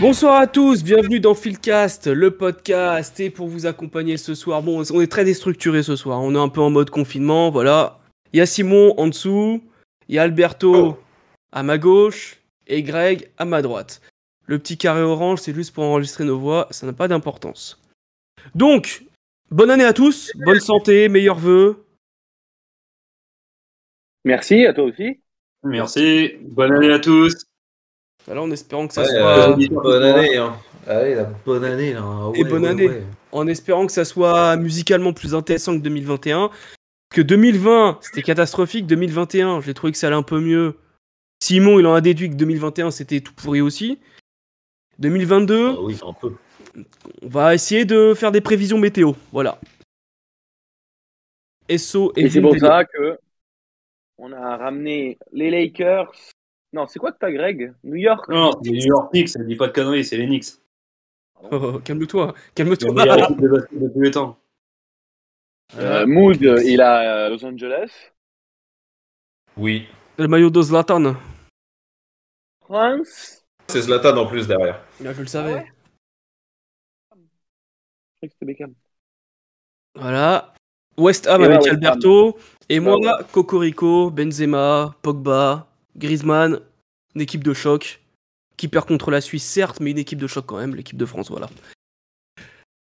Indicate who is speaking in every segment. Speaker 1: Bonsoir à tous, bienvenue dans Philcast, le podcast. Et pour vous accompagner ce soir, bon, on est très déstructuré ce soir. On est un peu en mode confinement, voilà. Il y a Simon en dessous, il y a Alberto à ma gauche et Greg à ma droite. Le petit carré orange, c'est juste pour enregistrer nos voix, ça n'a pas d'importance. Donc, bonne année à tous, bonne santé, meilleurs vœux.
Speaker 2: Merci, à toi aussi.
Speaker 3: Merci, bonne année à tous.
Speaker 1: Voilà, en espérant que ça
Speaker 4: Ouais,
Speaker 1: soit.
Speaker 4: euh, bonne année. Hein. Ah oui, la bonne année. Là. Ah
Speaker 1: Et
Speaker 4: ouais,
Speaker 1: bonne
Speaker 4: ouais,
Speaker 1: année.
Speaker 4: ouais.
Speaker 1: en espérant que ça soit musicalement plus intéressant que 2021. Que 2020, c'était catastrophique. 2021, j'ai trouvé que ça allait un peu mieux. Simon, il en a déduit que 2021, c'était tout pourri aussi. 2022,
Speaker 4: Ah oui, un peu.
Speaker 1: on va essayer de faire des prévisions météo. Voilà. SO
Speaker 2: Et c'est
Speaker 1: Evelyne
Speaker 2: pour
Speaker 1: Pellier.
Speaker 2: ça que on a ramené les Lakers. Non, c'est quoi que t'as, Greg New York
Speaker 3: Non, les New York Knicks, dis pas de conneries, c'est les Knicks.
Speaker 1: Oh, oh, calme-toi,
Speaker 3: La
Speaker 1: calme-toi.
Speaker 3: meilleure équipe de basket de tous les temps.
Speaker 2: Euh, Mood, euh, il a euh, Los Angeles.
Speaker 4: Oui.
Speaker 1: Le maillot de Zlatan.
Speaker 2: France.
Speaker 4: C'est Zlatan en plus derrière.
Speaker 1: Là, je le savais.
Speaker 2: Ah ouais Je crois que c'était Beckham.
Speaker 1: Voilà. West Ham
Speaker 2: Et
Speaker 1: avec
Speaker 2: ouais, West
Speaker 1: Alberto. Et moi,
Speaker 2: Ah
Speaker 1: Cocorico, Benzema, Pogba, Griezmann. Une équipe de choc. Qui perd contre la Suisse, certes, mais une équipe de choc quand même, l'équipe de France, voilà.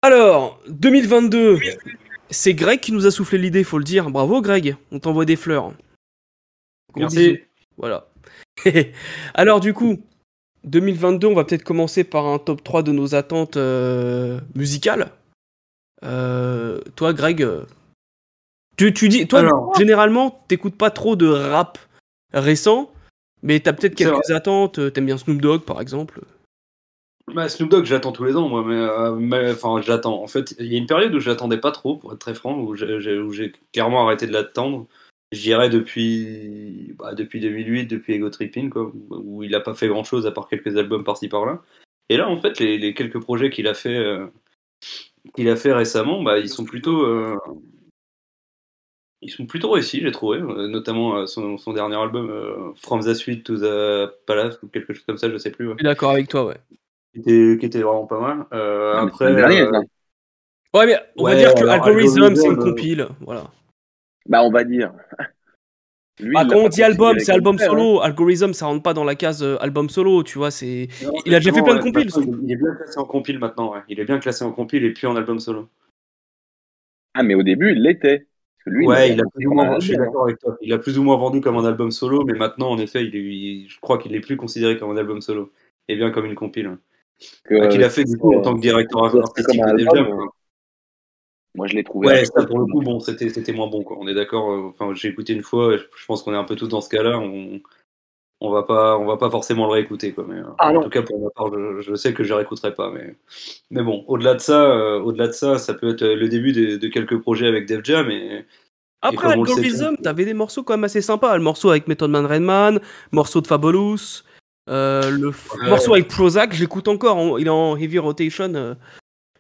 Speaker 1: Alors, 2022, c'est Greg qui nous a soufflé l'idée, faut le dire. Bravo Greg, on t'envoie des fleurs. Gros bisous.
Speaker 3: Merci.
Speaker 1: Voilà. Alors du coup, 2022, on va peut-être commencer par un top 3 de nos attentes euh, musicales. Euh, toi, Greg, euh, tu, tu dis, toi,
Speaker 3: Alors.
Speaker 1: généralement, t'écoutes pas trop de rap récent, mais t'as peut-être
Speaker 3: C'est
Speaker 1: quelques attentes. euh, T'aimes bien Snoop Dogg, par exemple.
Speaker 3: Bah, Snoop Dogg, j'attends tous les ans, moi. Mais, euh, mais, enfin, j'attends. En fait, il y a une période où je l'attendais pas trop, pour être très franc, où j'ai- j'ai où j'ai clairement arrêté de l'attendre. Je dirais depuis, bah, depuis 2008, depuis Ego Tripping, quoi, où, où il a pas fait grand chose à part quelques albums par-ci par-là. Et là, en fait, les, les quelques projets qu'il a fait, euh, qu'il a fait récemment, bah, ils sont plutôt, euh, ils sont plutôt réussis, j'ai trouvé. euh, Notamment euh, son, son dernier album, euh, From the Suite to the Palace, ou quelque chose comme ça, je sais plus. ouais
Speaker 1: Je suis d'accord avec toi, ouais.
Speaker 3: qui était, qui était vraiment pas mal. Euh,
Speaker 2: Ah, mais c'est
Speaker 3: après,
Speaker 2: le dernier,
Speaker 3: euh,
Speaker 2: ça.
Speaker 1: Ouais, mais on va
Speaker 3: Ouais,
Speaker 1: dire que
Speaker 3: alors,
Speaker 1: Algorithm, c'est une
Speaker 3: Algorithm, euh,
Speaker 1: compile. Voilà.
Speaker 2: Bah, on va dire. Lui,
Speaker 1: Ah,
Speaker 2: il
Speaker 1: quand
Speaker 2: a
Speaker 1: on
Speaker 2: pas
Speaker 1: dit
Speaker 2: fait
Speaker 1: album,
Speaker 2: avec
Speaker 1: c'est album
Speaker 2: Hitler, hein.
Speaker 1: solo. Algorithm, ça rentre pas dans la case euh, album solo, tu vois. C'est
Speaker 3: non,
Speaker 1: il a déjà fait plein de
Speaker 3: ouais,
Speaker 1: compiles,
Speaker 3: maintenant, Il est bien classé en compile maintenant. ouais. Il est bien classé en compile et puis en album solo.
Speaker 2: Ah, mais au début, il l'était. Parce que lui,
Speaker 3: ouais,
Speaker 2: a-
Speaker 3: il a plus ou
Speaker 2: un
Speaker 3: moins.
Speaker 2: album,
Speaker 3: Je suis
Speaker 2: hein.
Speaker 3: d'accord avec toi. Il a plus ou moins vendu comme un album solo, mais maintenant, en effet, il est, il- je crois qu'il est plus considéré comme un album solo et bien comme une compile. hein.
Speaker 2: que,
Speaker 3: Ah, Qu'il
Speaker 2: euh,
Speaker 3: a fait du coup en
Speaker 2: euh,
Speaker 3: tant que directeur
Speaker 2: c'est comme
Speaker 3: artistique
Speaker 2: un
Speaker 3: de Def
Speaker 2: album,
Speaker 3: Jam, quoi.
Speaker 2: Moi, je l'ai trouvé.
Speaker 3: Ouais,
Speaker 2: un
Speaker 3: ça
Speaker 2: peu-
Speaker 3: pour le coup, bon, c'était c'était moins bon, quoi. On est d'accord. euh, Enfin, j'ai écouté une fois. Je je pense qu'on est un peu tous dans ce cas-là. On on va pas on va pas forcément le réécouter, quoi. Mais euh,
Speaker 2: Ah,
Speaker 3: en
Speaker 2: non.
Speaker 3: tout cas, pour ma part, je, je sais que je réécouterai pas. Mais mais bon, au-delà de ça, euh, au-delà de ça, ça peut être euh, le début de, de quelques projets avec Def Jam. Et
Speaker 1: Après
Speaker 3: comme on le sait
Speaker 1: Algorithm,
Speaker 3: tous-
Speaker 1: t'avais des morceaux quand même assez sympas. Le morceau avec Method Man Redman, morceau de Fabulous, euh, le f-
Speaker 3: Ouais.
Speaker 1: morceau avec Prozac, j'écoute encore. en- il est en heavy rotation euh,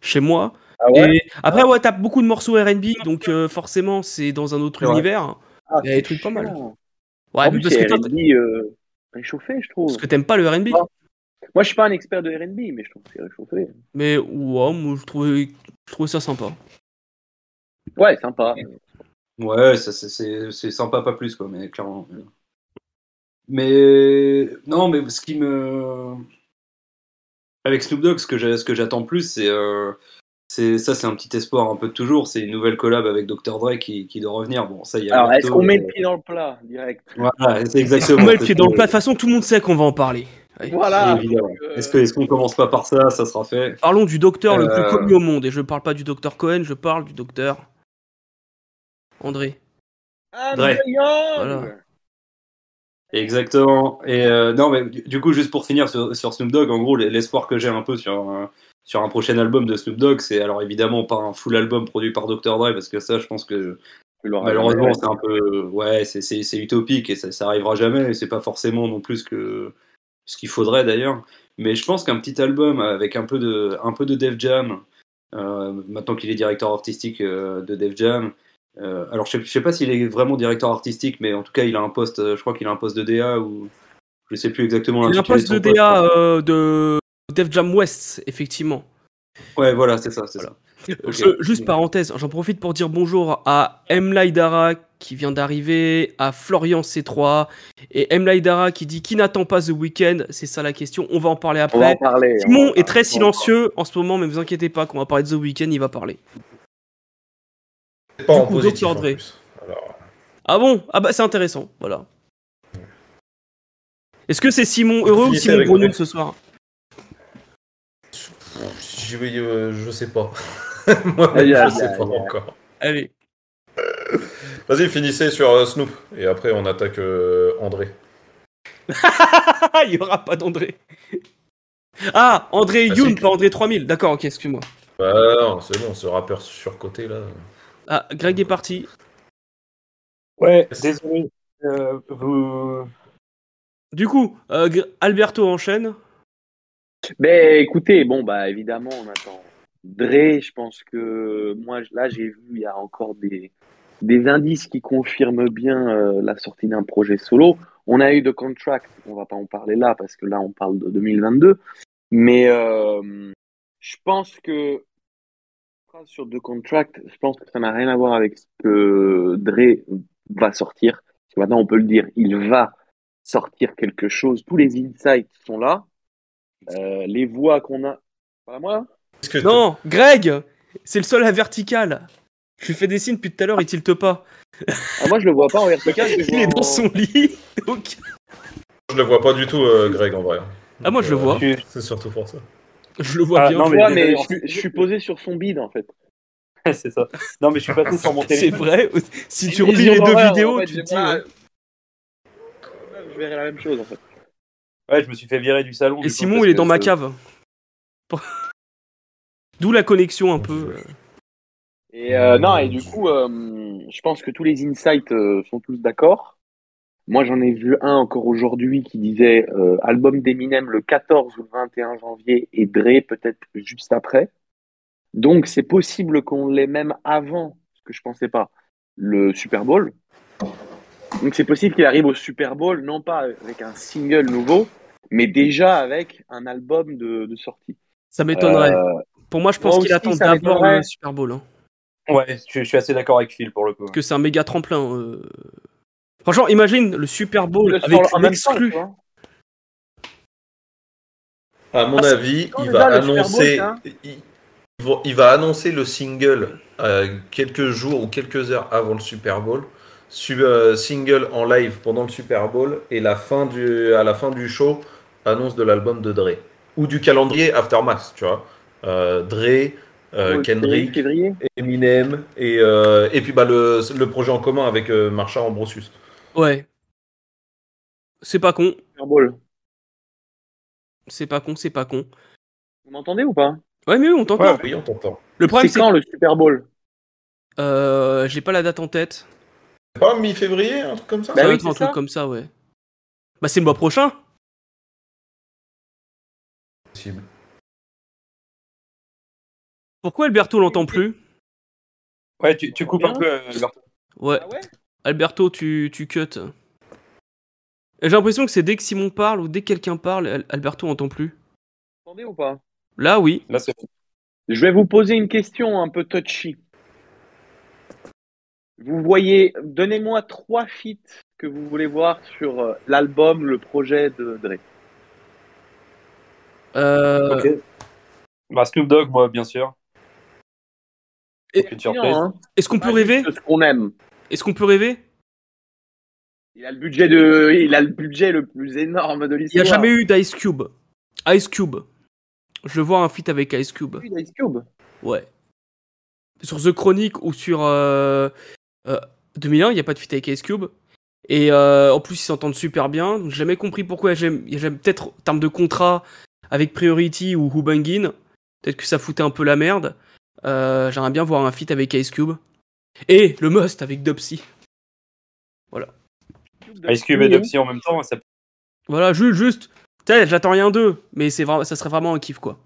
Speaker 1: chez moi.
Speaker 2: Ah ouais
Speaker 1: Et après, ouais, t'as beaucoup de morceaux RB, donc euh, forcément, c'est dans un autre
Speaker 3: C'est vrai.
Speaker 1: univers.
Speaker 2: Ah,
Speaker 1: Il y a des
Speaker 2: c'est
Speaker 1: trucs pas mal.
Speaker 2: chiant.
Speaker 1: Ouais,
Speaker 2: en
Speaker 1: mais
Speaker 2: plus,
Speaker 1: parce que
Speaker 2: c'est
Speaker 1: toi,
Speaker 2: R&B euh, réchauffé, je trouve.
Speaker 1: parce que t'aimes pas le RB.
Speaker 2: Ah. Moi, je suis pas un expert de R&B, mais je trouve que c'est réchauffé.
Speaker 1: Mais ouais, moi, je trouvais, je trouvais ça sympa.
Speaker 2: Ouais, sympa.
Speaker 3: ouais, ça c'est- c'est c'est sympa, pas plus, quoi. Mais clairement. euh. Mais non, mais ce qui me avec Snoop Dogg, ce que j'ai- ce que j'attends plus, c'est euh, c'est ça, c'est un petit espoir un peu de toujours. C'est une nouvelle collab avec Dr Dre qui, qui doit revenir. Bon, ça y est.
Speaker 2: Alors,
Speaker 3: Alberto,
Speaker 2: est-ce qu'on met le
Speaker 3: euh,
Speaker 2: pied dans le plat direct
Speaker 3: Voilà, c'est
Speaker 1: Est-ce
Speaker 3: exactement.
Speaker 1: qu'on met le pied dans le plat De toute façon, tout le monde sait qu'on va en parler. Allez.
Speaker 2: Voilà.
Speaker 3: Évidemment.
Speaker 2: Euh,
Speaker 3: Est-ce que- est-ce qu'on commence pas par ça Ça sera fait.
Speaker 1: Parlons du docteur le plus
Speaker 3: Euh.
Speaker 1: connu au monde. Et je parle pas du docteur Cohen, je parle du docteur André.
Speaker 2: I'm
Speaker 3: Dre.
Speaker 2: the young
Speaker 1: Voilà.
Speaker 3: Exactement. Et euh, non, mais du du coup, juste pour finir sur, sur Snoop Dogg, en gros, l'espoir que j'ai un peu sur un, sur un prochain album de Snoop Dogg, c'est alors évidemment pas un full album produit par Dr Dre, parce que ça, je pense que
Speaker 2: Tu l'auras
Speaker 3: malheureusement,
Speaker 2: jamais.
Speaker 3: c'est un peu ouais, c'est- c'est c'est utopique et ça, ça arrivera jamais. et C'est pas forcément non plus ce que ce qu'il faudrait d'ailleurs. Mais je pense qu'un petit album avec un peu de un peu de Def Jam, euh, maintenant qu'il est directeur artistique euh, de Def Jam. euh, alors je sais, je sais pas s'il est vraiment directeur artistique, mais en tout cas il a un poste. euh, Je crois qu'il a un poste de DA ou je sais plus exactement.
Speaker 1: Il y a un
Speaker 3: l'intitulé de
Speaker 1: poste
Speaker 3: son
Speaker 1: de
Speaker 3: poste.
Speaker 1: DA euh, de Def Jam West, effectivement.
Speaker 5: Ouais, voilà, c'est ça, c'est
Speaker 1: Voilà.
Speaker 5: ça.
Speaker 1: Je- juste parenthèse, j'en profite pour dire bonjour à M. Laidara qui vient d'arriver, à Florian C3 et M. Laidara qui dit qui n'attend pas The Weeknd, c'est ça la question, on va en parler
Speaker 2: On va en
Speaker 1: après.
Speaker 2: parler. on
Speaker 1: Simon
Speaker 2: va-
Speaker 1: est très
Speaker 2: on va-
Speaker 1: silencieux en ce moment, mais vous inquiétez pas, qu'on va parler de The Weeknd, il va parler.
Speaker 6: C'est pas
Speaker 1: Du
Speaker 6: en
Speaker 1: coup,
Speaker 6: positif.
Speaker 1: Dr.
Speaker 6: en
Speaker 1: Dre.
Speaker 6: plus. Alors,
Speaker 1: Ah bon Ah bah c'est intéressant, voilà. Est-ce que c'est Simon heureux ou
Speaker 6: Finissez
Speaker 1: Simon
Speaker 6: avec
Speaker 1: Grenouille
Speaker 6: Greg.
Speaker 1: ce soir
Speaker 6: je, vais- euh, je sais pas. Moi,
Speaker 2: Aïe, aïe,
Speaker 6: je sais
Speaker 2: aïe,
Speaker 6: pas
Speaker 2: aïe.
Speaker 6: encore.
Speaker 1: Allez.
Speaker 6: Vas-y, finissez sur euh, Snoop et après on attaque euh, André.
Speaker 1: il n'y aura pas d'André. Ah, André
Speaker 2: Bah,
Speaker 6: Ah,
Speaker 1: Youn,
Speaker 6: c'est-
Speaker 1: pas André 3000. D'accord, ok, excuse-moi.
Speaker 6: Bah non, c'est bon, ce rappeur surcoté là.
Speaker 1: Ah, Greg est parti.
Speaker 3: Ouais, désolé. euh, vous...
Speaker 1: Du coup, euh, Gr- Alberto enchaîne.
Speaker 2: Ben écoutez, bon bah évidemment on attend Dre, je pense que moi je- là j'ai vu il y a encore des, des indices qui confirment bien euh, la sortie d'un projet solo. On a eu The Contract, on va pas en parler là parce que là on parle de 2022, mais euh, je pense que sur The Contract, je pense que ça n'a rien à voir avec ce que Dre va sortir. Parce que maintenant on peut le dire, il va sortir quelque chose. Tous les insights sont là. Euh, les voix qu'on a. Pas moi hein.
Speaker 6: Qu'est-ce que
Speaker 1: Non, Greg, c'est le seul à verticale. Je lui fais des signes depuis tout à l'heure, il tilte pas.
Speaker 2: ah, Moi, je le vois pas en vertical. je le
Speaker 1: Il
Speaker 2: vois
Speaker 1: est dans
Speaker 2: en-
Speaker 1: son lit. donc-
Speaker 6: Je le vois pas du tout, euh, Greg, en vrai.
Speaker 1: Ah, moi, je le
Speaker 6: Euh,
Speaker 1: vois.
Speaker 3: tu-
Speaker 6: C'est surtout pour ça.
Speaker 1: Je le vois
Speaker 3: Ah,
Speaker 1: bien.
Speaker 3: non,
Speaker 2: Je vois, mais
Speaker 3: mais-
Speaker 2: je, suis- je suis posé sur son bide, en fait.
Speaker 3: c'est ça. Non, mais je suis passé sur mon
Speaker 1: C'est
Speaker 3: téléphone.
Speaker 1: vrai. Si tu
Speaker 2: Et-
Speaker 1: relis
Speaker 2: et
Speaker 1: les deux
Speaker 2: ouais,
Speaker 1: vidéos,
Speaker 2: en fait,
Speaker 1: tu
Speaker 2: je-
Speaker 1: te dis. euh,
Speaker 2: ah,
Speaker 1: ouais.
Speaker 2: Je verrai la même chose, en fait.
Speaker 3: Ouais, je me suis fait virer du salon.
Speaker 1: Et Simon, il est dans ma cave. D'où la connexion un peu.
Speaker 2: Et euh, non, et du coup, euh, je pense que tous les insights euh, sont tous d'accord. Moi, j'en ai vu un encore aujourd'hui qui disait euh, album d'Eminem le 14 ou le 21 janvier et Dre peut-être juste après. Donc, c'est possible qu'on l'ait même avant, ce que je pensais pas, le Super Bowl. Donc, c'est possible qu'il arrive au Super Bowl, non pas avec un single nouveau, mais déjà avec un album de, de sortie.
Speaker 1: Ça m'étonnerait.
Speaker 2: Euh,
Speaker 1: Pour moi, je pense
Speaker 2: moi
Speaker 1: qu'il
Speaker 2: aussi,
Speaker 1: attend
Speaker 2: ça
Speaker 1: d'abord
Speaker 2: m'étonnerait.
Speaker 1: le Super Bowl. hein.
Speaker 3: Ouais, je, je suis assez d'accord avec Phil pour le coup.
Speaker 1: que c'est un méga tremplin. euh. Franchement, imagine le Super Bowl
Speaker 2: le
Speaker 1: avec
Speaker 2: sort en même temps,
Speaker 1: l'exclu.
Speaker 2: tu vois.
Speaker 6: À mon
Speaker 1: Ah, c'est-
Speaker 6: avis,
Speaker 2: Non,
Speaker 6: il
Speaker 2: déjà,
Speaker 6: va
Speaker 2: le Super Bowl,
Speaker 6: annoncer.
Speaker 2: ça. hein.
Speaker 6: il- il va- Il va annoncer le single euh, quelques jours ou quelques heures avant le Super Bowl. Su- euh, single en live pendant le Super Bowl et la fin du, à la fin du show, annonce de l'album de Dre. Ou du calendrier Aftermath, tu vois. Euh, Dre, euh,
Speaker 2: Au
Speaker 6: Kendrick,
Speaker 2: février.
Speaker 6: Eminem et, euh, et puis bah, le, le projet en commun avec euh, Marshall Ambrosius.
Speaker 1: Ouais. C'est pas con,
Speaker 2: Super Bowl.
Speaker 1: c'est pas con, c'est pas con.
Speaker 2: Vous m'entendez ou pas
Speaker 1: Ouais, mais oui, on t'entend.
Speaker 6: oui, on t'entend.
Speaker 1: Le problème,
Speaker 2: C'est
Speaker 1: c'est.
Speaker 2: quand le Super Bowl
Speaker 1: Euh, J'ai pas la date en tête.
Speaker 6: C'est Pas mi-février, un truc comme ça
Speaker 1: ça
Speaker 2: Bah
Speaker 1: va
Speaker 2: oui,
Speaker 1: être un
Speaker 2: c'est
Speaker 1: truc
Speaker 2: ça.
Speaker 1: comme ça, ouais. Bah, c'est le mois prochain.
Speaker 6: Possible.
Speaker 1: Pourquoi Alberto l'entend plus
Speaker 3: Ouais, tu, tu coupes
Speaker 2: Bien.
Speaker 3: un peu. euh, Alberto.
Speaker 1: Ouais.
Speaker 2: Ah ouais
Speaker 1: Alberto, tu, tu cut. J'ai l'impression que c'est dès que Simon parle ou dès que quelqu'un parle, Al- Alberto entend plus.
Speaker 2: Vous entendez ou pas
Speaker 1: Là, oui.
Speaker 3: Là, c'est
Speaker 2: Je vais vous poser une question un peu touchy. Vous voyez, donnez-moi trois feats que vous voulez voir sur euh, l'album, le projet de Dre.
Speaker 1: Euh,
Speaker 3: ok. Bah, Snoop Dogg, moi, bien sûr.
Speaker 1: Et-
Speaker 3: Aucune surprise.
Speaker 2: Hein,
Speaker 1: Est-ce qu'on peut
Speaker 2: pas
Speaker 1: rêver
Speaker 2: juste ce qu'on aime.
Speaker 1: Est-ce qu'on peut rêver
Speaker 2: Il a le budget de, il a le budget le plus énorme
Speaker 1: Il
Speaker 2: de
Speaker 1: n'y
Speaker 2: l'histoire.
Speaker 1: a jamais eu d'Ice Cube. Ice Cube. Je veux voir un feat avec Ice Cube.
Speaker 2: eu d'Ice Cube.
Speaker 1: Ouais. Sur The Chronic ou sur euh, euh, 2001, il n'y a pas de feat avec Ice Cube. Et euh, en plus, ils s'entendent super bien. Donc, J'ai jamais compris pourquoi j'aime. J'aime peut-être en termes de contrat avec Priority ou Who Bangin', Peut-être que ça foutait un peu la merde. Euh, J'aimerais bien voir un feat avec Ice Cube. Et le must avec Dopsy. hein.
Speaker 3: Ice Cube et Dopsy en même temps, ça
Speaker 1: Voilà, juste, juste. Tu sais, j'attends rien d'eux. Mais c'est vra- ça serait vraiment un kiff, quoi.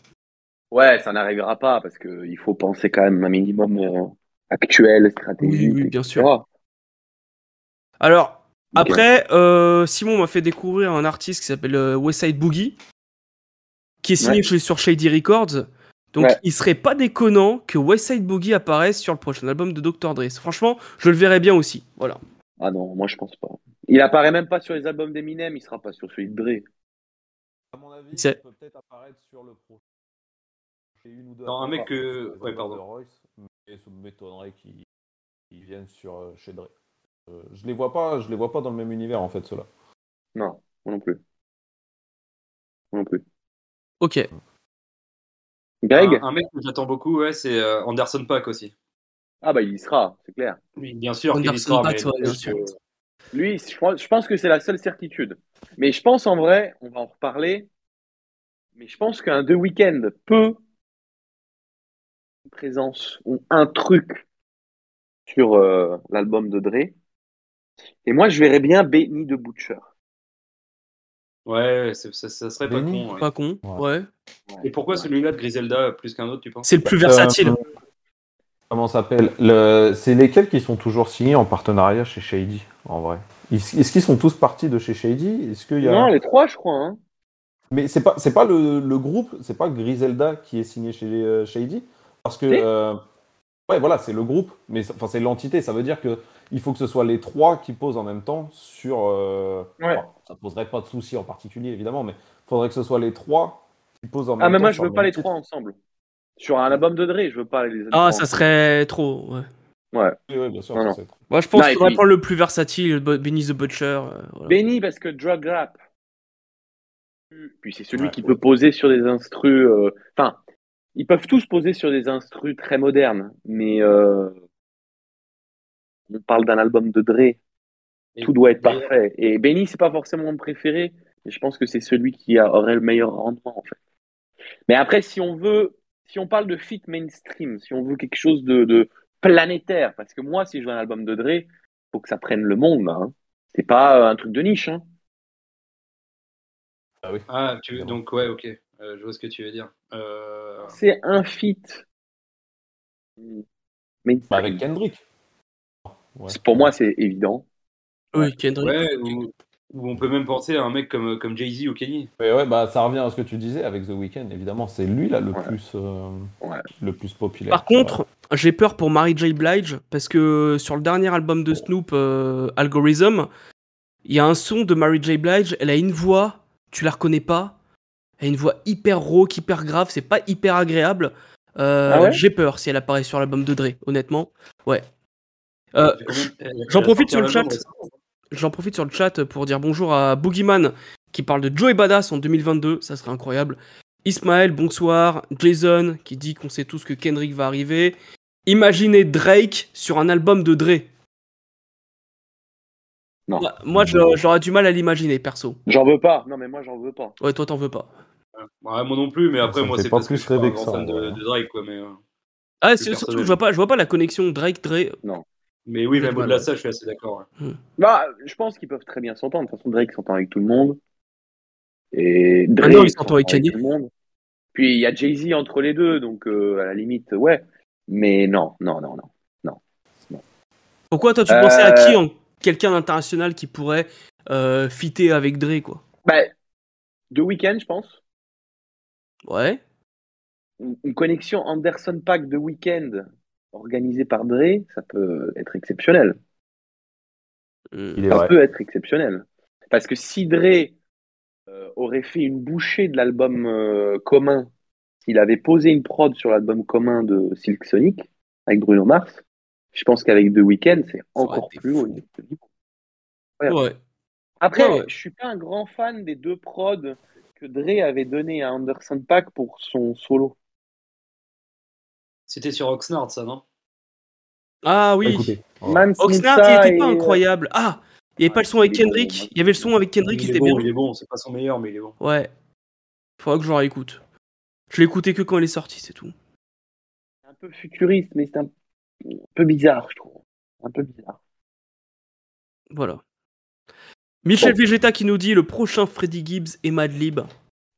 Speaker 2: Ouais, ça n'arrivera pas parce que il faut penser quand même un minimum euh, actuel, stratégique.
Speaker 1: Oui, oui, bien
Speaker 2: etc.
Speaker 1: sûr. Alors,
Speaker 2: Donc,
Speaker 1: Après, euh, Simon m'a fait découvrir un artiste qui s'appelle euh, Westside Boogie, qui est signé chez sur Shady Records. Donc
Speaker 2: Ouais.
Speaker 1: il serait pas déconnant que West Side Boogie apparaisse sur le prochain album de Dr. Dre. Franchement, je le verrais bien aussi. Voilà.
Speaker 2: Ah non, moi je pense pas. Il apparaît même pas sur les albums d'Eminem, il sera pas sur celui de Dre.
Speaker 6: À mon avis,
Speaker 1: C'est-
Speaker 6: il peut peut-être apparaître sur le prochain. J'ai une ou deux
Speaker 3: Non, un mec que-
Speaker 6: sur les
Speaker 3: ouais,
Speaker 6: albums
Speaker 3: pardon.
Speaker 6: de Royce, mais ça m'étonnerait qu'ils qu'ils viennent sur euh, chez Dre. Euh, je les vois pas, je les vois pas dans le même univers en fait ceux-là.
Speaker 2: Non, moi non plus. Moi non plus.
Speaker 1: Ok.
Speaker 2: Greg
Speaker 3: Un, un mec que j'attends beaucoup, ouais, c'est euh, Anderson Pack aussi.
Speaker 2: Ah bah il y sera, c'est clair.
Speaker 3: Oui, bien sûr qu'il y
Speaker 1: Anderson
Speaker 3: sera.
Speaker 1: Paak,
Speaker 3: mais-
Speaker 1: ouais, bien sûr.
Speaker 2: Lui, je pense, je pense que c'est la seule certitude. Mais je pense en vrai, on va en reparler. Mais je pense qu'un deux week-end peut une présence ou un truc sur euh, l'album de Dre. Et moi, je verrais bien Benny de Butcher.
Speaker 3: Ouais, c'est- ça, ça serait pas
Speaker 6: Benny.
Speaker 3: con. ouais.
Speaker 1: Pas con. Ouais.
Speaker 3: Et pourquoi celui-là de Griselda plus qu'un autre, tu penses
Speaker 1: C'est le plus versatile.
Speaker 6: Euh, comment ça s'appelle le... C'est lesquels qui sont toujours signés en partenariat chez Shady en vrai Est-ce est-ce qu'ils sont tous partis de chez Shady Est-ce qu'il y a...
Speaker 2: Non, les trois, je crois. hein.
Speaker 6: Mais c'est pas, c'est pas le, le groupe, c'est pas Griselda qui est signé chez euh, Shady, parce que
Speaker 2: Si.
Speaker 6: euh, ouais voilà c'est le groupe, mais c'est- enfin c'est l'entité, ça veut dire que il faut que ce soit les trois qui posent en même temps sur. euh,
Speaker 2: Ouais.
Speaker 6: enfin, ça poserait pas de souci en particulier évidemment, mais faudrait que ce soit les trois qui posent en même temps.
Speaker 2: Ah, mais moi, je
Speaker 6: sur
Speaker 2: veux
Speaker 6: le
Speaker 2: pas
Speaker 6: même
Speaker 2: les
Speaker 6: titre.
Speaker 2: trois ensemble. Sur un album de Dre, je veux pas les
Speaker 1: Ah,
Speaker 2: trois
Speaker 1: ça
Speaker 2: ensemble.
Speaker 1: serait trop. Ouais.
Speaker 6: Oui, oui, bien sûr.
Speaker 2: Non,
Speaker 6: ça,
Speaker 2: non.
Speaker 6: c'est-
Speaker 1: Moi, je pense
Speaker 2: Non, et
Speaker 1: qu'il faudrait
Speaker 2: puis-
Speaker 1: prendre le plus versatile, Bo- Benny the Butcher. euh, voilà.
Speaker 2: Benny parce que drug rap. Puis c'est celui
Speaker 6: Ouais.
Speaker 2: qui peut poser sur des instrus. euh, Enfin, ils peuvent tous poser sur des instrus très modernes, mais euh, on parle d'un album de Dre. Tout doit être
Speaker 3: d'ailleurs-
Speaker 2: parfait. Et Benny, c'est pas forcément mon préféré. mais Je pense que c'est celui qui a- aurait le meilleur rendement en fait. Mais après, si on veut, si on parle de fit mainstream, si on veut quelque chose de, de planétaire, parce que moi, si je veux un album de Dre, faut que ça prenne le monde. Hein. C'est pas euh, un truc de niche. Hein.
Speaker 3: Ah, tu veux- donc ouais, ok. Euh, je vois ce que tu veux dire. Euh,
Speaker 2: C'est un fit. Mais
Speaker 6: Bah, avec Kendrick. Ouais.
Speaker 2: c'est- pour moi, c'est évident.
Speaker 1: Oui, Kendrick.
Speaker 3: ouais, ou, ou on peut même penser à un mec comme, comme Jay-Z ou Kenny.
Speaker 6: Mais ouais, bah ça revient à ce que tu disais avec The Weeknd. Évidemment, c'est lui là le
Speaker 2: Ouais.
Speaker 6: plus, euh,
Speaker 2: Ouais.
Speaker 6: le plus populaire.
Speaker 1: Par contre, j'ai peur pour Mary J. Blige parce que sur le dernier album de Snoop, euh, Algorithm, il y a un son de Mary J. Blige. Elle a une voix, tu la reconnais pas. Elle a une voix hyper rauque, hyper grave. C'est pas hyper agréable. Euh,
Speaker 2: Ah ouais
Speaker 1: j'ai peur si elle apparaît sur l'album de Dre, honnêtement. Ouais. Euh,
Speaker 3: Elle fait combien- elle-
Speaker 1: j'en
Speaker 3: elle a
Speaker 1: profite
Speaker 3: sorti
Speaker 1: sur le
Speaker 3: un
Speaker 1: chat.
Speaker 3: album récemment.
Speaker 1: J'en profite sur le chat pour dire bonjour à Boogeyman qui parle de Joey Badass en 2022, ça serait incroyable. Ismaël, bonsoir. Jason qui dit qu'on sait tous que Kendrick va arriver. Imaginez Drake sur un album de Dre.
Speaker 2: Non.
Speaker 1: Moi, moi, je- j'aurais du mal à l'imaginer, perso.
Speaker 2: J'en veux pas. Non, mais moi, j'en veux pas.
Speaker 1: Ouais, toi, t'en veux pas.
Speaker 3: Bah, Ouais, moi non plus, mais après,
Speaker 6: Ça me
Speaker 3: moi,
Speaker 6: fait
Speaker 3: c'est
Speaker 6: pas
Speaker 3: parce que
Speaker 6: plus
Speaker 3: je suis pas un
Speaker 6: rêver que
Speaker 3: grand
Speaker 6: ça,
Speaker 3: fan de,
Speaker 6: ouais.
Speaker 3: de Drake, quoi. Mais, euh,
Speaker 1: Ah,
Speaker 3: Plus
Speaker 1: c'est surtout,
Speaker 3: personnel.
Speaker 1: je vois pas, je vois pas la connexion Drake-Dre.
Speaker 3: mais oui,
Speaker 1: Ouais,
Speaker 3: même au-delà
Speaker 1: voilà.
Speaker 3: de ça, je suis assez d'accord. ouais.
Speaker 2: Bah, je pense qu'ils peuvent très bien s'entendre. De toute façon, Drake s'entend avec tout le monde. Et Drake
Speaker 1: Ah non, il s'entend avec Kanye.
Speaker 2: tout le monde. Puis il y a Jay-Z entre les deux, donc euh, à la limite, ouais. Mais non, non, non, non.
Speaker 1: Pourquoi, toi, tu
Speaker 2: Euh,
Speaker 1: pensais à qui en quelqu'un d'international qui pourrait euh, fitter avec Dre, quoi
Speaker 2: Bah, The Weeknd, je pense.
Speaker 1: Ouais.
Speaker 2: Une une connexion Anderson Pack The Weeknd organisée par Dre, ça peut être exceptionnel.
Speaker 1: Hmm.
Speaker 6: il est
Speaker 2: ça
Speaker 6: vrai.
Speaker 2: peut être exceptionnel. Parce que si Dre euh, aurait fait une bouchée de l'album euh, commun, s'il avait posé une prod sur l'album commun de Silk Sonic avec Bruno Mars, je pense qu'avec The Weeknd, c'est
Speaker 1: aurait
Speaker 2: encore
Speaker 1: été
Speaker 2: plus
Speaker 1: fou.
Speaker 2: haut.
Speaker 1: Mmh. Ouais.
Speaker 2: Après,
Speaker 1: Ouais, ouais.
Speaker 2: je suis pas un grand fan des deux prods que Dre avait donné à Anderson Paak pour son solo.
Speaker 3: C'était sur Oxnard, ça, non
Speaker 1: Ah
Speaker 2: Bah,
Speaker 1: oui.
Speaker 6: Écoutez, voilà.
Speaker 2: Man
Speaker 1: Oxnard,
Speaker 2: Smith,
Speaker 1: il était pas
Speaker 2: et- euh,
Speaker 1: incroyable. Ah, il n'y avait pas le son avec
Speaker 2: il est bon,
Speaker 1: Kendrick.
Speaker 2: ouais.
Speaker 1: Il y avait le son avec Kendrick qui
Speaker 3: il
Speaker 1: était
Speaker 3: est bon,
Speaker 1: bien.
Speaker 3: il est bon, c'est pas son meilleur, mais il est bon.
Speaker 1: Ouais. Faudra que je le réécoute. Je l'écoutais que quand elle est sortie, c'est tout.
Speaker 2: un peu futuriste, mais c'est un... un peu bizarre, je trouve. Un peu bizarre.
Speaker 1: Voilà. Michel
Speaker 2: Bon.
Speaker 1: Vegeta qui nous dit le prochain Freddy Gibbs et Madlib.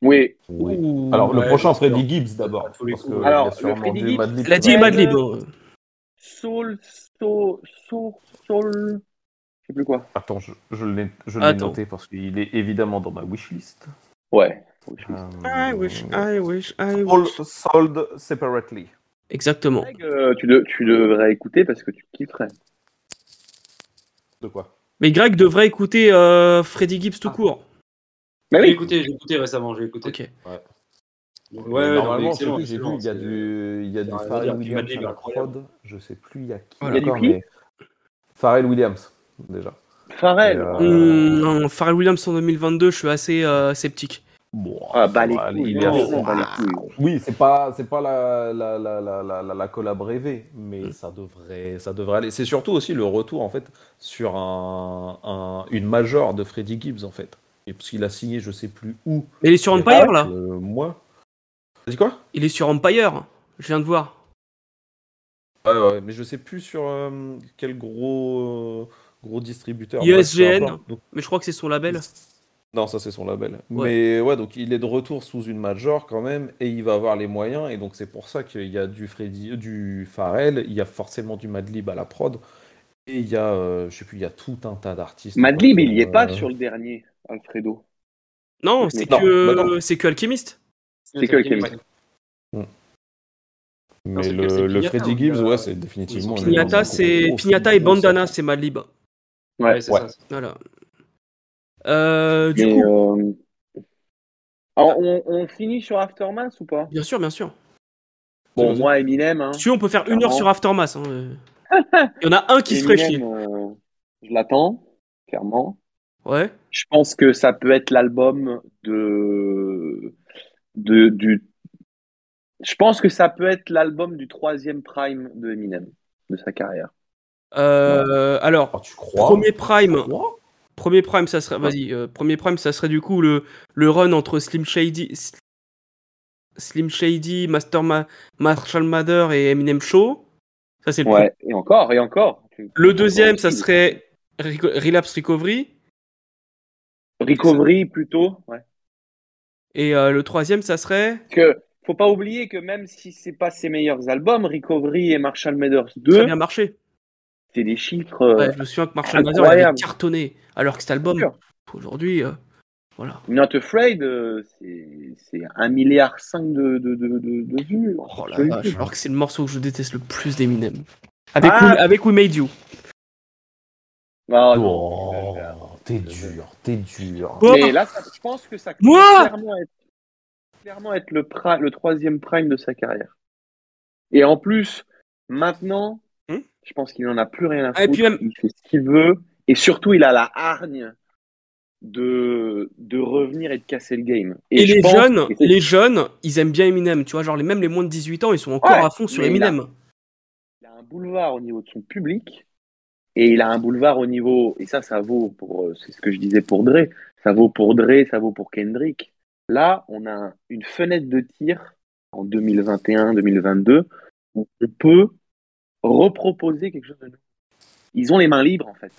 Speaker 2: Oui,
Speaker 6: Oui.
Speaker 1: Ouh.
Speaker 6: Alors le
Speaker 3: Ouais,
Speaker 6: prochain
Speaker 3: bien sûr.
Speaker 6: Freddy Gibbs d'abord.
Speaker 3: À tous les
Speaker 6: parce que
Speaker 3: coups.
Speaker 6: il y a
Speaker 2: Alors, le
Speaker 6: sûrement
Speaker 2: Freddy
Speaker 6: du
Speaker 2: Gibbs,
Speaker 6: Madlib
Speaker 1: Il a dit
Speaker 6: qui
Speaker 2: Ouais,
Speaker 6: va
Speaker 1: Madlib.
Speaker 2: le-
Speaker 1: euh.
Speaker 2: Soul, Soul, Soul, Soul. Je sais plus quoi.
Speaker 6: Attends, je, je l'ai je l'ai
Speaker 1: Attends.
Speaker 6: noté parce qu'il est évidemment dans ma wishlist. Euh,
Speaker 2: Ouais.
Speaker 1: I wish, I wish, I
Speaker 6: All
Speaker 1: wish.
Speaker 6: sold separately.
Speaker 1: Exactement.
Speaker 2: Greg, euh, tu, de- tu devrais écouter parce que tu kifferais.
Speaker 6: De quoi
Speaker 1: Mais Greg devrait écouter euh, Freddy Gibbs tout court.
Speaker 6: Ah
Speaker 2: Mais
Speaker 3: J'ai
Speaker 2: oui,
Speaker 3: écouté, j'ai écouté récemment, j'ai écouté.
Speaker 1: Ok.
Speaker 3: Ouais,
Speaker 6: Mais
Speaker 3: ouais,
Speaker 6: normalement,
Speaker 3: non, mais
Speaker 6: c'est que j'ai vu,
Speaker 3: excellent,
Speaker 6: il y a
Speaker 3: excellent,
Speaker 6: du, il y a du
Speaker 3: c'est- c'est-
Speaker 6: Pharrell
Speaker 3: c'est-
Speaker 6: Williams à la
Speaker 3: incroyable.
Speaker 6: prod, je sais plus il y a qui.
Speaker 2: Voilà. Il y a du Ah, bah,
Speaker 6: encore,
Speaker 2: qui
Speaker 6: mais- Pharrell Williams, déjà.
Speaker 2: Pharrell.
Speaker 6: Et, euh,
Speaker 1: Hum, non, Pharrell Williams en 2022, je suis assez euh, sceptique.
Speaker 2: Ah, bah les
Speaker 6: Ouais,
Speaker 2: couilles,
Speaker 6: il est à
Speaker 2: non,
Speaker 6: fond.
Speaker 2: bah, les couilles.
Speaker 6: Oui, c'est pas, c'est pas la, la, la, la, la, la, la collab rêvée, mais ça devrait, ça devrait aller. C'est surtout aussi le retour en fait sur un, un- une major de Freddie Gibbs en fait, et parce qu'il a signé, je sais plus où.
Speaker 1: Mais il est sur
Speaker 6: il y a
Speaker 1: Empire
Speaker 6: quelques
Speaker 1: là.
Speaker 6: mois. T'as dit quoi
Speaker 1: Il est sur Empire. Je viens de voir.
Speaker 6: Ouais, ouais, mais je sais plus sur euh, quel gros, euh, gros distributeur.
Speaker 1: USGN.
Speaker 6: Bref, peu importe. Donc,
Speaker 1: Mais je crois que c'est son label.
Speaker 6: Non, ça c'est son label.
Speaker 1: Ouais.
Speaker 6: Mais ouais, donc il est de retour sous une major quand même, et il va avoir les moyens, et donc c'est pour ça qu'il y a du Freddy, du Pharrell, il y a forcément du Madlib à la prod, et il y a, euh, je sais plus, il y a tout un tas d'artistes.
Speaker 2: Madlib, il y est
Speaker 6: Euh,
Speaker 2: pas sur le dernier, Alfredo.
Speaker 1: Non, c'est
Speaker 6: Non,
Speaker 1: que
Speaker 6: bah non.
Speaker 1: c'est que Alchemist.
Speaker 2: C'est que lequel
Speaker 3: Non,
Speaker 6: Mais
Speaker 3: c'est
Speaker 6: le,
Speaker 3: que c'est
Speaker 6: le
Speaker 3: Pignata,
Speaker 6: Freddy
Speaker 3: ou
Speaker 6: Gibbs,
Speaker 3: le-
Speaker 6: ouais, c'est définitivement.
Speaker 3: Ils sont
Speaker 6: le-
Speaker 1: Pignata,
Speaker 6: le-
Speaker 1: c'est
Speaker 6: gros-
Speaker 1: Pignata et Bandana,
Speaker 6: hein.
Speaker 1: c'est Madlib.
Speaker 2: Ouais,
Speaker 3: Ouais, c'est
Speaker 6: ouais.
Speaker 3: ça.
Speaker 1: Voilà. Euh, du
Speaker 2: Mais,
Speaker 1: coup,
Speaker 2: euh, alors, on, on finit sur Aftermath ou pas
Speaker 1: bien sûr, bien sûr.
Speaker 2: Bon, moi, Eminem. Hein,
Speaker 1: Si tu veux, on peut faire une heure
Speaker 2: Clairement.
Speaker 1: sur Aftermath. hein, euh. Il y en a un qui se ferait
Speaker 2: Eminem,
Speaker 1: chier.
Speaker 2: euh, je l'attends, clairement.
Speaker 1: Ouais.
Speaker 2: Je pense que ça peut être l'album de... de du. Je pense que ça peut être l'album du troisième prime de Eminem de sa carrière.
Speaker 1: Euh, alors,
Speaker 6: Ah, tu crois
Speaker 1: premier prime,
Speaker 6: Tu crois
Speaker 1: premier prime, ça serait, vas-y, euh, premier prime, ça serait du coup le, le run entre Slim Shady, S- Slim Shady, Master Ma- Marshall Mather et Eminem Show. Ça c'est le premier.
Speaker 2: Ouais, et encore, et encore.
Speaker 1: Le deuxième, ça serait Reco- Relapse Recovery.
Speaker 2: Recovery plutôt. Ouais.
Speaker 1: Et euh, le troisième, ça serait.
Speaker 2: Parce que faut pas oublier que même si c'est pas ses meilleurs albbums, Recovery et Marshall Mathers
Speaker 1: Ça a
Speaker 2: 2,
Speaker 1: bien marché.
Speaker 2: c'est des chiffres. euh,
Speaker 1: Ouais, je me souviens que Marshall Mathers il avait
Speaker 2: incroyable.
Speaker 1: cartonné. Alors que cet album, aujourd'hui, euh, voilà.
Speaker 2: Not Afraid, euh, c'est c'est un milliard cinq de, de, de, de, de vues.
Speaker 1: Oh la
Speaker 2: Absolument.
Speaker 1: vache, alors que c'est le morceau que je déteste le plus d'Eminem. Avec,
Speaker 2: Ah.
Speaker 1: We, avec We Made You.
Speaker 2: Ah, non.
Speaker 6: Oh, t'es dur, t'es dur.
Speaker 1: Quoi
Speaker 2: Mais là, ça- je pense que ça peut
Speaker 1: Oh. Moi
Speaker 2: clairement être, clairement être le, pri- le troisième prime de sa carrière. Et en plus, maintenant,
Speaker 1: Hmm
Speaker 2: je pense qu'il n'en a plus rien à
Speaker 1: Ah, et
Speaker 2: foutre.
Speaker 1: puis même-
Speaker 2: Il fait ce qu'il veut. Et surtout, il a la hargne de, de revenir et de casser le game.
Speaker 1: Et,
Speaker 2: je
Speaker 1: les
Speaker 2: pense-
Speaker 1: jeunes,
Speaker 2: et c'est-
Speaker 1: les jeunes, ils aiment bien Eminem, tu vois, genre les même les moins de 18 ans, ils sont encore
Speaker 2: Ouais,
Speaker 1: à fond sur
Speaker 2: mais il a-
Speaker 1: Eminem.
Speaker 2: il a un boulevard au niveau de son public et il a un boulevard au niveau et ça ça vaut pour euh, c'est ce que je disais pour Dre ça vaut pour Dre ça vaut pour Kendrick là on a un- une fenêtre de tir en 2021 2022 où on peut reproposer quelque chose de nouveau ils ont les mains libres en fait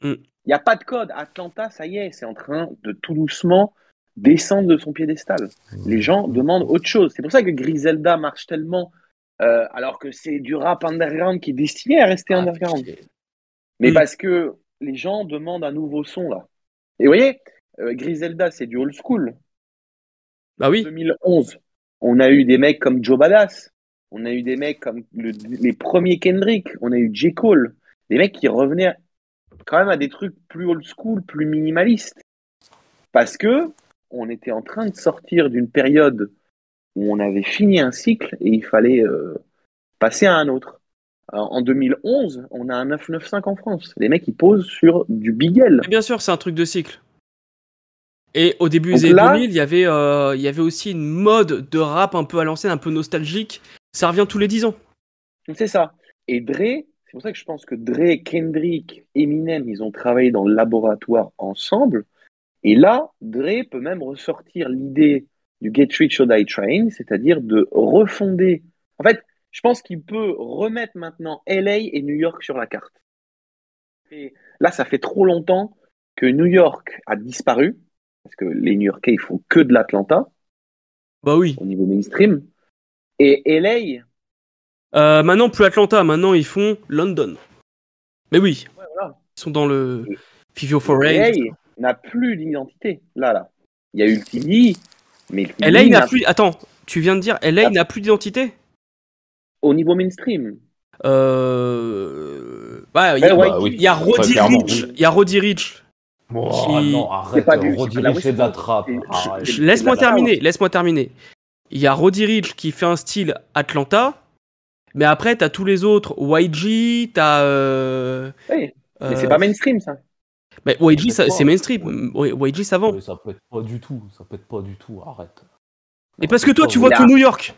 Speaker 2: il
Speaker 1: Mm.
Speaker 2: n'y a pas de code Atlanta ça y est c'est en train de tout doucement descendre de son piédestal les gens demandent autre chose. C'est pour ça que Griselda marche tellement, euh, alors que c'est du rap underground qui est destiné à
Speaker 1: Ah,
Speaker 2: rester underground. Mais
Speaker 1: Mm.
Speaker 2: parce que les gens demandent un nouveau son, là. Et vous voyez, euh, Griselda, c'est du old school.
Speaker 1: Bah oui,
Speaker 2: 2011, on a eu des mecs comme Joe Badass. On a eu des mecs comme le- les premiers Kendrick. On a eu J. Cole. Des mecs qui revenaient quand même à des trucs plus old school, plus minimalistes. Parce que on était en train de sortir d'une période où on avait fini un cycle et il fallait euh, passer à un autre. Alors, en 2011, on a un 995 en France. Les mecs, ils posent sur du Bigel.
Speaker 1: mais bien sûr, c'est un truc de cycle. Et au début
Speaker 2: Donc
Speaker 1: des années
Speaker 2: là-
Speaker 1: 2000, il y avait euh, il y avait aussi une mode de rap un peu à l'ancienne, un peu nostalgique. Ça revient tous les 10 ans.
Speaker 2: C'est ça. Et Dre, c'est pour ça que je pense que Dre, Kendrick, Eminem, ils ont travaillé dans le laboratoire ensemble. Et là, Dre peut même ressortir l'idée du Get Rich or Die Train, c'est-à-dire de refonder. En fait, je pense qu'il peut remettre maintenant LA et New York sur la carte. Et là, ça fait trop longtemps que New York a disparu, parce que les New Yorkais, ils font que de l'Atlanta
Speaker 1: Bah oui.
Speaker 2: au niveau mainstream. Et LA,
Speaker 1: Euh, maintenant plus Atlanta, maintenant ils font London. Mais oui.
Speaker 2: voilà.
Speaker 1: Ils sont dans le Vivio Foreign.
Speaker 2: Hey, n'a plus d'identité, là, là. Il y a Ultini, mais Ultini
Speaker 1: LA n'a
Speaker 2: n'a-
Speaker 1: plus. Attends, tu viens de dire
Speaker 2: Ah.
Speaker 1: LA n'a plus d'identité
Speaker 2: au niveau mainstream.
Speaker 1: Euh. Bah, il y, a-
Speaker 2: Eh ouais,
Speaker 6: Bah oui.
Speaker 1: il y a Roddy
Speaker 6: Très clairement,
Speaker 1: Rich.
Speaker 6: oui.
Speaker 1: Il y a Roddy Rich.
Speaker 6: Oh,
Speaker 1: Qui-
Speaker 6: non,
Speaker 2: C'est
Speaker 6: arrête,
Speaker 2: pas du-
Speaker 6: rediriger
Speaker 2: c'est pas-
Speaker 6: de la trappe.
Speaker 2: Je- je-
Speaker 6: Arrête.
Speaker 2: je-
Speaker 1: Laisse-moi
Speaker 2: c'est la-
Speaker 1: terminer. Laisse-moi terminer. Il y a Roddy Rich qui fait un style Atlanta. Mais après, t'as tous les autres. YG, t'as. Euh,
Speaker 2: Oui, mais c'est
Speaker 1: euh,
Speaker 2: pas mainstream ça.
Speaker 1: mais YG, ça-
Speaker 6: Pourquoi
Speaker 1: c'est mainstream. YG, ça vend.
Speaker 6: Mais Euh, ça peut être pas du tout, ça peut être pas du tout, arrête.
Speaker 1: Et parce que toi, tu vois
Speaker 2: Il a-
Speaker 1: tout New York.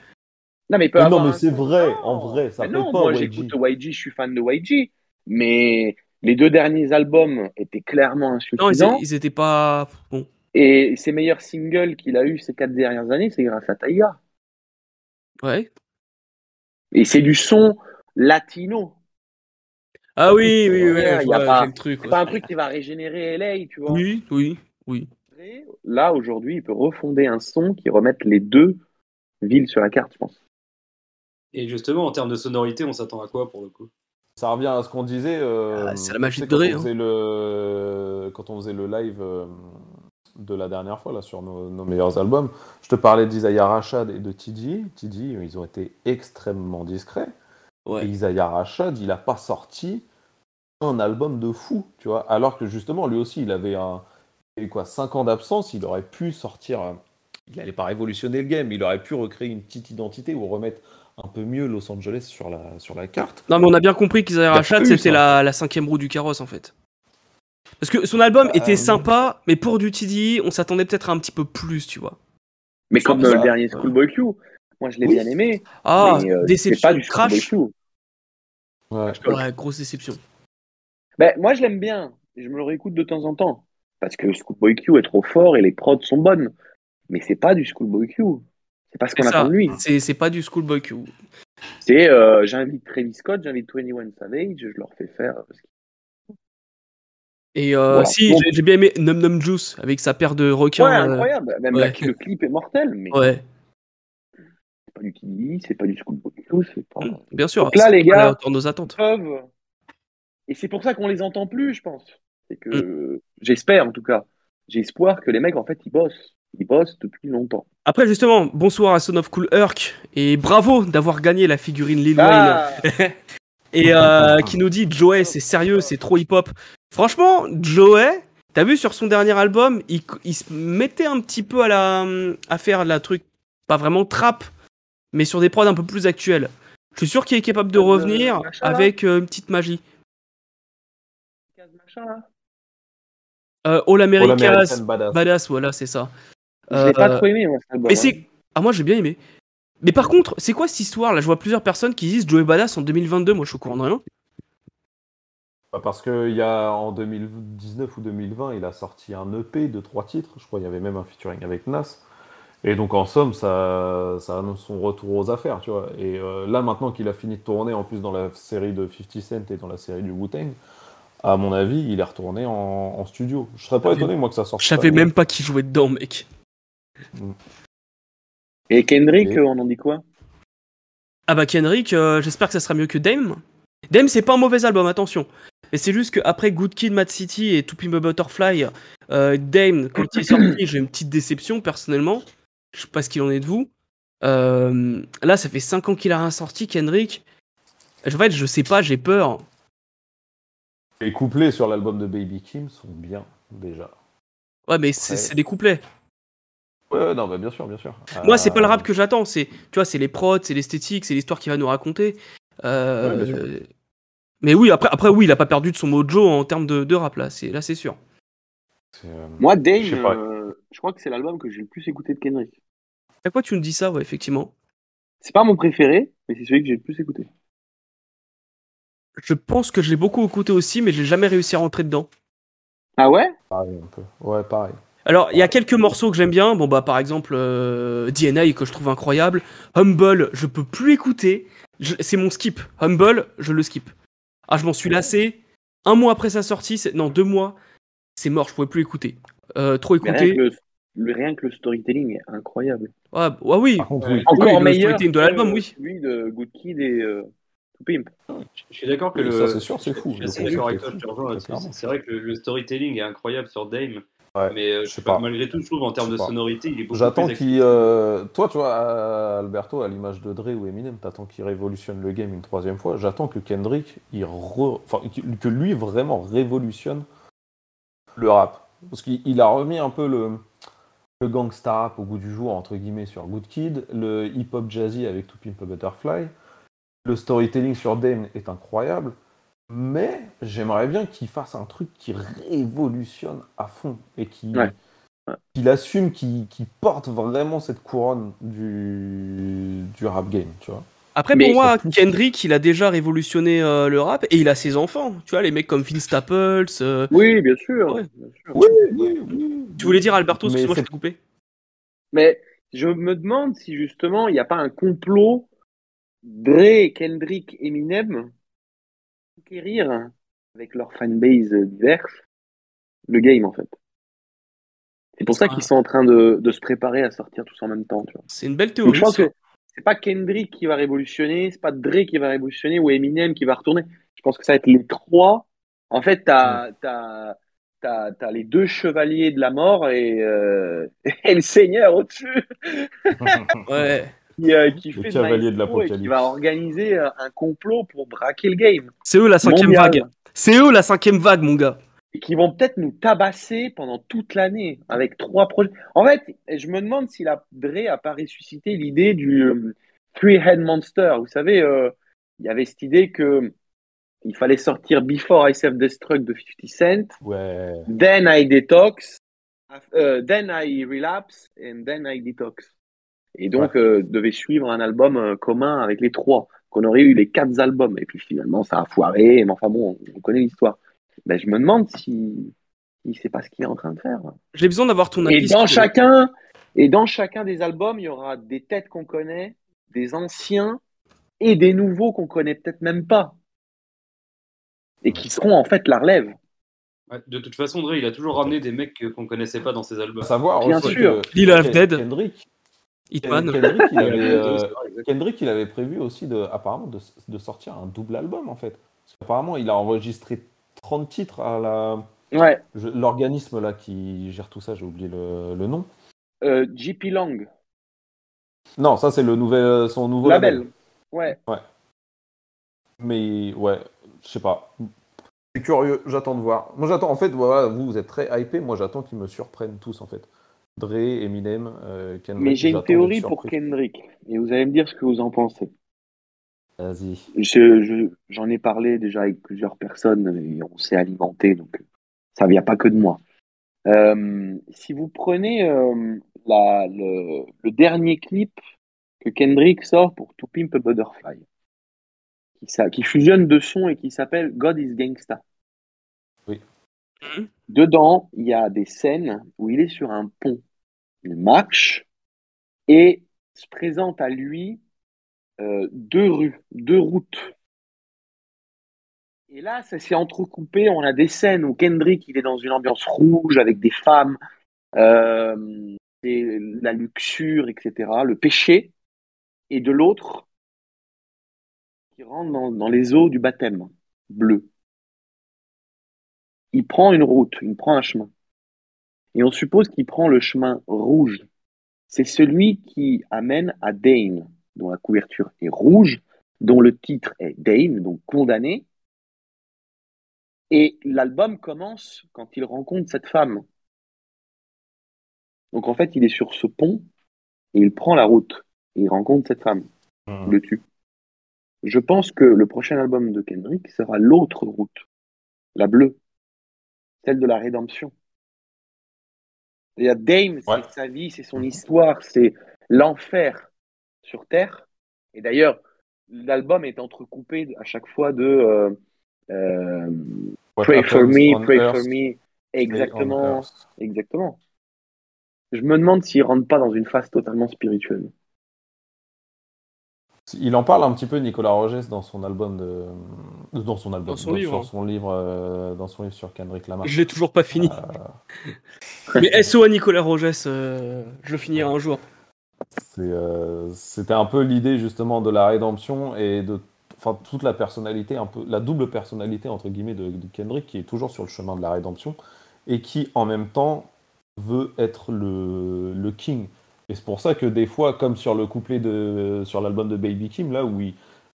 Speaker 2: Non, mais, il peut
Speaker 6: Mais
Speaker 2: avoir
Speaker 6: non, mais
Speaker 2: un-
Speaker 6: c'est vrai, en vrai, ça
Speaker 2: Mais
Speaker 6: peut
Speaker 2: non,
Speaker 6: être pas
Speaker 2: moi
Speaker 6: YG.
Speaker 2: j'écoute YG, je suis fan de YG, mais les deux derniers albums étaient clairement
Speaker 1: Non, ils,
Speaker 2: insuffisants.
Speaker 1: ils étaient pas. Bon.
Speaker 2: Et ses meilleurs singles qu'il a eu ces quatre dernières années, c'est grâce à Taïga.
Speaker 1: Ouais.
Speaker 2: Et c'est du son latino.
Speaker 1: Ah oui, oui, oui.
Speaker 2: Ouais,
Speaker 1: ouais,
Speaker 2: y a
Speaker 1: ouais,
Speaker 2: pas-
Speaker 1: quel truc.
Speaker 2: C'est
Speaker 1: ouais.
Speaker 2: pas un truc qui va régénérer LA, tu vois.
Speaker 1: Oui, oui, oui.
Speaker 2: Là, aujourd'hui, il peut refonder un son qui remette les deux villes sur la carte, je pense.
Speaker 3: Et justement, en termes de sonorité, on s'attend à quoi pour le coup
Speaker 6: Ça revient à ce qu'on disait. euh,
Speaker 1: Ah, c'est la magie
Speaker 6: tu sais,
Speaker 1: de Dre,
Speaker 6: Quand,
Speaker 1: hein.
Speaker 6: on faisait le... quand on faisait le live euh, de la dernière fois là, sur nos, nos meilleurs albums, je te parlais d'Isaiah Rashad et de Tidi. Tidi, ils ont été extrêmement discrets.
Speaker 1: Ouais.
Speaker 6: Et Isaiah Rashad, il n'a pas sorti un album de fou, tu vois. Alors que justement, lui aussi, il avait un, il a eu quoi, 5 ans d'absence, il aurait pu sortir. un- Il n'allait pas révolutionner le game, il aurait pu recréer une petite identité ou remettre un peu mieux Los Angeles sur la, sur la carte.
Speaker 1: Non, mais on a bien compris qu'ils avaient
Speaker 6: a pas
Speaker 1: rachat,
Speaker 6: eu
Speaker 2: hein.
Speaker 1: c'était
Speaker 6: ça.
Speaker 1: la, la cinquième roue du carrosse en fait. Parce que son
Speaker 2: Bah,
Speaker 1: album était
Speaker 6: oui.
Speaker 1: sympa, mais pour du TDI, on s'attendait peut-être à un petit peu plus, tu vois.
Speaker 2: Mais comme
Speaker 6: Ça,
Speaker 2: euh,
Speaker 6: ça,
Speaker 2: le dernier
Speaker 1: ouais.
Speaker 2: Schoolboy Q, moi je l'ai
Speaker 6: Oui.
Speaker 2: bien aimé.
Speaker 1: Ah,
Speaker 2: mais, euh, c'est
Speaker 1: déception.
Speaker 2: pas du Schoolboy
Speaker 1: Crash.
Speaker 2: Q.
Speaker 1: Ouais, grosse déception.
Speaker 2: Ben, moi je l'aime bien. Je me le réécoute de temps en temps. Parce que Schoolboy Q est trop fort et les prods sont bonnes. Mais c'est pas du Schoolboy Q. C'est pas ce qu'on
Speaker 1: C'est
Speaker 2: attend
Speaker 1: ça.
Speaker 2: de lui.
Speaker 1: C'est c'est pas du Schoolboy Q.
Speaker 2: C'est euh, j'invite Travis Scott, j'invite 21 Savage, je leur fais faire. euh,
Speaker 1: Et euh,
Speaker 2: Voilà.
Speaker 1: si,
Speaker 2: Bon.
Speaker 1: j'ai j'ai bien aimé Num Num Juice avec sa paire de
Speaker 2: Ouais,
Speaker 1: requins. euh,
Speaker 2: incroyable. Même
Speaker 1: ouais.
Speaker 2: là, le clip est mortel, mais
Speaker 1: ouais,
Speaker 2: c'est pas du Kiddy, c'est pas du Schoolboy Q, c'est pas.
Speaker 1: bien sûr.
Speaker 2: Donc là,
Speaker 1: c'est
Speaker 2: les
Speaker 1: pas à la
Speaker 2: gars-
Speaker 1: hauteur de nos attentes.
Speaker 2: peuvent. Et c'est pour ça qu'on les entend plus, je pense. C'est que Mm. j'espère en tout cas, j'ai espoir que les mecs en fait ils bossent, ils bossent depuis longtemps.
Speaker 1: Après, justement, bonsoir à Son of Cool Herc et bravo d'avoir gagné la figurine Lil Wayne.
Speaker 2: Ah,
Speaker 1: et euh, qui nous dit Joey, c'est sérieux, c'est trop hip-hop. Franchement, Joey, t'as vu sur son dernier album, il, il se mettait un petit peu à, la, à faire la truc, pas vraiment trap, mais sur des prods un peu plus actuels. Je suis sûr qu'il est capable de
Speaker 2: Comme, euh,
Speaker 1: revenir
Speaker 2: machin, là
Speaker 1: avec euh, une petite magie.
Speaker 2: machin, là.
Speaker 1: Euh, All
Speaker 6: Pour
Speaker 1: America's
Speaker 6: l'American Badass.
Speaker 1: Badass, voilà, c'est ça.
Speaker 2: Je l'ai pas
Speaker 1: Euh,
Speaker 2: trop aimé moi cet album.
Speaker 1: Mais
Speaker 2: hein.
Speaker 1: c'est. Ah, moi j'ai bien aimé. Mais par contre, c'est quoi cette histoire là Je vois plusieurs personnes qui disent Joey Badass en 2022. Moi je suis au courant de rien.
Speaker 6: Bah, Parce que il y a en 2019 ou 2020, il a sorti un EP de trois titres. Je crois qu'il y avait même un featuring avec Nas. Et donc en somme, ça, ça annonce son retour aux affaires, tu vois. Et euh, là maintenant qu'il a fini de tourner, en plus dans la série de 50 Cent et dans la série du Wu-Tang, à mon avis, il est retourné en, en studio. Je serais pas étonné moi que ça sorte.
Speaker 1: Ah, Je
Speaker 6: cette
Speaker 1: savais
Speaker 6: année.
Speaker 1: même pas qui jouait dedans, mec.
Speaker 2: Et Kendrick,
Speaker 6: Et-
Speaker 2: euh, on en dit quoi
Speaker 1: Ah bah Kendrick, euh, j'espère que ça sera mieux que Dame. Dame, c'est pas un mauvais album, attention. Mais c'est juste qu'après Good Kid, Mad City et To Pimp a Butterfly, euh, Dame, quand il est sorti, j'ai une petite déception personnellement. Je sais pas ce qu'il en est de vous. Euh, là, ça fait 5 ans qu'il a rien sorti, Kendrick. En fait, je sais pas, j'ai peur.
Speaker 6: Les couplets sur l'album de Baby Kim sont bien déjà.
Speaker 1: Ouais, mais c'est
Speaker 6: Ouais.
Speaker 1: c'est des couplets.
Speaker 6: Ouais, ouais, non, bah bien sûr, bien sûr.
Speaker 1: Moi, c'est pas le
Speaker 6: Euh,
Speaker 1: rap que j'attends. C'est, tu vois, c'est les prods, c'est l'esthétique, c'est l'histoire qu'il va nous raconter. Euh,
Speaker 6: Ouais, bien sûr.
Speaker 1: euh, mais oui, après, après, oui, il a pas perdu de son mojo en termes de, de rap là. C'est là, c'est sûr.
Speaker 6: c'est, euh,
Speaker 2: Moi Dame, euh,
Speaker 6: Je
Speaker 2: je,
Speaker 6: sais pas.
Speaker 2: crois que c'est l'album que j'ai le plus écouté de Kendrick.
Speaker 1: À quoi tu me dis ça, ouais, effectivement.
Speaker 2: C'est pas mon préféré, mais c'est celui que j'ai le plus écouté.
Speaker 1: Je pense que je l'ai beaucoup écouté aussi, mais j'ai jamais réussi à rentrer dedans.
Speaker 2: Ah ouais
Speaker 6: Pareil un peu. Ouais, pareil.
Speaker 1: Alors, il y a quelques morceaux que j'aime bien. Bon, bah, par exemple, euh, DNA, que je trouve incroyable. Humble, je peux plus écouter. Je- c'est mon skip. Humble, je le skip. Ah, je m'en suis lassé. Un mois après sa sortie, c'est- non, deux mois, c'est mort, je pouvais plus écouter. Euh, trop
Speaker 2: Mais rien,
Speaker 1: écouter.
Speaker 2: que le, le- rien que le storytelling est incroyable.
Speaker 1: Ah, bah, ah oui,
Speaker 6: Par contre, oui.
Speaker 1: Oui,
Speaker 2: Encore
Speaker 1: le
Speaker 2: meilleur
Speaker 1: storytelling de
Speaker 2: que
Speaker 1: l'album, oui.
Speaker 2: celui de Good Kid et euh, To Pimp.
Speaker 3: Je- Je suis d'accord que
Speaker 6: Oui,
Speaker 3: le.
Speaker 6: ça, c'est sûr, c'est fou.
Speaker 3: Je suis assez
Speaker 6: Le
Speaker 3: d'accord avec toi,
Speaker 6: concept est
Speaker 3: je te
Speaker 6: fou,
Speaker 3: rejoins là-dessus.
Speaker 6: clairement.
Speaker 3: C'est vrai que le storytelling est incroyable sur Dame.
Speaker 6: Ouais,
Speaker 3: mais euh,
Speaker 6: je
Speaker 3: je
Speaker 6: sais
Speaker 3: sais pas,
Speaker 6: pas.
Speaker 3: malgré tout, je trouve en termes
Speaker 6: Je
Speaker 3: de
Speaker 6: sais pas.
Speaker 3: sonorité, il est beaucoup
Speaker 6: J'attends
Speaker 3: plus
Speaker 6: qu'il. euh, Toi, tu vois, euh, Alberto, à l'image de Dre ou Eminem, t'attends qu'il révolutionne le game une troisième fois. J'attends que Kendrick, il re- enfin, qu'il- que lui vraiment révolutionne le rap. Parce qu'il il a remis un peu le, le gangsta rap au goût du jour, entre guillemets, sur Good Kid, le hip-hop jazzy avec To Pimp a Butterfly. Le storytelling sur Dame est incroyable. Mais j'aimerais bien qu'il fasse un truc qui révolutionne à fond et qui
Speaker 2: Ouais. Ouais.
Speaker 6: qu'il assume, qu'il qu'il porte vraiment cette couronne du, du rap game, tu vois.
Speaker 1: Après,
Speaker 2: Mais-
Speaker 1: pour moi,
Speaker 6: Surtout-
Speaker 1: Kendrick, il a déjà révolutionné euh, le rap et il a ses enfants. Tu vois, les mecs comme Vince Staples. euh,
Speaker 2: Oui, bien sûr.
Speaker 1: Ouais.
Speaker 2: bien sûr.
Speaker 6: Oui, oui, oui.
Speaker 1: Tu voulais dire, Alberto,
Speaker 6: Mais
Speaker 1: excuse-moi, je
Speaker 6: c'est-
Speaker 1: t'ai coupé.
Speaker 2: Mais je me demande si justement il n'y a pas un complot Dre, Kendrick, Eminem conquérir avec leur fanbase diverse le game en fait. C'est pour ça qu'ils sont en train de, de se préparer à sortir tous en même temps. Tu vois.
Speaker 1: C'est une belle
Speaker 2: Donc,
Speaker 1: théorie.
Speaker 2: je pense
Speaker 1: ça.
Speaker 2: que c'est pas Kendrick qui va révolutionner, c'est pas Dre qui va révolutionner ou Eminem qui va retourner. Je pense que ça va être les trois. En fait, t'as t'as t'as t'as les deux chevaliers de la mort et, euh, et le Seigneur au-dessus
Speaker 1: Ouais.
Speaker 2: qui, euh, qui
Speaker 6: Le
Speaker 2: fait
Speaker 6: cavalier de
Speaker 2: maestro et qui
Speaker 6: l'apocalypse.
Speaker 2: va organiser euh, un complot pour braquer le game.
Speaker 1: C'est eux la cinquième
Speaker 2: Mondial.
Speaker 1: vague. C'est eux la cinquième vague, mon gars.
Speaker 2: et qui vont peut-être nous tabasser pendant toute l'année avec trois projets. En fait, je me demande si la Dre a pas ressuscité l'idée du euh, Three Head Monster. Vous savez, euh, il y avait cette idée que il fallait sortir Before I Self Destruct de 50 Cent,
Speaker 6: Ouais.
Speaker 2: Then I Detox, af- euh, Then I Relapse and Then I Detox. Et donc euh, devait suivre un album euh, commun avec les trois, qu'on aurait eu les quatre albums. Et puis finalement, ça a foiré. Mais enfin bon, on, on connaît l'histoire. Ben, je me demande si il sait pas ce qu'il est en train de faire.
Speaker 1: J'ai besoin d'avoir ton avis.
Speaker 2: Et dans
Speaker 1: sur-
Speaker 2: chacun, et dans chacun des albums, il y aura des têtes qu'on connaît, des anciens et des nouveaux qu'on connaît peut-être même pas, et qui seront en fait la relève.
Speaker 3: Ouais, de toute façon, Dre, il a toujours ramené des mecs que- qu'on connaissait pas dans ses
Speaker 6: À
Speaker 3: albums.
Speaker 6: savoir
Speaker 2: Bien
Speaker 6: aussi
Speaker 2: sûr.
Speaker 6: que
Speaker 1: Lil Half Dead.
Speaker 6: Kendrick,
Speaker 1: Hitman.
Speaker 6: Kendrick, il
Speaker 3: Il
Speaker 6: avait,
Speaker 3: y a deux
Speaker 6: euh,
Speaker 3: histoires, exactement.
Speaker 6: Kendrick, il avait prévu aussi, de, apparemment, de, de sortir un double album, en fait. Parce qu'apparemment, il a enregistré 30 titres à la...
Speaker 2: Ouais.
Speaker 6: je- L'organisme là qui gère tout ça, j'ai oublié le, le nom.
Speaker 2: Euh, JP Lang,
Speaker 6: Non, ça c'est le nouvel, son nouveau
Speaker 2: label. Ouais.
Speaker 6: Mais ouais, je sais pas. C'est curieux, j'attends de voir. Moi j'attends, en fait, voilà, vous, vous êtes très hypé, moi j'attends qu'ils me surprennent tous en fait. Dre, Eminem, euh, Kendrick.
Speaker 2: Mais j'ai une
Speaker 6: j'attends
Speaker 2: théorie
Speaker 6: d'être
Speaker 2: pour
Speaker 6: surpris.
Speaker 2: Kendrick, et vous allez me dire ce que vous en pensez.
Speaker 6: Vas-y.
Speaker 2: Je- je- J'en ai parlé déjà avec plusieurs personnes et on s'est alimenté, donc euh, ça vient pas que de moi. Euh, si vous prenez euh, la- le, le dernier clip que Kendrick sort pour To Pimp a Butterfly, qui, s'a- qui fusionne deux sons et qui s'appelle God is Gangsta.
Speaker 6: Oui.
Speaker 1: Mhm.
Speaker 2: Dedans, il y a des scènes où il est sur un pont, il marche et se présente à lui euh, deux rues, deux routes. Et là, ça s'est entrecoupé. On a des scènes où Kendrick, il est dans une ambiance rouge avec des femmes, euh, et la luxure, etc., le péché. Et de l'autre, qui rentre dans, dans les eaux du baptême bleu. Il prend une route, il prend un chemin. Et on suppose qu'il prend le chemin rouge. C'est celui qui amène à Dane dont la couverture est rouge, dont le titre est Dame, donc condamné. Et l'album commence quand il rencontre cette femme. Donc en fait, il est sur ce pont et il prend la route et il rencontre cette femme,
Speaker 6: Mhm.
Speaker 2: il le tue. Je pense que le prochain album de Kendrick sera l'autre route, la bleue, celle de la rédemption. C'est-à-dire Dame,
Speaker 6: Ouais.
Speaker 2: c'est sa vie, c'est son histoire, c'est l'enfer sur Terre. Et d'ailleurs, l'album est entrecoupé à chaque fois de euh, euh,
Speaker 6: What
Speaker 2: Pray for
Speaker 6: happens
Speaker 2: me,
Speaker 6: on
Speaker 2: pray
Speaker 6: Earth,
Speaker 2: for me.
Speaker 6: stay on
Speaker 2: Exactement,
Speaker 6: Earth.
Speaker 2: exactement. Je me demande s'il rentre pas dans une phase totalement spirituelle.
Speaker 6: Il en parle un petit peu Nicolas Rogès dans son album de dans son album
Speaker 1: Dans son
Speaker 6: dans-
Speaker 1: livre,
Speaker 6: sur
Speaker 1: hein.
Speaker 6: son livre euh, dans son livre sur Kendrick Lamar.
Speaker 1: Je l'ai toujours pas fini.
Speaker 6: Euh,
Speaker 1: Mais SO à Nicolas Rogès, euh, je le finirai un jour.
Speaker 6: C'est, euh, C'était un peu l'idée justement de la rédemption et de enfin, toute la personnalité, un peu la double personnalité entre guillemets de, de Kendrick qui est toujours sur le chemin de la rédemption et qui en même temps veut être le, le king. Et c'est pour ça que des fois, comme sur le couplet de sur l'album de Baby Kim, là où il,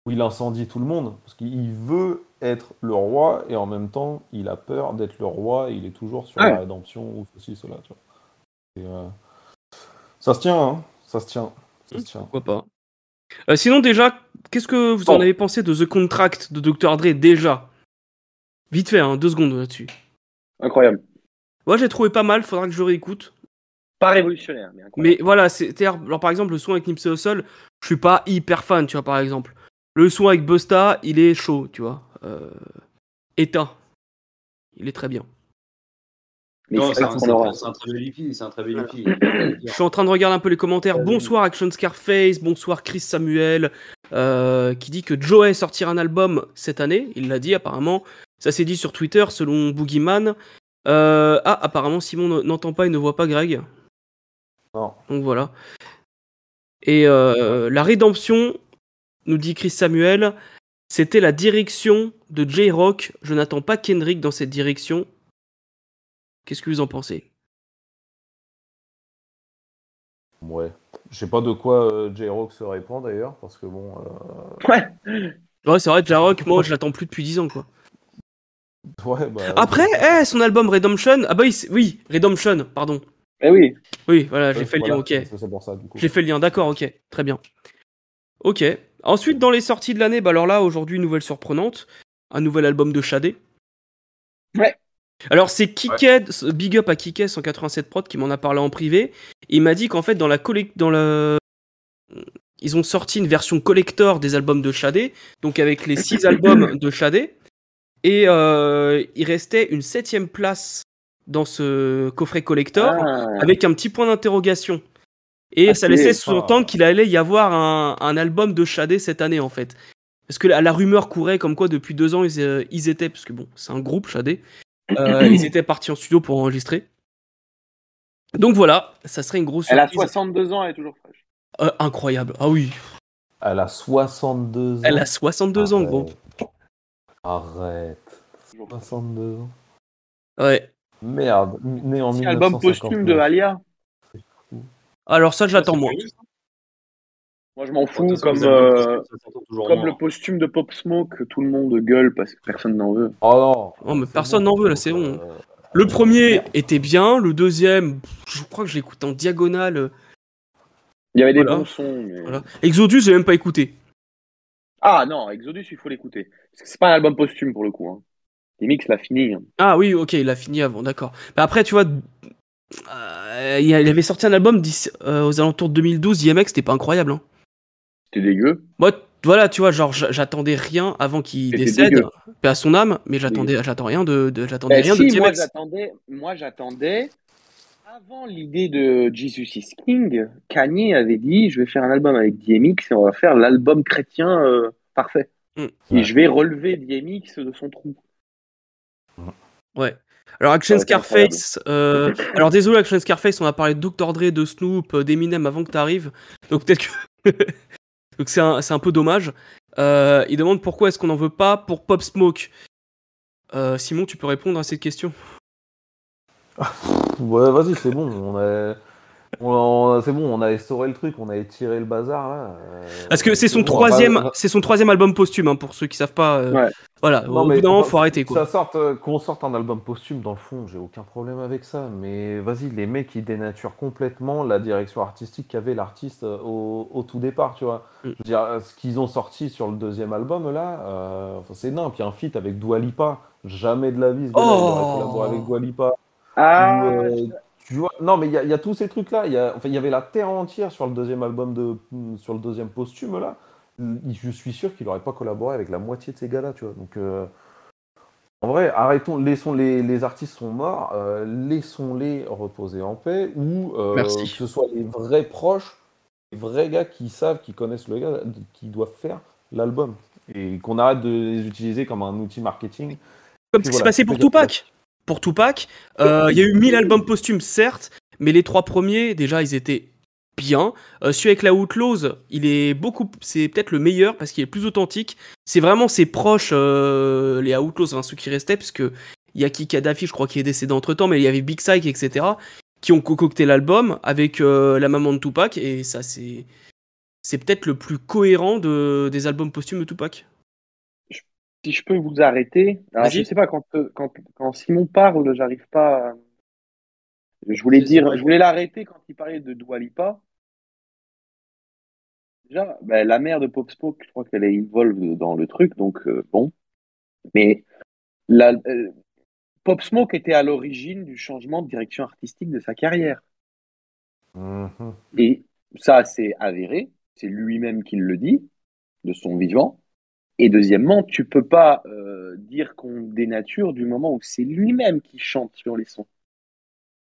Speaker 6: où il incendie tout le monde, parce qu'il veut être le roi et en même temps, il a peur d'être le roi. Et il est toujours sur
Speaker 2: Ouais.
Speaker 6: la rédemption ou ceci, cela. Tu vois. Et, euh, ça se tient, hein, ça se tient,
Speaker 1: Mm.
Speaker 6: ça se tient.
Speaker 1: Pourquoi pas Euh, Sinon, déjà, qu'est-ce que vous en avez pensé de The Contract de Dr. Dre déjà Vite fait, hein, deux secondes là-dessus.
Speaker 2: Incroyable.
Speaker 1: Moi, j'ai trouvé pas mal, faudra que je réécoute.
Speaker 2: Pas révolutionnaire, mais incroyable.
Speaker 1: Mais voilà, c'est c'est-à-dire, genre, par exemple, le son avec Nipsey Hussle, je suis pas hyper fan, tu vois, par exemple. Le son avec Busta, il est chaud, tu vois. Euh, éteint. Il est très bien.
Speaker 2: Mais
Speaker 3: Non,
Speaker 2: c'est
Speaker 3: c'est
Speaker 2: pas
Speaker 3: un,
Speaker 2: qu'on
Speaker 3: c'est
Speaker 2: aura.
Speaker 3: un- c'est un très bel hippie, c'est un très bel hippie.
Speaker 1: Je suis en train de regarder un peu les commentaires. Bonsoir Action Scarface, bonsoir Chris Samuel, euh, qui dit que Joey sortira un album cette année. Il l'a dit apparemment. Ça s'est dit sur Twitter selon Boogeyman. Euh, ah, apparemment Simon ne- n'entend pas et ne voit pas Greg.
Speaker 6: Non.
Speaker 1: Donc voilà. Et euh, la rédemption, nous dit Chris Samuel, c'était la direction de J-Rock. Je n'attends pas Kendrick dans cette direction. Qu'est-ce que vous en pensez
Speaker 6: Ouais. Je sais pas de quoi euh, J-Rock se répand d'ailleurs, parce que bon, euh,
Speaker 2: Ouais.
Speaker 1: Ouais, c'est vrai, Jarrock, moi, je l'attends plus depuis 10 ans, quoi.
Speaker 6: ouais, bah,
Speaker 1: Après, eh, son album Redemption, ah bah oui, c'est- oui, Redemption, pardon.
Speaker 2: Eh oui.
Speaker 1: Oui, voilà, j'ai
Speaker 6: euh,
Speaker 1: fait le
Speaker 6: voilà,
Speaker 1: lien, ok.
Speaker 6: c'est- C'est pour ça, du coup.
Speaker 1: J'ai fait le lien, d'accord, ok, très bien. Ok. Ensuite, dans les sorties de l'année, bah alors là, aujourd'hui, nouvelle surprenante, un nouvel album de Shadé.
Speaker 2: Ouais.
Speaker 1: Alors, c'est Kiked, big up à Kiked 187 Prod qui m'en a parlé en privé. Il m'a dit qu'en fait, dans la collec- dans le... ils ont sorti une version collector des albums de Shadé, donc avec les six albums de Shadé. Et euh, il restait une septième place dans ce coffret collector
Speaker 2: Ah.
Speaker 1: avec un petit point d'interrogation. Et
Speaker 2: Ah,
Speaker 1: ça
Speaker 2: c'est-
Speaker 1: laissait sous-entendre qu'il allait y avoir un, un album de Shadé cette année, en fait. Parce que la, la rumeur courait comme quoi depuis deux ans, ils, euh, ils étaient, parce que bon, c'est un groupe Shadé, euh, ils étaient partis en studio pour enregistrer. Donc voilà, ça serait une grosse
Speaker 2: Elle a
Speaker 1: surprise.
Speaker 2: 62 ans, elle est toujours fraîche.
Speaker 1: Euh, incroyable, ah oui.
Speaker 6: Elle a 62 ans.
Speaker 1: Elle a 62
Speaker 2: Ah
Speaker 1: ans, gros.
Speaker 6: Arrête. Arrête.
Speaker 2: Toujours fraîche.
Speaker 6: 62 ans.
Speaker 1: Ouais.
Speaker 6: Merde, né en
Speaker 2: C'est Album posthume de
Speaker 6: 1959.
Speaker 2: Alia.
Speaker 1: Alors ça, j'attends moins.
Speaker 2: Moi, je m'en fous,
Speaker 3: De toute façon,
Speaker 2: comme,
Speaker 3: les albums
Speaker 2: euh,
Speaker 3: posthumes, ça s'entend toujours
Speaker 2: comme
Speaker 3: moins.
Speaker 2: le posthume de Pop Smoke, tout le monde gueule parce que personne n'en veut.
Speaker 6: Oh non. Euh,
Speaker 1: Oh, mais
Speaker 6: C'est
Speaker 1: personne
Speaker 6: bon,
Speaker 1: n'en veut, là,
Speaker 6: faut
Speaker 1: c'est
Speaker 6: que-
Speaker 1: bon. Le premier était bien, le deuxième, pff, je crois que je l'écoute en diagonale. euh,
Speaker 2: Il y avait des
Speaker 1: Voilà.
Speaker 2: bons sons. mais-
Speaker 1: Voilà. Exodus, j'ai même pas écouté.
Speaker 2: Ah non, Exodus, il faut l'écouter. Parce que c'est pas un album posthume pour le coup. Hein. Limix l'a fini. hein.
Speaker 1: Ah oui, ok, il a fini avant, d'accord. Bah après, tu vois, euh, il y a- il avait sorti un album d'ici- euh, aux alentours de 2012, DMX, c'était pas incroyable. hein.
Speaker 2: C'était dégueu.
Speaker 1: Moi, t- voilà, tu vois, genre, j'a- j'attendais rien avant qu'il
Speaker 2: C'était
Speaker 1: décède,
Speaker 2: dégueu.
Speaker 1: paix à son âme, mais j'attendais, j'attends rien de, de- j'attendais
Speaker 2: Eh,
Speaker 1: rien de
Speaker 2: si, moi
Speaker 1: DMX.
Speaker 2: j'attendais, moi j'attendais. Avant l'idée de Jesus is King, Kanye avait dit je vais faire un album avec DMX et on va faire l'album chrétien euh, parfait.
Speaker 1: Mm.
Speaker 2: Et je vais relever DMX de son trou.
Speaker 1: Ouais. Alors Action
Speaker 2: Ouais, c'est incroyable.
Speaker 1: Scarface, euh, alors désolé Action Scarface, on a parlé de Dr Dre, de Snoop, euh, d'Eminem avant que t'arrives, donc peut-être que donc c'est un, c'est un peu dommage. Euh, il demande pourquoi est-ce qu'on n'en veut pas pour Pop Smoke. Euh, Simon, tu peux répondre à cette question.
Speaker 6: Ouais, vas-y, c'est bon. On a... on a- on a- C'est bon, on a essoré le truc, on a étiré le bazar là. Euh,
Speaker 1: Parce que c'est son
Speaker 6: bon, bah, on
Speaker 1: troisième,
Speaker 6: va-
Speaker 1: c'est son troisième album posthume hein, pour ceux qui savent pas. euh,
Speaker 2: Ouais.
Speaker 1: Voilà,
Speaker 6: Non,
Speaker 1: au
Speaker 6: mais
Speaker 1: bout d'un moment,
Speaker 6: enfin,
Speaker 1: faut arrêter quoi.
Speaker 6: Ça sorte, euh, qu'on sorte un album posthume, dans le fond, j'ai aucun problème avec ça. Mais vas-y, les mecs, ils dénaturent complètement la direction artistique qu'avait l'artiste euh, au, au tout départ, tu vois.
Speaker 1: Mm.
Speaker 6: Je veux dire, euh, ce qu'ils ont sorti sur le deuxième album, là, euh, enfin, c'est nimp. Il y a un feat avec Dua Lipa. Jamais de la vie, ce gars-là, il aurait
Speaker 1: Oh.
Speaker 6: collaboré avec Dua Lipa.
Speaker 2: Ah,
Speaker 6: Ou, euh, tu vois, non, mais il y, a- il y a tous ces trucs-là. Il y a- enfin, il y avait la terre entière sur le deuxième album de, sur le deuxième posthume là. Il- Je suis sûr qu'il n'aurait pas collaboré avec la moitié de ces gars-là, tu vois. Donc, euh, en vrai, arrêtons, laissons les, les artistes sont morts, euh, laissons-les reposer en paix, ou euh,
Speaker 1: Merci.
Speaker 6: que ce soit les vrais proches, les vrais gars qui savent, qui connaissent le gars, qui doivent faire l'album, et qu'on arrête de les utiliser comme un outil marketing
Speaker 1: Comme ce qui
Speaker 6: puis
Speaker 1: s'est
Speaker 6: voilà,
Speaker 1: passé
Speaker 6: c'est
Speaker 1: pour
Speaker 6: pas grave.
Speaker 1: Tupac. Pour Tupac, euh, il y a eu 1000 albums posthumes, certes, mais les trois premiers, déjà, ils étaient bien. Euh, celui avec la Outlaws, il est beaucoup, c'est peut-être le meilleur parce qu'il est plus authentique. C'est vraiment ses proches, euh, les Outlaws, enfin, ceux qui restaient, parce que il y a Kikadafi, je crois, qui est décédé entre temps, mais il y avait Big Psych, etc., qui ont concocté l'album avec euh, la maman de Tupac et ça c'est c'est peut-être le plus cohérent de, des albums posthumes de Tupac.
Speaker 2: Si je peux vous arrêter, alors
Speaker 1: Vas-y.
Speaker 2: je sais pas quand euh, quand, quand Simon parle, j'arrive pas. à- Je voulais
Speaker 3: C'est- c'est
Speaker 2: dire,
Speaker 3: vrai.
Speaker 2: je voulais l'arrêter quand il parlait de Doualipa. Déjà, ben, la mère de Pop Smoke, je crois qu'elle est involved dans le truc, donc euh, bon. Mais la, euh, Pop Smoke était à l'origine du changement de direction artistique de sa carrière.
Speaker 6: Mhm.
Speaker 2: Et ça, c'est avéré, c'est lui-même qui le dit, de son vivant. Et deuxièmement, tu peux pas euh, dire qu'on dénature du moment où c'est lui-même qui chante sur les sons.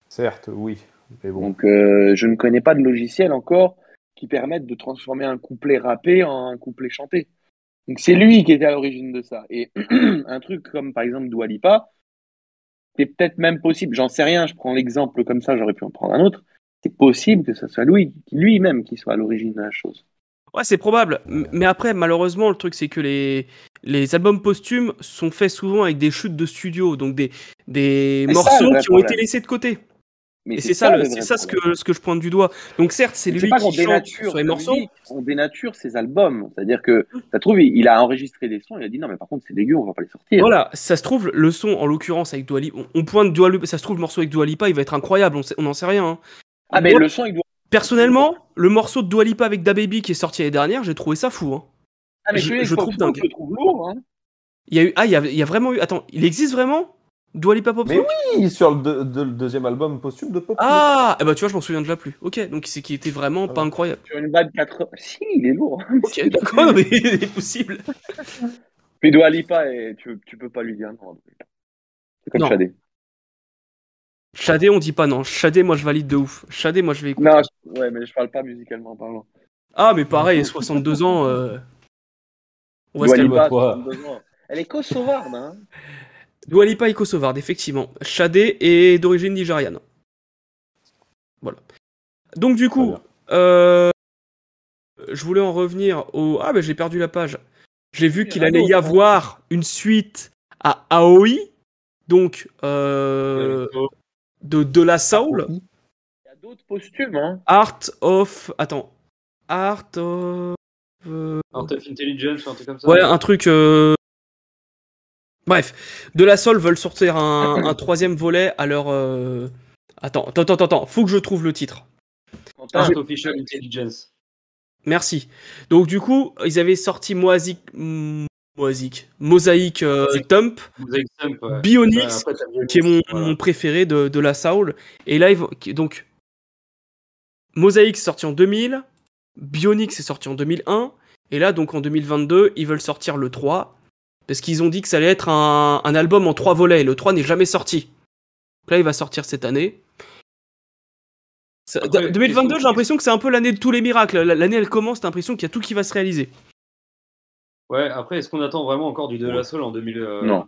Speaker 6: Certes, oui. Mais bon.
Speaker 2: Donc, euh, je ne connais pas de logiciel encore qui permette de transformer un couplet rappé en un couplet chanté. Donc, c'est lui qui était à l'origine de ça. Et un truc comme, par exemple, Dua Lipa, c'est peut-être même possible, j'en sais rien, je prends l'exemple comme ça, j'aurais pu en prendre un autre. C'est possible que ce soit lui, lui-même qui soit à l'origine de la chose.
Speaker 1: Ouais, c'est probable. M- Mais après, malheureusement, le truc, c'est que les, les albums posthumes sont faits souvent avec des chutes de studio, donc des, des
Speaker 2: C'est ça, le
Speaker 1: morceaux
Speaker 2: vrai
Speaker 1: qui ont été
Speaker 2: problème.
Speaker 1: laissés de côté.
Speaker 2: Mais
Speaker 1: Et c'est ça, le-
Speaker 2: le
Speaker 1: c'est
Speaker 2: vrai
Speaker 1: ça ce,
Speaker 2: problème.
Speaker 1: que, ce que je pointe du doigt. Donc certes, c'est
Speaker 2: Mais
Speaker 1: lui
Speaker 2: pas qu'on
Speaker 1: qui chante
Speaker 2: dénature
Speaker 1: sur les
Speaker 2: la
Speaker 1: morceaux.
Speaker 2: musique, on dénature ses albums. C'est-à-dire que, ça trouve, il, il a enregistré des sons, il a dit non, mais par contre, c'est dégueu, on va pas les sortir.
Speaker 1: Voilà, ça se trouve, le son, en l'occurrence, avec Dua Lipa, on, on pointe Dua Lipa, ça se trouve, le morceau avec Dua Lipa, il va être incroyable, on sait- on n'en sait rien. hein.
Speaker 2: Ah, mais
Speaker 1: Moi,
Speaker 2: le son, il doit.
Speaker 1: Personnellement, le morceau de Dua Lipa avec DaBaby qui est sorti l'année dernière, j'ai trouvé ça fou. hein.
Speaker 2: Ah, mais
Speaker 1: je-
Speaker 2: celui-là,
Speaker 1: je
Speaker 2: il faut-
Speaker 1: trouve dingue.
Speaker 2: Je le trouve lourd, hein.
Speaker 1: Il y a eu, ah, il y a, il y a vraiment eu, attends, il existe vraiment Dua Lipa Pop
Speaker 6: Mais
Speaker 1: Smoke
Speaker 6: oui, sur le, deux- deux- le deuxième album posthume de Pop.
Speaker 1: Ah, eh bah tu vois, je m'en souviens de la pluie. Ok, donc c'est qui était vraiment
Speaker 2: Ah.
Speaker 1: pas incroyable.
Speaker 2: Sur une vibe 4. Si, il est lourd.
Speaker 1: Ok, d'accord, non, mais il est possible.
Speaker 2: Mais Dua Lipa, et tu, tu peux pas lui dire non. C'est comme
Speaker 1: Non.
Speaker 2: Shadé.
Speaker 1: Shadé, on dit pas non. Shadé, moi je valide de ouf. Shadé, moi je vais écouter.
Speaker 2: Non, je- ouais, mais je parle pas musicalement parlant.
Speaker 1: Ah, mais pareil, 62 ans. euh, On va se
Speaker 2: Dua
Speaker 1: calmer.
Speaker 2: Lipa,
Speaker 6: toi.
Speaker 2: 32 ans. Elle est kosovarde, hein.
Speaker 1: Dua Lipa et Kosovarde, effectivement. Shadé est d'origine nigériane. Voilà. Donc du coup,
Speaker 6: Très
Speaker 1: euh, je voulais en revenir au... Ah, ben j'ai perdu la page. J'ai vu qu'il
Speaker 2: un
Speaker 1: allait y
Speaker 2: autre, hein.
Speaker 1: avoir une suite à Aoi, donc euh, de, de la Soul,
Speaker 2: Il y a d'autres posthumes, hein.
Speaker 1: Art of... Attends. Art of... euh,
Speaker 3: Art of Intelligence, un truc comme ça.
Speaker 1: Ouais, un truc. euh, Bref, de la Sol veulent sortir un, un troisième volet à leur. euh, Attends, attends, attends, attends, faut que je trouve le titre.
Speaker 2: Quentin,
Speaker 3: Art
Speaker 2: je-
Speaker 3: Official Intelligence.
Speaker 1: Merci. Donc du coup, ils avaient sorti Moazic, mm, Moazic, Mosaic euh,
Speaker 3: Mosaïque.
Speaker 1: Thump,
Speaker 3: Mosaic Stump, ouais.
Speaker 1: Bionix,
Speaker 3: Après, t'as Bionix,
Speaker 1: qui est mon,
Speaker 3: voilà.
Speaker 1: mon préféré de, de la Soul. Et là, ils vont- qui- donc, Mosaic sorti en 2000, Bionix est sorti en 2001, et là, donc en 2022, ils veulent sortir le 3, parce qu'ils ont dit que ça allait être un, un album en 3 volets, et le 3 n'est jamais sorti. Donc là, il va sortir cette année. Ça-
Speaker 3: Après,
Speaker 1: 2022,
Speaker 3: qu'est-ce que-
Speaker 1: j'ai l'impression que c'est un peu l'année de tous les miracles. La- L'année, elle commence, t'as l'impression qu'il y a tout qui va se réaliser.
Speaker 3: Ouais, après, est-ce qu'on attend vraiment encore du De La Soul en 2000 euh,
Speaker 2: Non.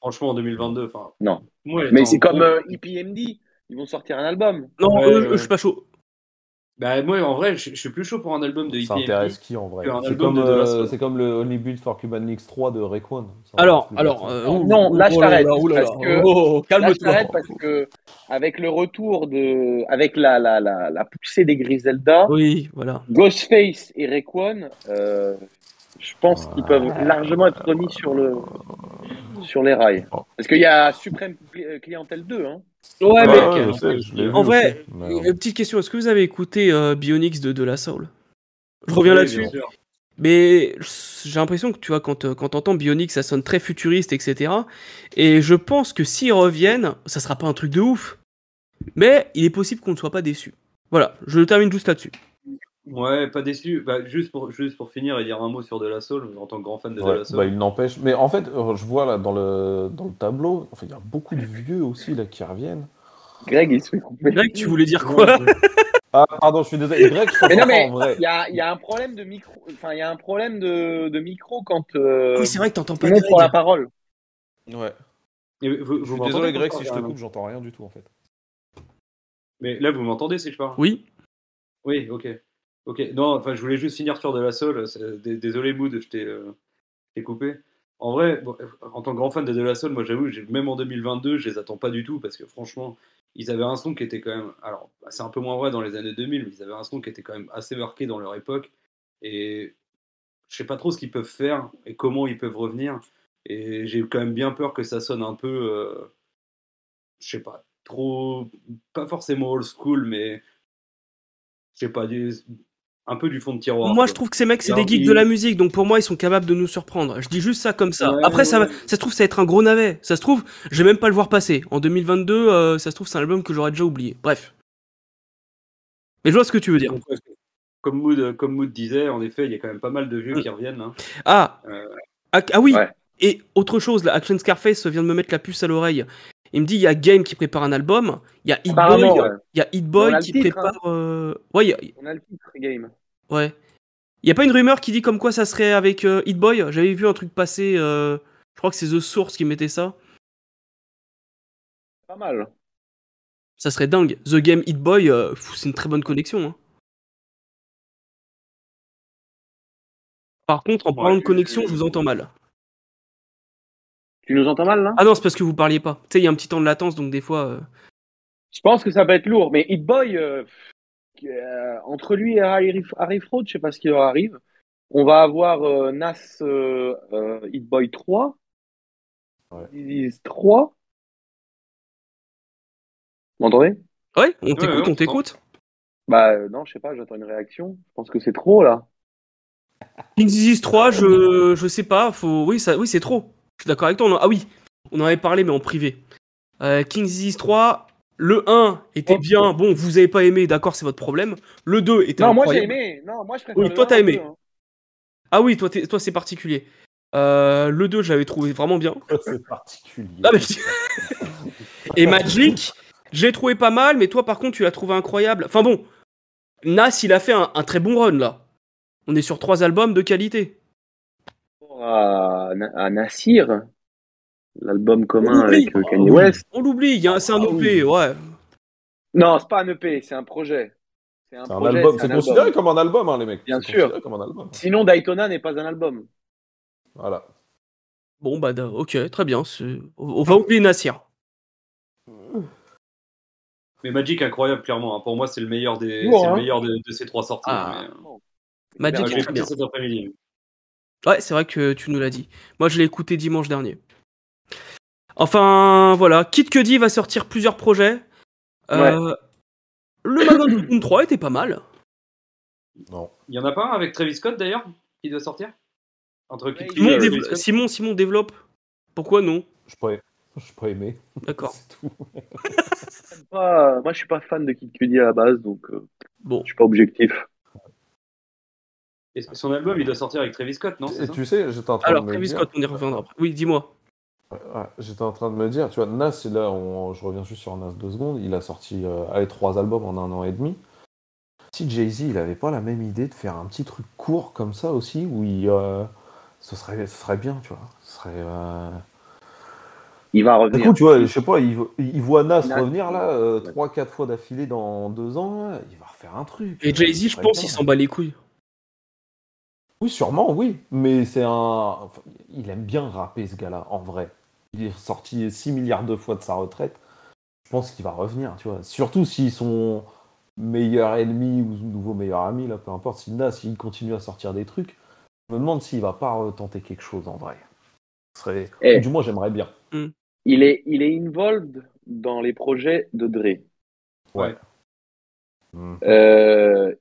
Speaker 3: Franchement, en 2022, enfin.
Speaker 2: Non.
Speaker 3: moi,
Speaker 2: Mais
Speaker 3: j'attends
Speaker 2: c'est comme
Speaker 3: gros-
Speaker 2: euh, EPMD. Ils vont sortir un album.
Speaker 1: Non, eux,
Speaker 3: Ouais,
Speaker 1: eux,
Speaker 3: ouais.
Speaker 1: je suis pas chaud.
Speaker 3: Bah, moi, en vrai, je je suis plus chaud pour un album de
Speaker 6: Ça
Speaker 3: IPMP.
Speaker 6: intéresse qui en vrai
Speaker 3: que un
Speaker 6: C'est
Speaker 3: album
Speaker 6: comme,
Speaker 3: de De La
Speaker 6: euh,
Speaker 3: Soul.
Speaker 6: c'est comme le Only Build for Cuban Links 3 de Rayquan. Ça
Speaker 1: Alors,
Speaker 6: intéresse
Speaker 1: alors,
Speaker 6: personne.
Speaker 1: euh,
Speaker 2: Non, là, je
Speaker 1: oh là
Speaker 2: t'arrête,
Speaker 1: là, oh là
Speaker 2: parce
Speaker 1: là,
Speaker 2: que-
Speaker 1: oh,
Speaker 2: Là, je t'arrête
Speaker 1: calme-toi.
Speaker 2: parce que avec le retour de, avec la la la, la poussée des Griselda,
Speaker 1: Oui, voilà.
Speaker 2: Ghostface et Rayquan, euh, je pense qu'ils peuvent largement être remis sur le sur les rails. Parce qu'il y a Supreme Cli- euh, Clientèle 2, hein.
Speaker 1: Ouais, mais
Speaker 6: Ouais, ouais, je sais, je l'ai vu
Speaker 1: en vrai,
Speaker 6: aussi. Mais,
Speaker 1: euh,
Speaker 6: euh,
Speaker 1: petite question, est-ce que vous avez écouté euh, Bionix de De La Soul Je reviens
Speaker 3: Oui,
Speaker 1: là-dessus.
Speaker 3: bien sûr.
Speaker 1: Mais j'ai l'impression que tu vois, quand, euh, quand t'entends Bionix, ça sonne très futuriste, etc. Et je pense que s'ils reviennent, ça sera pas un truc de ouf. Mais il est possible qu'on ne soit pas déçu. Voilà, je termine juste là-dessus.
Speaker 3: Ouais, pas déçu. Bah, juste, pour, juste pour finir et dire un mot sur De La Soul, en tant que grand fan de
Speaker 6: ouais,
Speaker 3: De La Soul.
Speaker 6: bah, il n'empêche. Mais en fait, euh, je vois là dans le, dans le tableau, enfin, il y a beaucoup de vieux aussi là qui reviennent.
Speaker 2: Greg, il se fait couper.
Speaker 1: Mec, tu voulais dire quoi
Speaker 6: Ah, pardon, je suis désolé. Greg, je
Speaker 2: Mais
Speaker 6: comprends
Speaker 2: non,
Speaker 6: pas
Speaker 2: mais
Speaker 6: en vrai.
Speaker 2: il y a, il y a un problème de micro, enfin il y a un problème de, de micro quand euh,
Speaker 1: Oui, c'est vrai que t'entends pas
Speaker 2: Simon prend la
Speaker 1: Greg.
Speaker 2: parole.
Speaker 6: Ouais.
Speaker 3: Et vous- vous
Speaker 6: Je suis
Speaker 3: m'entendez
Speaker 6: désolé,
Speaker 3: quand
Speaker 6: Greg,
Speaker 3: je
Speaker 6: si je
Speaker 3: parle,
Speaker 6: te
Speaker 3: là
Speaker 6: coupe, j'entends rien du tout en fait.
Speaker 3: Mais là, vous m'entendez si je parle
Speaker 1: Oui,
Speaker 3: Oui, ok. Ok, non, enfin, je voulais juste finir sur De La Soul. C'est- dé- Désolé, Mood, je t'ai euh, je t'ai coupé. En vrai, bon, en tant que grand fan de De La Soul, moi, j'avoue, j'ai- même en 2022, je les attends pas du tout parce que franchement, ils avaient un son qui était quand même. Alors, bah, c'est un peu moins vrai dans les années 2000, mais ils avaient un son qui était quand même assez marqué dans leur époque. Et je sais pas trop ce qu'ils peuvent faire et comment ils peuvent revenir. Et j'ai quand même bien peur que ça sonne un peu. euh, je sais pas, trop. Pas forcément old school, mais. Je sais pas, du- un peu du fond de tiroir.
Speaker 1: Moi,
Speaker 3: quoi.
Speaker 1: je trouve que ces mecs, c'est
Speaker 3: Alors,
Speaker 1: des geeks
Speaker 3: ils-
Speaker 1: de la musique, donc pour moi, ils sont capables de nous surprendre. Je dis juste ça comme ça.
Speaker 3: Ouais,
Speaker 1: Après, ça, va-
Speaker 3: ouais.
Speaker 1: ça se trouve, ça va être un gros navet. Ça se trouve, je vais même pas le voir passer. En 2022, euh, ça se trouve, c'est un album que j'aurais déjà oublié. Bref. Mais je vois ce que tu veux dire.
Speaker 3: Donc, ouais, Comme Mood, comme Mood disait, en effet, il y a quand même pas mal de vieux
Speaker 1: Mm.
Speaker 3: qui reviennent. hein.
Speaker 1: Ah,
Speaker 3: Euh,
Speaker 1: ah, ah oui.
Speaker 2: ouais.
Speaker 1: Et autre chose, la Action Scarface vient de me mettre la puce à l'oreille. Il me dit, il y a Game qui prépare un album, il y a Hit Boy,
Speaker 2: Apparemment, ouais.
Speaker 1: il y a Hit Boy
Speaker 2: On a le
Speaker 1: qui
Speaker 2: titre,
Speaker 1: prépare. euh, Ouais, il y a-
Speaker 2: on a le titre game.
Speaker 1: Ouais. Y a pas une rumeur qui dit comme quoi ça serait avec euh, Hit Boy J'avais vu un truc passer. euh, Je crois que c'est The Source qui mettait ça.
Speaker 2: Pas mal.
Speaker 1: Ça serait dingue. The Game Hit Boy, euh, pff, c'est une très bonne connexion. hein. Par contre, en parlant de connexion, je vous entends mal.
Speaker 2: Tu nous entends mal là
Speaker 1: Ah non, c'est parce que vous parliez pas. Tu sais, il y a un petit temps de latence, donc des fois. euh,
Speaker 2: Je pense que ça va être lourd, mais Hit Boy, euh, euh, entre lui et Harry, Harry Fraud, je sais pas ce qui leur arrive. On va avoir euh, Nas euh, euh, Hit Boy 3.
Speaker 6: Ouais.
Speaker 2: Disease 3. Vous m'entendez
Speaker 1: Ouais, on t'écoute,
Speaker 3: ouais,
Speaker 1: on
Speaker 3: on
Speaker 1: t'écoute.
Speaker 2: Bah euh, non, je sais pas, j'attends une réaction. Je pense que c'est trop là.
Speaker 1: King Disease 3, je, je sais pas. Faut... Oui, ça... oui c'est trop. Je suis d'accord avec toi. on en- Ah oui, on en avait parlé, mais en privé. Euh, King Disease 3, le 1 était
Speaker 2: Oh.
Speaker 1: bien. Bon, vous avez pas aimé, d'accord, c'est votre problème. Le 2 était
Speaker 2: Non, moi j'ai
Speaker 1: incroyable.
Speaker 2: aimé. Non, moi je préfère
Speaker 1: Oui,
Speaker 2: le
Speaker 1: toi,
Speaker 2: un
Speaker 1: t'as
Speaker 2: au
Speaker 1: aimé.
Speaker 2: deux, hein.
Speaker 1: Ah oui, toi, t'es- toi c'est particulier. Euh, le 2, je l'avais trouvé vraiment bien.
Speaker 6: C'est particulier.
Speaker 1: Ah, mais je- Et Magic, j'ai trouvé pas mal, mais toi, par contre, tu l'as trouvé incroyable. Enfin bon, Nas, il a fait un, un très bon run, là. On est sur trois albums de qualité.
Speaker 2: À, à Nassir, l'album commun
Speaker 1: Oui.
Speaker 2: avec euh,
Speaker 6: Ah
Speaker 2: Kanye West.
Speaker 1: On l'oublie, il y a un- c'est un OP, ouais.
Speaker 2: Non, c'est pas un EP, c'est un projet. C'est un,
Speaker 6: C'est un
Speaker 2: projet,
Speaker 6: album.
Speaker 2: c'est
Speaker 6: C'est
Speaker 2: un album.
Speaker 6: considéré comme un album, hein, les mecs.
Speaker 2: Bien
Speaker 6: C'est
Speaker 2: sûr.
Speaker 6: considéré comme un album.
Speaker 2: Sinon, Daytona n'est pas un album.
Speaker 6: Voilà.
Speaker 1: Bon, bah, da- ok, très bien. c'est- On on va oublier Nassir.
Speaker 3: Mais Magic, incroyable, clairement. hein. Pour moi, c'est le meilleur, des,
Speaker 2: Lourd,
Speaker 3: c'est le
Speaker 2: hein.
Speaker 3: meilleur de, de ces trois sorties.
Speaker 1: Ah.
Speaker 3: mais, euh,
Speaker 1: Magic,
Speaker 3: bah, je
Speaker 1: est
Speaker 3: l'ai
Speaker 1: très
Speaker 3: écouté
Speaker 1: bien.
Speaker 3: cet après-midi.
Speaker 1: Ouais, c'est vrai que tu nous l'as dit. Moi, je l'ai écouté dimanche dernier. Enfin, voilà. Kid Cudi va sortir plusieurs projets. Euh, Le Magnum Volume 3 était pas mal.
Speaker 3: Il y en a pas un avec Travis Scott d'ailleurs qui doit sortir Entre qui
Speaker 2: Ouais,
Speaker 3: qui-
Speaker 1: Simon,
Speaker 2: euh,
Speaker 1: dév-
Speaker 3: Travis Scott
Speaker 1: Simon, Simon développe. Pourquoi non
Speaker 6: Je peux Je peux aimer.
Speaker 1: D'accord.
Speaker 6: C'est tout.
Speaker 2: J'aime Pas, euh, moi, je suis pas fan de Kid Cudi à la base, donc euh,
Speaker 1: Bon.
Speaker 2: je suis pas objectif.
Speaker 3: Et son album, il doit sortir avec Travis Scott, non c'est
Speaker 6: Et
Speaker 3: ça
Speaker 6: tu sais, j'étais en train
Speaker 1: Alors,
Speaker 6: de me
Speaker 1: Travis
Speaker 6: dire.
Speaker 1: Scott, on y reviendra après. Oui, dis-moi.
Speaker 6: Ouais, ouais, J'étais en train de me dire, tu vois, Nas, là, on- je reviens juste sur Nas deux secondes, il a sorti euh, allez, trois albums en un an et demi. Si Jay-Z, il avait pas la même idée de faire un petit truc court comme ça aussi, où il, euh, ce, serait, ce serait bien, tu vois. Ce serait, euh,
Speaker 2: Il va
Speaker 6: Du
Speaker 2: revenir.
Speaker 6: coup, tu vois, je sais pas, il, vo- il voit Nas
Speaker 2: Nas,
Speaker 6: revenir là, euh,
Speaker 2: ouais.
Speaker 6: trois, quatre fois d'affilée dans deux ans, là, il va refaire un truc.
Speaker 1: Et Jay-Z, je
Speaker 6: serait
Speaker 1: pense,
Speaker 6: bien.
Speaker 1: il s'en bat les couilles.
Speaker 6: Oui, sûrement, oui. Mais c'est un. enfin, il aime bien rapper, ce gars-là, en vrai. Il est sorti 6 milliards de fois de sa retraite. Je pense qu'il va revenir, tu vois. Surtout si son meilleur ennemi ou son nouveau meilleur ami, là, peu importe, s'il n'a, s'il continue à sortir des trucs, je me demande s'il va pas euh, tenter quelque chose en vrai. Ce serait...
Speaker 2: Eh.
Speaker 6: Ou du moins, j'aimerais bien.
Speaker 2: Il est, il est involved dans les projets de Dre.
Speaker 6: Ouais.
Speaker 2: Mm. Euh,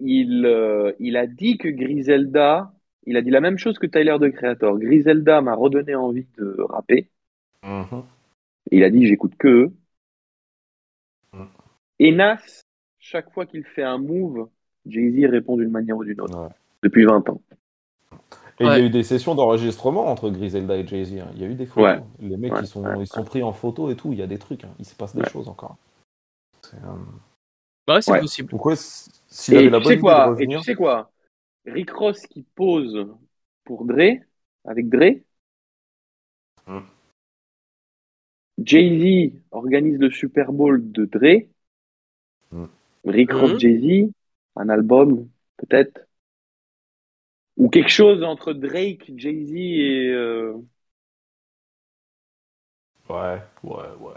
Speaker 2: il, euh, il a dit que Griselda, il a dit la même chose que Tyler de Creator. Griselda m'a redonné envie de rapper.
Speaker 6: Mhm.
Speaker 2: Il a dit j'écoute que eux.
Speaker 6: Mm.
Speaker 2: Et Nas, chaque fois qu'il fait un move, Jay-Z répond d'une manière ou d'une autre.
Speaker 6: Ouais.
Speaker 2: Depuis 20 ans.
Speaker 6: Et il y
Speaker 1: Ouais.
Speaker 6: a eu des sessions d'enregistrement entre Griselda et Jay-Z. hein. Il y a eu des photos.
Speaker 2: Ouais.
Speaker 6: Les mecs,
Speaker 2: Ouais,
Speaker 6: ils, sont,
Speaker 2: ouais,
Speaker 6: ils sont pris en photo et tout. Il y a des trucs. hein. Il se passe des
Speaker 2: Ouais.
Speaker 6: choses encore. C'est, euh,
Speaker 1: Bah, c'est
Speaker 2: Ouais.
Speaker 1: possible.
Speaker 6: Donc ouais, s- s'il
Speaker 2: et
Speaker 6: avait
Speaker 2: tu
Speaker 6: la bonne
Speaker 2: sais
Speaker 6: idée de
Speaker 2: quoi, et tu
Speaker 6: revenir,
Speaker 2: sais quoi Rick Ross qui pose pour Dre, avec Dre.
Speaker 6: Hmm.
Speaker 2: Jay-Z organise le Super Bowl de Dre.
Speaker 6: Hmm.
Speaker 2: Rick
Speaker 1: Hmm.
Speaker 2: Ross, Jay-Z, un album, peut-être. Ou quelque chose entre Drake, Jay-Z et. euh,
Speaker 6: ouais, ouais, ouais.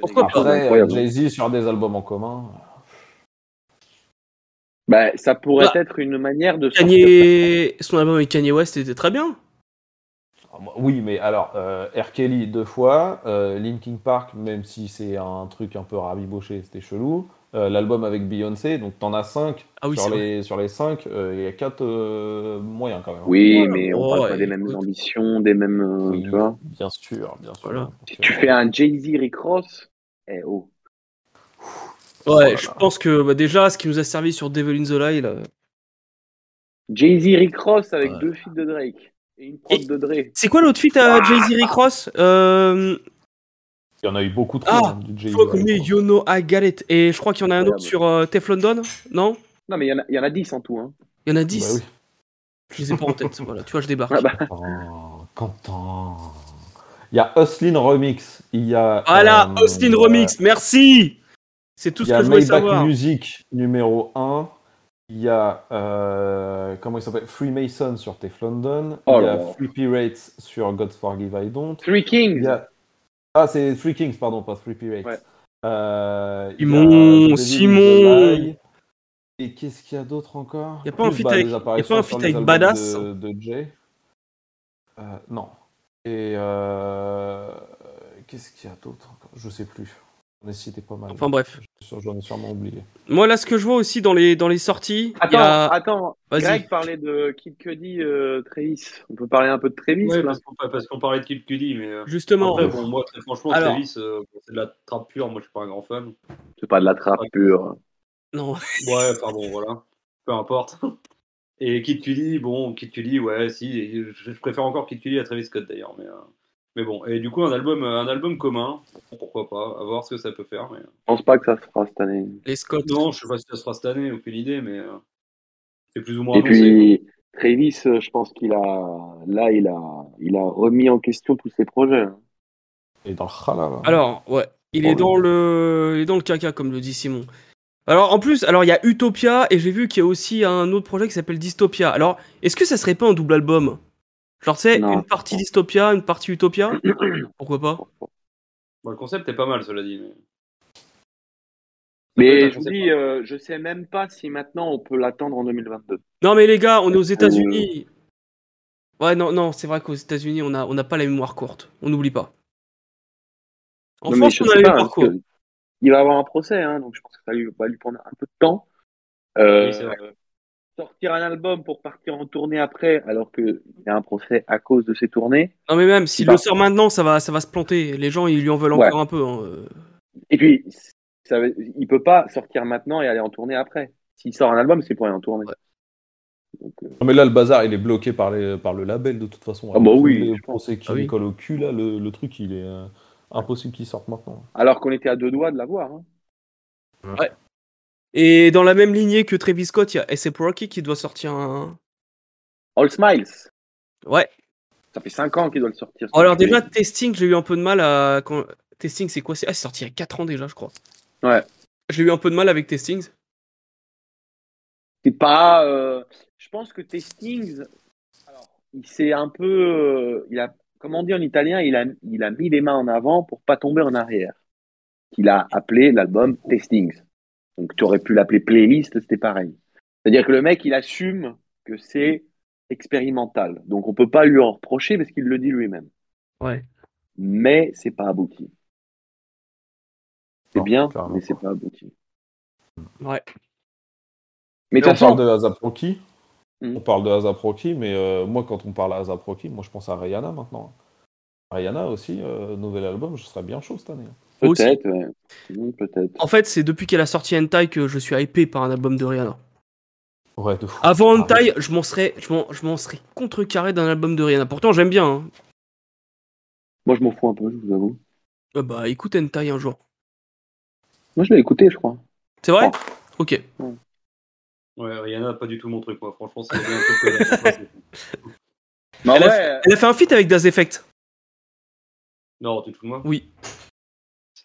Speaker 1: Pourquoi pas
Speaker 2: C'est
Speaker 6: Après,
Speaker 2: incroyable.
Speaker 6: Jay-Z sur des albums en commun.
Speaker 2: Bah, ça pourrait
Speaker 1: Bah,
Speaker 2: être une manière de sortir-
Speaker 1: Kanye... Son album avec Kanye West était très bien.
Speaker 6: Ah, bah, Oui, mais alors, euh, R. Kelly deux fois, euh, Linkin Park, même si c'est un truc un peu rabiboché, c'était chelou. euh, L'album avec Beyoncé, donc t'en as cinq.
Speaker 1: Ah oui, c'est
Speaker 6: sur,
Speaker 1: vrai.
Speaker 6: les, sur les cinq, euh, il y a quatre euh, moyens quand même.
Speaker 2: Oui,
Speaker 1: Voilà.
Speaker 2: mais on
Speaker 1: Oh,
Speaker 2: parle pas des
Speaker 1: écoute.
Speaker 2: mêmes ambitions, des mêmes. euh,
Speaker 6: Oui.
Speaker 2: Tu vois
Speaker 6: Bien sûr, bien sûr.
Speaker 1: Voilà.
Speaker 6: Donc,
Speaker 2: Si
Speaker 6: euh,
Speaker 2: tu fais un Jay-Z Rick Ross, eh oh.
Speaker 1: Ouais,
Speaker 6: là
Speaker 1: je
Speaker 6: là.
Speaker 1: pense que bah, déjà, ce qui nous a servi sur Devil in the euh, Lie, là,
Speaker 2: Jay-Z Rick Ross avec
Speaker 1: Ouais.
Speaker 2: deux filles de Drake et une prod
Speaker 1: Et-
Speaker 2: de Drake.
Speaker 1: C'est quoi l'autre feat
Speaker 6: Ah.
Speaker 1: à Jay-Z Rick Ross euh,
Speaker 6: Il y en a eu beaucoup trop
Speaker 1: Ah,
Speaker 6: hein, du
Speaker 1: Je
Speaker 6: Jay-Z.
Speaker 1: crois qu'on met You Know I Got It. Et je crois qu'il y en a un autre
Speaker 2: Incroyable.
Speaker 1: sur euh, Teflon Don, non
Speaker 2: Non, mais il y en a- il y, en a 10 en tout. Hein.
Speaker 1: Il y en a
Speaker 6: Bah
Speaker 1: 10.
Speaker 6: oui.
Speaker 1: Je les ai pas en tête. voilà, tu vois, je débarque.
Speaker 2: Ah bah,
Speaker 6: Oh, Quentin. Il y a Oslin Remix. Il y a.
Speaker 1: Voilà,
Speaker 6: euh,
Speaker 1: Austin Ah Remix, merci C'est tout
Speaker 6: Il
Speaker 1: ce
Speaker 6: y a
Speaker 1: que je voulais
Speaker 6: Maybach
Speaker 1: savoir.
Speaker 6: Music numéro 1. Il y a. euh, comment il s'appelle Freemason sur Tef London.
Speaker 2: Oh
Speaker 6: il y
Speaker 2: là
Speaker 6: a
Speaker 2: là.
Speaker 6: Free Pirates sur God Forgive I Don't.
Speaker 2: Three
Speaker 6: Il
Speaker 2: Kings.
Speaker 6: y a- Ah, c'est Three Kings, pardon, pas Three Pirates.
Speaker 2: Ouais.
Speaker 6: Euh, il y
Speaker 1: Simon,
Speaker 6: a Devil in the
Speaker 1: Simon.
Speaker 6: Lie. Et qu'est-ce qu'il y a d'autre encore
Speaker 1: Y a pas un
Speaker 6: Plus,
Speaker 1: feat
Speaker 6: bah,
Speaker 1: avec-
Speaker 6: les
Speaker 1: y a pas
Speaker 6: apparitions
Speaker 1: un
Speaker 6: sur
Speaker 1: feat
Speaker 6: les
Speaker 1: avec
Speaker 6: albums
Speaker 1: Badass
Speaker 6: de, de Jay Euh, Non. Et euh, qu'est-ce qu'il y a d'autre encore Je sais plus. On a cité pas mal.
Speaker 1: Enfin bref.
Speaker 6: Je suis sûr- J'en ai sûrement oublié.
Speaker 1: Moi, là, ce que je vois aussi dans les, dans les sorties, il y
Speaker 2: Attends,
Speaker 1: a-
Speaker 2: attends.
Speaker 1: Vas-y.
Speaker 2: Greg parlait de Kid Cudi, euh, Travis. On peut parler un peu de Travis
Speaker 3: Ouais,
Speaker 2: là
Speaker 3: parce qu'on parce qu'on parlait de Kid Cudi, mais euh,
Speaker 1: justement,
Speaker 3: après, bon, moi, très franchement,
Speaker 1: Alors.
Speaker 3: Travis, euh, c'est de la trappe pure. Moi, je suis pas un grand fan.
Speaker 2: C'est pas de la trappe pure.
Speaker 1: non.
Speaker 3: Ouais, enfin bon, voilà. Peu importe. Et Kid Cudi, bon, Kid Cudi, ouais, si. et Je, je préfère encore Kid Cudi à Travis Scott d'ailleurs, mais, euh, mais bon. Et du coup, un album, euh, un album commun, pourquoi pas, à voir ce que ça peut faire. Mais... euh,
Speaker 2: Je pense pas que ça se fera cette année.
Speaker 1: les Scott.
Speaker 3: Non, je sais pas si ça sera cette année, aucune idée, mais euh, c'est plus ou moins
Speaker 2: Et
Speaker 3: annoncé.
Speaker 2: puis Travis, euh, je pense qu'il a, là, il a, il a remis en question tous ses projets. hein.
Speaker 6: Et dans le hein. Khala, là.
Speaker 1: Alors, ouais, il est
Speaker 2: Oh,
Speaker 1: dans le, il est dans le caca, comme le dit Simon. Alors, en plus, alors il y a Utopia et j'ai vu qu'il y a aussi un autre projet qui s'appelle Dystopia. Alors, est-ce que ça serait pas un double album Genre, c'est
Speaker 2: Non.
Speaker 1: une partie Dystopia, une partie Utopia Pourquoi pas
Speaker 3: Bon, le concept est pas mal, cela dit. Mais,
Speaker 2: Mais
Speaker 3: je
Speaker 2: je vous
Speaker 3: sais
Speaker 2: dis, euh, je sais même pas si maintenant on peut l'attendre en 2022.
Speaker 1: Non, mais les gars, on
Speaker 2: Euh,
Speaker 1: est aux États-Unis. Ouais, non, non, c'est vrai qu'aux États-Unis, on n'a on n'a pas la mémoire courte. On n'oublie pas. En
Speaker 2: Non, mais
Speaker 1: France,
Speaker 2: je
Speaker 1: on a
Speaker 2: sais
Speaker 1: la
Speaker 2: pas,
Speaker 1: mémoire
Speaker 2: parce que
Speaker 1: courte.
Speaker 2: il va avoir un procès, hein, donc je pense que ça lui, va lui prendre un peu de temps. Euh,
Speaker 3: Oui, c'est vrai.
Speaker 2: sortir un album pour partir en tournée après, alors qu'il y a un procès à cause de ses tournées.
Speaker 1: Non, mais même s'il
Speaker 2: Bah.
Speaker 1: le sort maintenant, ça va, ça va se planter. Les gens, ils lui en veulent
Speaker 2: Ouais.
Speaker 1: encore un peu. hein, euh.
Speaker 2: Et puis, ça, veut- il peut pas sortir maintenant et aller en tournée après. S'il sort un album, c'est pour aller en tournée.
Speaker 1: Ouais.
Speaker 2: Donc, euh,
Speaker 6: Non, mais là, le bazar, il est bloqué par, les, par le label de toute façon.
Speaker 2: Ah bah oui,
Speaker 6: Les
Speaker 2: je
Speaker 6: procès qui
Speaker 1: Ah oui.
Speaker 6: lui collent au cul, là, le, le truc, il est euh, impossible qu'il sorte maintenant.
Speaker 2: alors qu'on était à deux doigts de l'avoir. Hein.
Speaker 1: Et dans la même lignée que Travis Scott, il y a A$AP Rocky qui doit sortir un.
Speaker 2: All Smiles,
Speaker 1: Ouais.
Speaker 2: ça fait cinq ans qu'il doit le sortir.
Speaker 1: Alors, déjà,
Speaker 2: Ouais,
Speaker 1: testing, j'ai eu un peu de mal à. quand- Testing, c'est quoi C'est ah, c'est sorti il y a 4 ans déjà, je crois.
Speaker 2: Ouais.
Speaker 1: J'ai eu un peu de mal avec Testing.
Speaker 2: c'est pas. euh, Je pense que Testings, alors, il s'est un peu. euh, Il a, comment on dit en italien, il a, il a mis les mains en avant pour pas tomber en arrière. Il a appelé l'album Testings. Donc, tu aurais pu l'appeler playlist, c'était pareil. C'est-à-dire que le mec, il assume que c'est expérimental. Donc, on peut pas lui en reprocher parce qu'il le dit lui-même.
Speaker 1: Ouais.
Speaker 2: Mais c'est pas abouti. C'est
Speaker 6: Non,
Speaker 2: bien,
Speaker 6: clairement
Speaker 2: mais c'est pas abouti.
Speaker 1: Ouais.
Speaker 2: Mais de
Speaker 6: on
Speaker 2: toute façon,
Speaker 6: parle de ASAP Rocky.
Speaker 2: Mm.
Speaker 6: On parle de ASAP Rocky, mais euh, moi, quand on parle à ASAP Rocky, moi, je pense à Rihanna maintenant. Rihanna aussi, euh, nouvel album, je serais bien chaud cette année.
Speaker 1: aussi.
Speaker 2: peut-être, ouais. Mm, peut-être.
Speaker 1: En fait, c'est depuis qu'elle a sorti Hentai que je suis hypé par un album de Rihanna.
Speaker 6: Ouais, de fou.
Speaker 1: Avant
Speaker 6: Ah,
Speaker 1: Hentai, je m'en serais, je m'en, je m'en serais contrecarré d'un album de Rihanna. Pourtant, j'aime bien. hein.
Speaker 2: Moi, je m'en fous un peu, je vous avoue.
Speaker 1: Ah bah, écoute Hentai un jour.
Speaker 2: Moi, je l'ai écouté, je crois.
Speaker 1: C'est vrai Ok.
Speaker 3: Ouais, Rihanna, pas du tout mon truc, quoi. Franchement, c'est bien un truc que j'ai-
Speaker 2: Mais en
Speaker 1: Elle a-
Speaker 2: vrai, euh,
Speaker 1: Elle a fait un feat avec Das Effect.
Speaker 3: Non, tu te fous de moi
Speaker 1: Oui.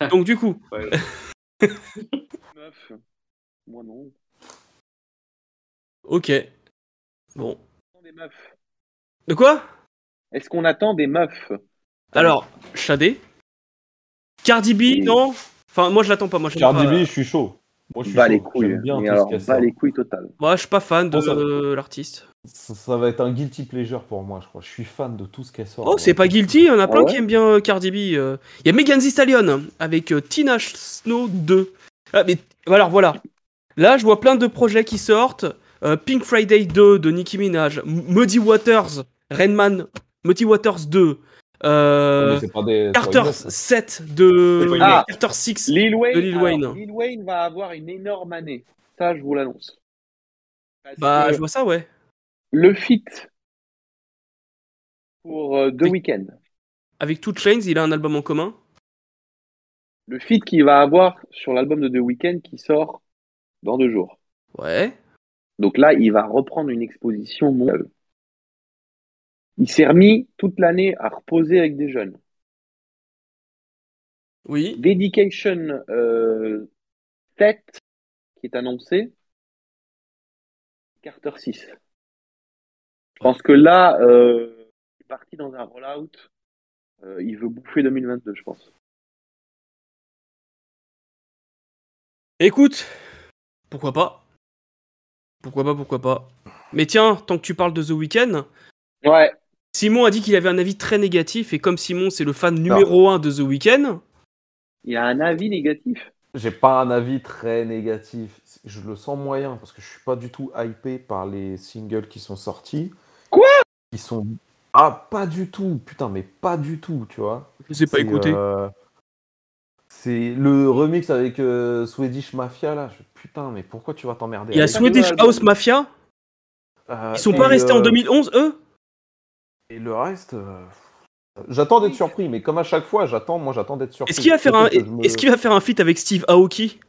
Speaker 1: Donc du coup,
Speaker 3: Ouais.
Speaker 2: meuf, moi non.
Speaker 1: ok. Bon.
Speaker 2: Des meufs.
Speaker 1: De quoi
Speaker 6: Ah
Speaker 2: Est-ce qu'on attend des meufs
Speaker 1: Alors, Shadé. Cardi B, non Enfin, moi je l'attends pas. Moi, je
Speaker 6: Cardi
Speaker 1: pas,
Speaker 6: B, je suis chaud. Moi, je suis
Speaker 2: Bah
Speaker 6: chaud.
Speaker 2: les couilles.
Speaker 6: J'aime bien
Speaker 2: Mais
Speaker 6: tout ce
Speaker 2: alors,
Speaker 6: qu'il y a
Speaker 2: bah
Speaker 6: ça.
Speaker 2: les couilles totales.
Speaker 1: Moi, je suis pas fan de
Speaker 6: Bon, ça va.
Speaker 1: euh, l'artiste.
Speaker 6: Ça, ça va être un guilty pleasure pour moi, je crois. Je suis fan de tout ce qu'elle sort.
Speaker 1: Oh, c'est pas guilty, il y en a plein
Speaker 2: Ah ouais
Speaker 1: qui aiment bien euh, Cardi B. euh. Il y a Megan Thee Stallion avec euh, Tina Snow 2. Ah, mais alors voilà. Là, je vois plein de projets qui sortent. Euh, Pink Friday 2 de Nicki Minaj, M- Muddy Waters, Rainman, Muddy Waters 2, euh,
Speaker 6: Ah, Mais c'est pas des-
Speaker 1: Carter
Speaker 6: c'est pas une-
Speaker 1: 7 de
Speaker 2: Ah.
Speaker 1: Carter 6.
Speaker 2: Lil Wayne, hein.
Speaker 1: De Lil
Speaker 2: alors,
Speaker 1: Wayne.
Speaker 2: Lil Wayne va avoir une énorme année. Ça, je vous l'annonce. Parce
Speaker 1: Bah,
Speaker 2: que
Speaker 1: je vois ça, ouais.
Speaker 2: le fit pour euh, deux
Speaker 1: Oui.
Speaker 2: week-ends.
Speaker 1: Avec Two Chains, il a un album en commun.
Speaker 2: Le fit qu'il va avoir sur l'album de The Weeknd qui sort dans deux jours.
Speaker 1: Ouais.
Speaker 2: Donc là, il va reprendre une exposition mondiale. Il s'est remis toute l'année à reposer avec des jeunes.
Speaker 1: Oui.
Speaker 2: Dedication euh, 7 qui est annoncé. Carter 6. Je pense que là, euh, il est parti dans un rollout. Euh, il veut bouffer 2022, je pense.
Speaker 1: Écoute, pourquoi pas Pourquoi pas, pourquoi pas Mais tiens, tant que tu parles de The Weeknd,
Speaker 2: Ouais.
Speaker 1: Simon a dit qu'il avait un avis très négatif, et comme Simon, c'est le fan numéro 1 de The Weeknd,
Speaker 2: Il a un avis négatif.
Speaker 6: J'ai pas un avis très négatif. Je le sens moyen parce que je suis pas du tout hypé par les singles qui sont sortis.
Speaker 2: Quoi
Speaker 6: Ils sont. Ah, pas du tout. Putain, mais pas du tout, tu vois.
Speaker 1: je sais pas
Speaker 6: C'est,
Speaker 1: écouter.
Speaker 6: euh, C'est le remix avec euh, Swedish Mafia là. Je- Putain, mais pourquoi tu vas t'emmerder
Speaker 1: Il y a
Speaker 6: avec-
Speaker 1: Swedish House Mafia,
Speaker 6: Euh,
Speaker 1: ils sont
Speaker 6: et,
Speaker 1: pas restés en
Speaker 6: euh,
Speaker 1: 2011, eux
Speaker 6: Et le reste, euh, j'attends d'être surpris, mais comme à chaque fois, j'attends, moi j'attends d'être surpris.
Speaker 1: Est-ce qu'il va faire un,
Speaker 6: Surtout que je me-
Speaker 1: est-ce qu'il va faire un feat avec Steve Aoki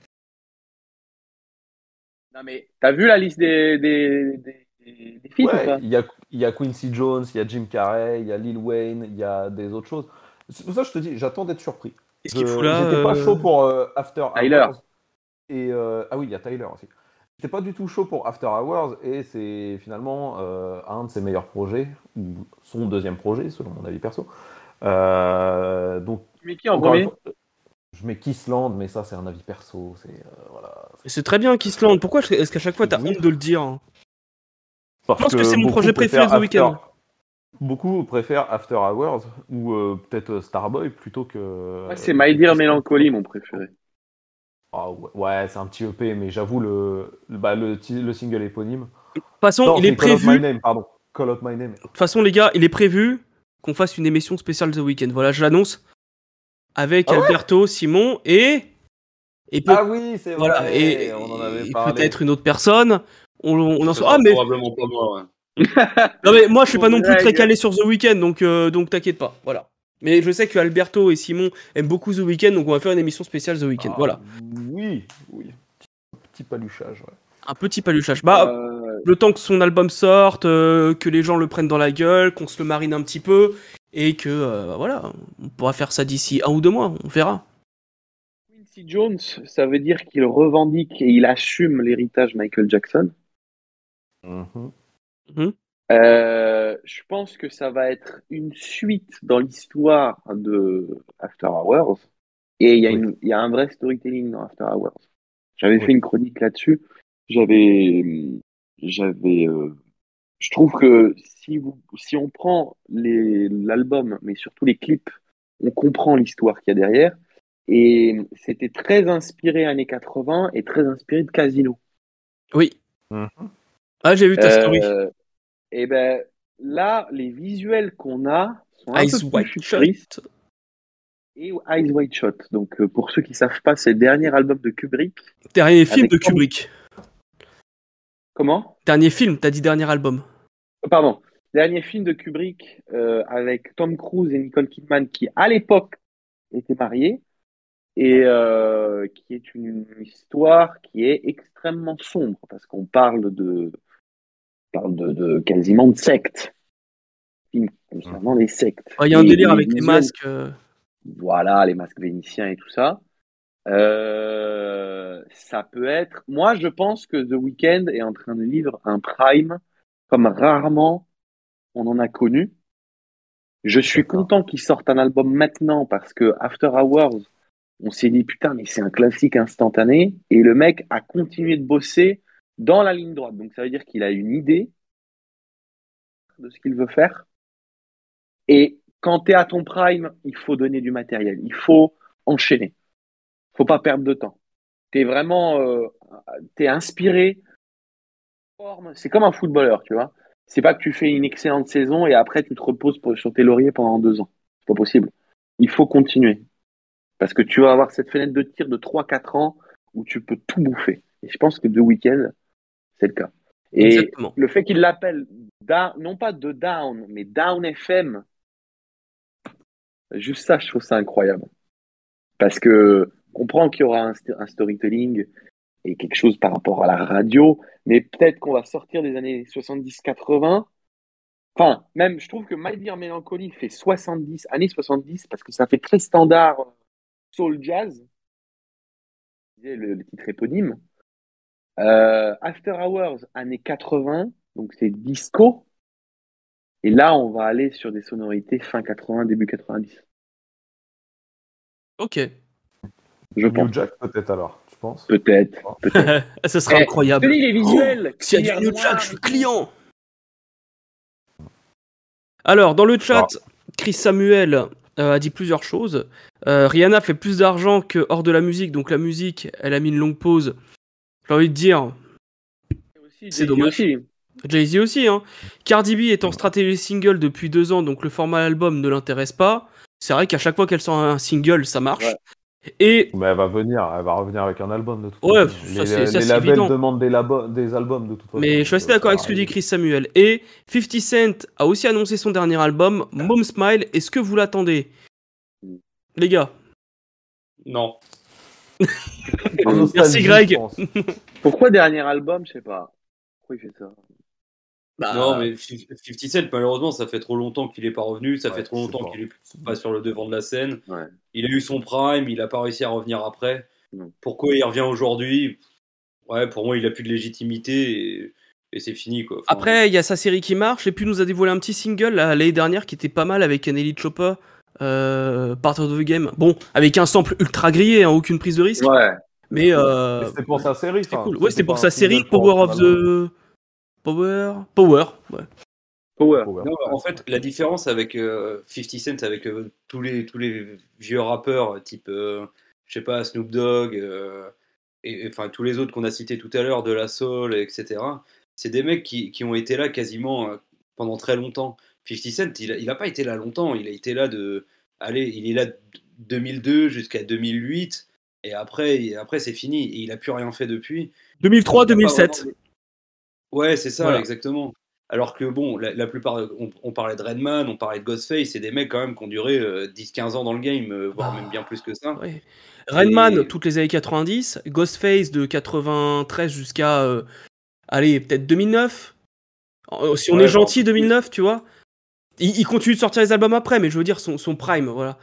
Speaker 2: Non mais t'as vu la liste des des des, des, des feats ou
Speaker 6: Ouais,
Speaker 2: pas
Speaker 6: il y a, il y a Quincy Jones, il y a Jim Carrey, il y a Lil Wayne, il y a des autres choses. C'est pour ça que je te dis, j'attends d'être surpris.
Speaker 1: Qu'est-ce qu'il
Speaker 6: Je-
Speaker 1: fout là
Speaker 6: J'étais pas
Speaker 1: euh,
Speaker 6: chaud pour euh, After
Speaker 2: Tyler.
Speaker 6: Hours. Et, euh, ah oui, il y a Tyler aussi. J'étais pas du tout chaud pour After Hours et c'est finalement euh, un de ses meilleurs projets, ou son deuxième projet, selon mon avis perso. Euh, donc,
Speaker 2: Mais qui en
Speaker 6: encore une
Speaker 2: premier
Speaker 6: fois, je mets Kissland, mais ça, c'est un avis perso. C'est euh, voilà.
Speaker 1: C'est très bien qu'ils se lancent. Pourquoi est-ce qu'à chaque fois t'as
Speaker 6: Oui.
Speaker 1: honte de le dire hein
Speaker 6: Parce
Speaker 1: Je pense que c'est mon
Speaker 6: beaucoup
Speaker 1: projet préféré
Speaker 6: préfèrent
Speaker 1: de ce
Speaker 6: After-
Speaker 1: week-end.
Speaker 6: Beaucoup préfèrent After Hours ou euh, peut-être euh, Starboy plutôt que.
Speaker 2: Moi, c'est My
Speaker 6: euh,
Speaker 2: Dear Melancholy mon préféré.
Speaker 6: Ah ouais, ouais, c'est un petit EP, mais j'avoue, le, le, bah, le, ti- le single éponyme.
Speaker 1: façon,
Speaker 6: Non,
Speaker 1: il est
Speaker 6: c'est Call Out My
Speaker 1: prévu. De
Speaker 6: Name, pardon. Call Out My Name.
Speaker 1: toute façon, les gars, il est prévu qu'on fasse une émission spéciale The Weeknd. Voilà, je l'annonce avec
Speaker 6: Ah ouais
Speaker 1: Alberto, Simon et et peut-
Speaker 6: Ah oui, c'est vrai.
Speaker 1: voilà et,
Speaker 6: on en
Speaker 1: et
Speaker 6: avait parlé.
Speaker 1: peut-être une autre personne. On, on en
Speaker 3: C'est
Speaker 1: Ah mais
Speaker 3: Probablement pas moi, ouais.
Speaker 1: non mais moi je suis pas non plus
Speaker 2: Ouais,
Speaker 1: très
Speaker 2: gars.
Speaker 1: calé sur The Weeknd donc euh, donc t'inquiète pas. Voilà. Mais je sais que Alberto et Simon aiment beaucoup The Weeknd donc on va faire une émission spéciale The Weeknd.
Speaker 6: Ah,
Speaker 1: Voilà.
Speaker 6: Oui, oui. Petit paluchage, ouais.
Speaker 1: Un petit paluchage. Bah
Speaker 2: Euh,
Speaker 1: le temps que son album sorte, euh, que les gens le prennent dans la gueule, qu'on se le marine un petit peu, et que euh, bah voilà, on pourra faire ça d'ici un ou deux mois, on verra.
Speaker 2: Quincy Jones, ça veut dire qu'il revendique et il assume l'héritage Michael Jackson.
Speaker 6: Mhm.
Speaker 2: Euh, je pense que ça va être une suite dans l'histoire de After Hours. Et il y a
Speaker 6: Oui.
Speaker 2: une, il y a un vrai storytelling dans After Hours. J'avais
Speaker 6: Oui.
Speaker 2: fait une chronique là-dessus. J'avais, j'avais, euh, je trouve que si vous, si on prend les, l'album, mais surtout les clips, on comprend l'histoire qu'il y a derrière. Et c'était très inspiré années 80 et très inspiré de Casino.
Speaker 1: Oui.
Speaker 6: Mhm.
Speaker 1: Ah, j'ai vu
Speaker 2: Euh,
Speaker 1: ta story.
Speaker 2: Et ben là, les visuels qu'on a sont un
Speaker 1: Eyes
Speaker 2: peu plus
Speaker 1: Wide
Speaker 2: futuristes
Speaker 1: Shut.
Speaker 2: et Eyes Wide Shut. Donc euh, pour ceux qui savent pas, c'est le dernier album de Kubrick.
Speaker 1: Dernier film
Speaker 2: Avec
Speaker 1: de
Speaker 2: Tom-
Speaker 1: Kubrick.
Speaker 2: Comment
Speaker 1: Dernier film, t'as dit dernier album.
Speaker 2: Euh, Pardon. Dernier film de Kubrick euh, avec Tom Cruise et Nicole Kidman qui à l'époque étaient mariés et euh, qui est une histoire qui est extrêmement sombre parce qu'on parle de on parle de, de quasiment de secte. Film concernant les sectes.
Speaker 1: Ouais, Ah, Il y a un
Speaker 2: Et
Speaker 1: délire avec les
Speaker 2: visuels
Speaker 1: masques. euh,
Speaker 2: voilà, les masques vénitiens et tout ça. Euh, ça peut être. Moi, je pense que The Weeknd est en train de vivre un prime comme rarement on en a connu. Je suis
Speaker 6: D'accord.
Speaker 2: content qu'il sorte un album maintenant parce que After Hours, on s'est dit putain, mais c'est un classique instantané. Et le mec a continué de bosser dans la ligne droite. Donc ça veut dire qu'il a une idée de ce qu'il veut faire. Et quand tu es à ton prime, il faut donner du matériel, il faut enchaîner. faut pas perdre de temps. Tu es vraiment euh, t'es inspiré. Forme. C'est comme un footballeur, tu vois. C'est pas que tu fais une excellente saison et après tu te reposes pour- sur tes lauriers pendant deux ans. C'est pas possible. Il faut continuer. Parce que tu vas avoir cette fenêtre de tir de 3-4 ans où tu peux tout bouffer. Et je pense que de week-end, c'est le cas. Et
Speaker 1: Exactement.
Speaker 2: le fait qu'il l'appelle down, non pas de down, mais down FM, juste ça, je trouve ça incroyable. Parce que je comprends qu'il y aura un, st- un storytelling et quelque chose par rapport à la radio, mais peut-être qu'on va sortir des années 70-80. Enfin, même, je trouve que My Dear Melancholy fait 70, années 70, parce que ça fait très standard soul jazz. Le, le titre éponyme. Euh, After Hours, années 80, donc c'est disco. Et là, on va aller sur des sonorités fin 80, début 90,
Speaker 1: Ok.
Speaker 2: je pense.
Speaker 6: New Jack peut-être alors, tu penses
Speaker 2: Peut-être.
Speaker 1: Ça Ah, serait
Speaker 2: Eh,
Speaker 1: incroyable.
Speaker 2: Tenez les visuels
Speaker 1: Oh, S'il y a
Speaker 2: Clear
Speaker 1: du New
Speaker 2: noir
Speaker 1: Jack, je
Speaker 2: et
Speaker 1: suis
Speaker 2: tout.
Speaker 1: client. Alors, dans le chat, Chris Samuel euh, a dit plusieurs choses. Euh, Rihanna fait plus d'argent que hors de la musique, donc la musique, elle a mis une longue pause. J'ai envie de dire, C'est dommage. Jay-Z aussi. Hein. Cardi B est en stratégie single depuis deux ans, donc le format album ne l'intéresse pas. C'est vrai qu'à chaque fois qu'elle sort un single, ça marche. Et
Speaker 6: Mais elle va venir, elle va revenir avec un album de toute
Speaker 1: Ouais,
Speaker 6: façon.
Speaker 1: ça,
Speaker 6: les,
Speaker 1: c'est- ça,
Speaker 6: les
Speaker 1: c'est
Speaker 6: labels
Speaker 1: évident.
Speaker 6: demandent des, labo- des albums de toute façon.
Speaker 1: Mais je suis assez d'accord avec ce que dit Chris Samuel. Et 50 Cent a aussi annoncé son dernier album,
Speaker 6: Ah.
Speaker 1: Mom Smile. Est-ce que vous l'attendez Les gars,
Speaker 7: Non.
Speaker 6: En nostalgie,
Speaker 1: Merci, Greg.
Speaker 6: je pense.
Speaker 2: Pourquoi dernier album Je sais pas. Pourquoi il fait ça
Speaker 1: Bah,
Speaker 6: Bah,
Speaker 3: Non, mais 50 Cent, malheureusement, ça fait trop longtemps qu'il est pas revenu, ça
Speaker 6: Ouais,
Speaker 3: fait trop
Speaker 6: je
Speaker 3: longtemps
Speaker 6: sais pas.
Speaker 3: qu'il est pas sur le devant de la scène.
Speaker 2: Ouais.
Speaker 3: Il a eu son prime, il a pas réussi à revenir après.
Speaker 2: Non.
Speaker 3: Pourquoi il revient aujourd'hui Ouais, pour moi, il a plus de légitimité et, et c'est fini quoi. Enfin,
Speaker 1: après, il y a sa série qui marche. Et puis, il nous a dévoilé un petit single là, l'année dernière qui était pas mal avec Anneli Choppa. Euh, Part of the Game. Bon, avec un sample ultra grillé, hein, aucune prise de risque.
Speaker 2: Ouais.
Speaker 1: Mais euh,
Speaker 6: Mais C'était pour sa série,
Speaker 1: c'était
Speaker 6: ça.
Speaker 1: cool. Ouais, c'était pour
Speaker 6: pas
Speaker 1: sa
Speaker 6: un
Speaker 1: série
Speaker 6: single pour
Speaker 1: Power
Speaker 6: un
Speaker 1: of
Speaker 6: album.
Speaker 1: the. Power. Power. ouais.
Speaker 2: Power.
Speaker 6: Power.
Speaker 3: non, en fait, la différence avec euh, 50 Cent, avec euh, tous les tous les vieux rappeurs, euh, type, euh, je sais pas, Snoop Dogg, euh, et et, enfin tous les autres qu'on a cités tout à l'heure, de la soul, etc. C'est des mecs qui, qui ont été là quasiment euh, pendant très longtemps. 50 Cent, il a, il a pas été là longtemps. Il a été là de, allez, il est là de 2002 jusqu'à 2008, et après, et après c'est fini. Et il a plus rien fait depuis.
Speaker 1: 2003,
Speaker 3: Il a pas
Speaker 1: 2007.
Speaker 3: vraiment de- Ouais, c'est ça,
Speaker 1: Voilà.
Speaker 3: exactement. Alors que bon, la, la plupart, on, on parlait de Redman, on parlait de Ghostface, c'est des mecs quand même qui ont duré euh, 10-15 ans dans le game, euh, voire
Speaker 1: Ah.
Speaker 3: même bien plus que ça.
Speaker 1: Ouais. Redman,
Speaker 3: Et-
Speaker 1: toutes les années 90, Ghostface de 93 jusqu'à, euh, allez, peut-être 2009. Euh, Si on
Speaker 3: Ouais,
Speaker 1: est
Speaker 3: genre,
Speaker 1: gentil, 2009, tu vois. Il, il continue de sortir les albums après, mais je veux dire son, son prime, voilà.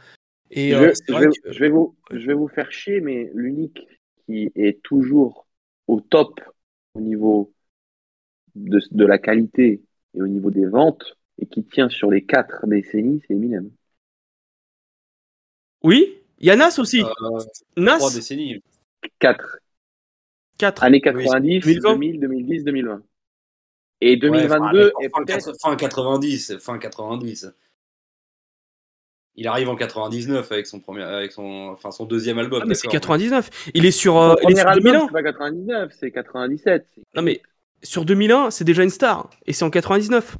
Speaker 1: Et
Speaker 2: Je,
Speaker 1: euh, c'est
Speaker 2: je
Speaker 1: vrai
Speaker 2: vais,
Speaker 1: que-
Speaker 2: je vais vous, je vais vous faire chier, mais l'unique qui est toujours au top au niveau de, de la qualité et au niveau des ventes et qui tient sur les quatre décennies, c'est Eminem.
Speaker 1: Oui, il y a Nas aussi.
Speaker 3: Euh, trois
Speaker 1: Nas,
Speaker 3: décennies.
Speaker 2: 4.
Speaker 1: 4.
Speaker 2: Années 90,
Speaker 1: 2020.
Speaker 2: 2000, 2010, 2020. Et
Speaker 3: Ouais,
Speaker 2: 2022
Speaker 3: enfin,
Speaker 2: est
Speaker 3: fin,
Speaker 2: peut-être.
Speaker 3: fin 90, fin 90. Il arrive en 99 avec son premier, avec son, enfin son deuxième album.
Speaker 1: Ah, mais c'est
Speaker 3: d'accord,
Speaker 1: 99. Il est sur, euh,
Speaker 2: Son
Speaker 1: il est
Speaker 2: premier
Speaker 1: sur
Speaker 2: album,
Speaker 1: 2001.
Speaker 2: c'est pas 99, c'est 97. c'est-
Speaker 1: Non, mais sur 2001, c'est déjà une star. Et c'est en 99.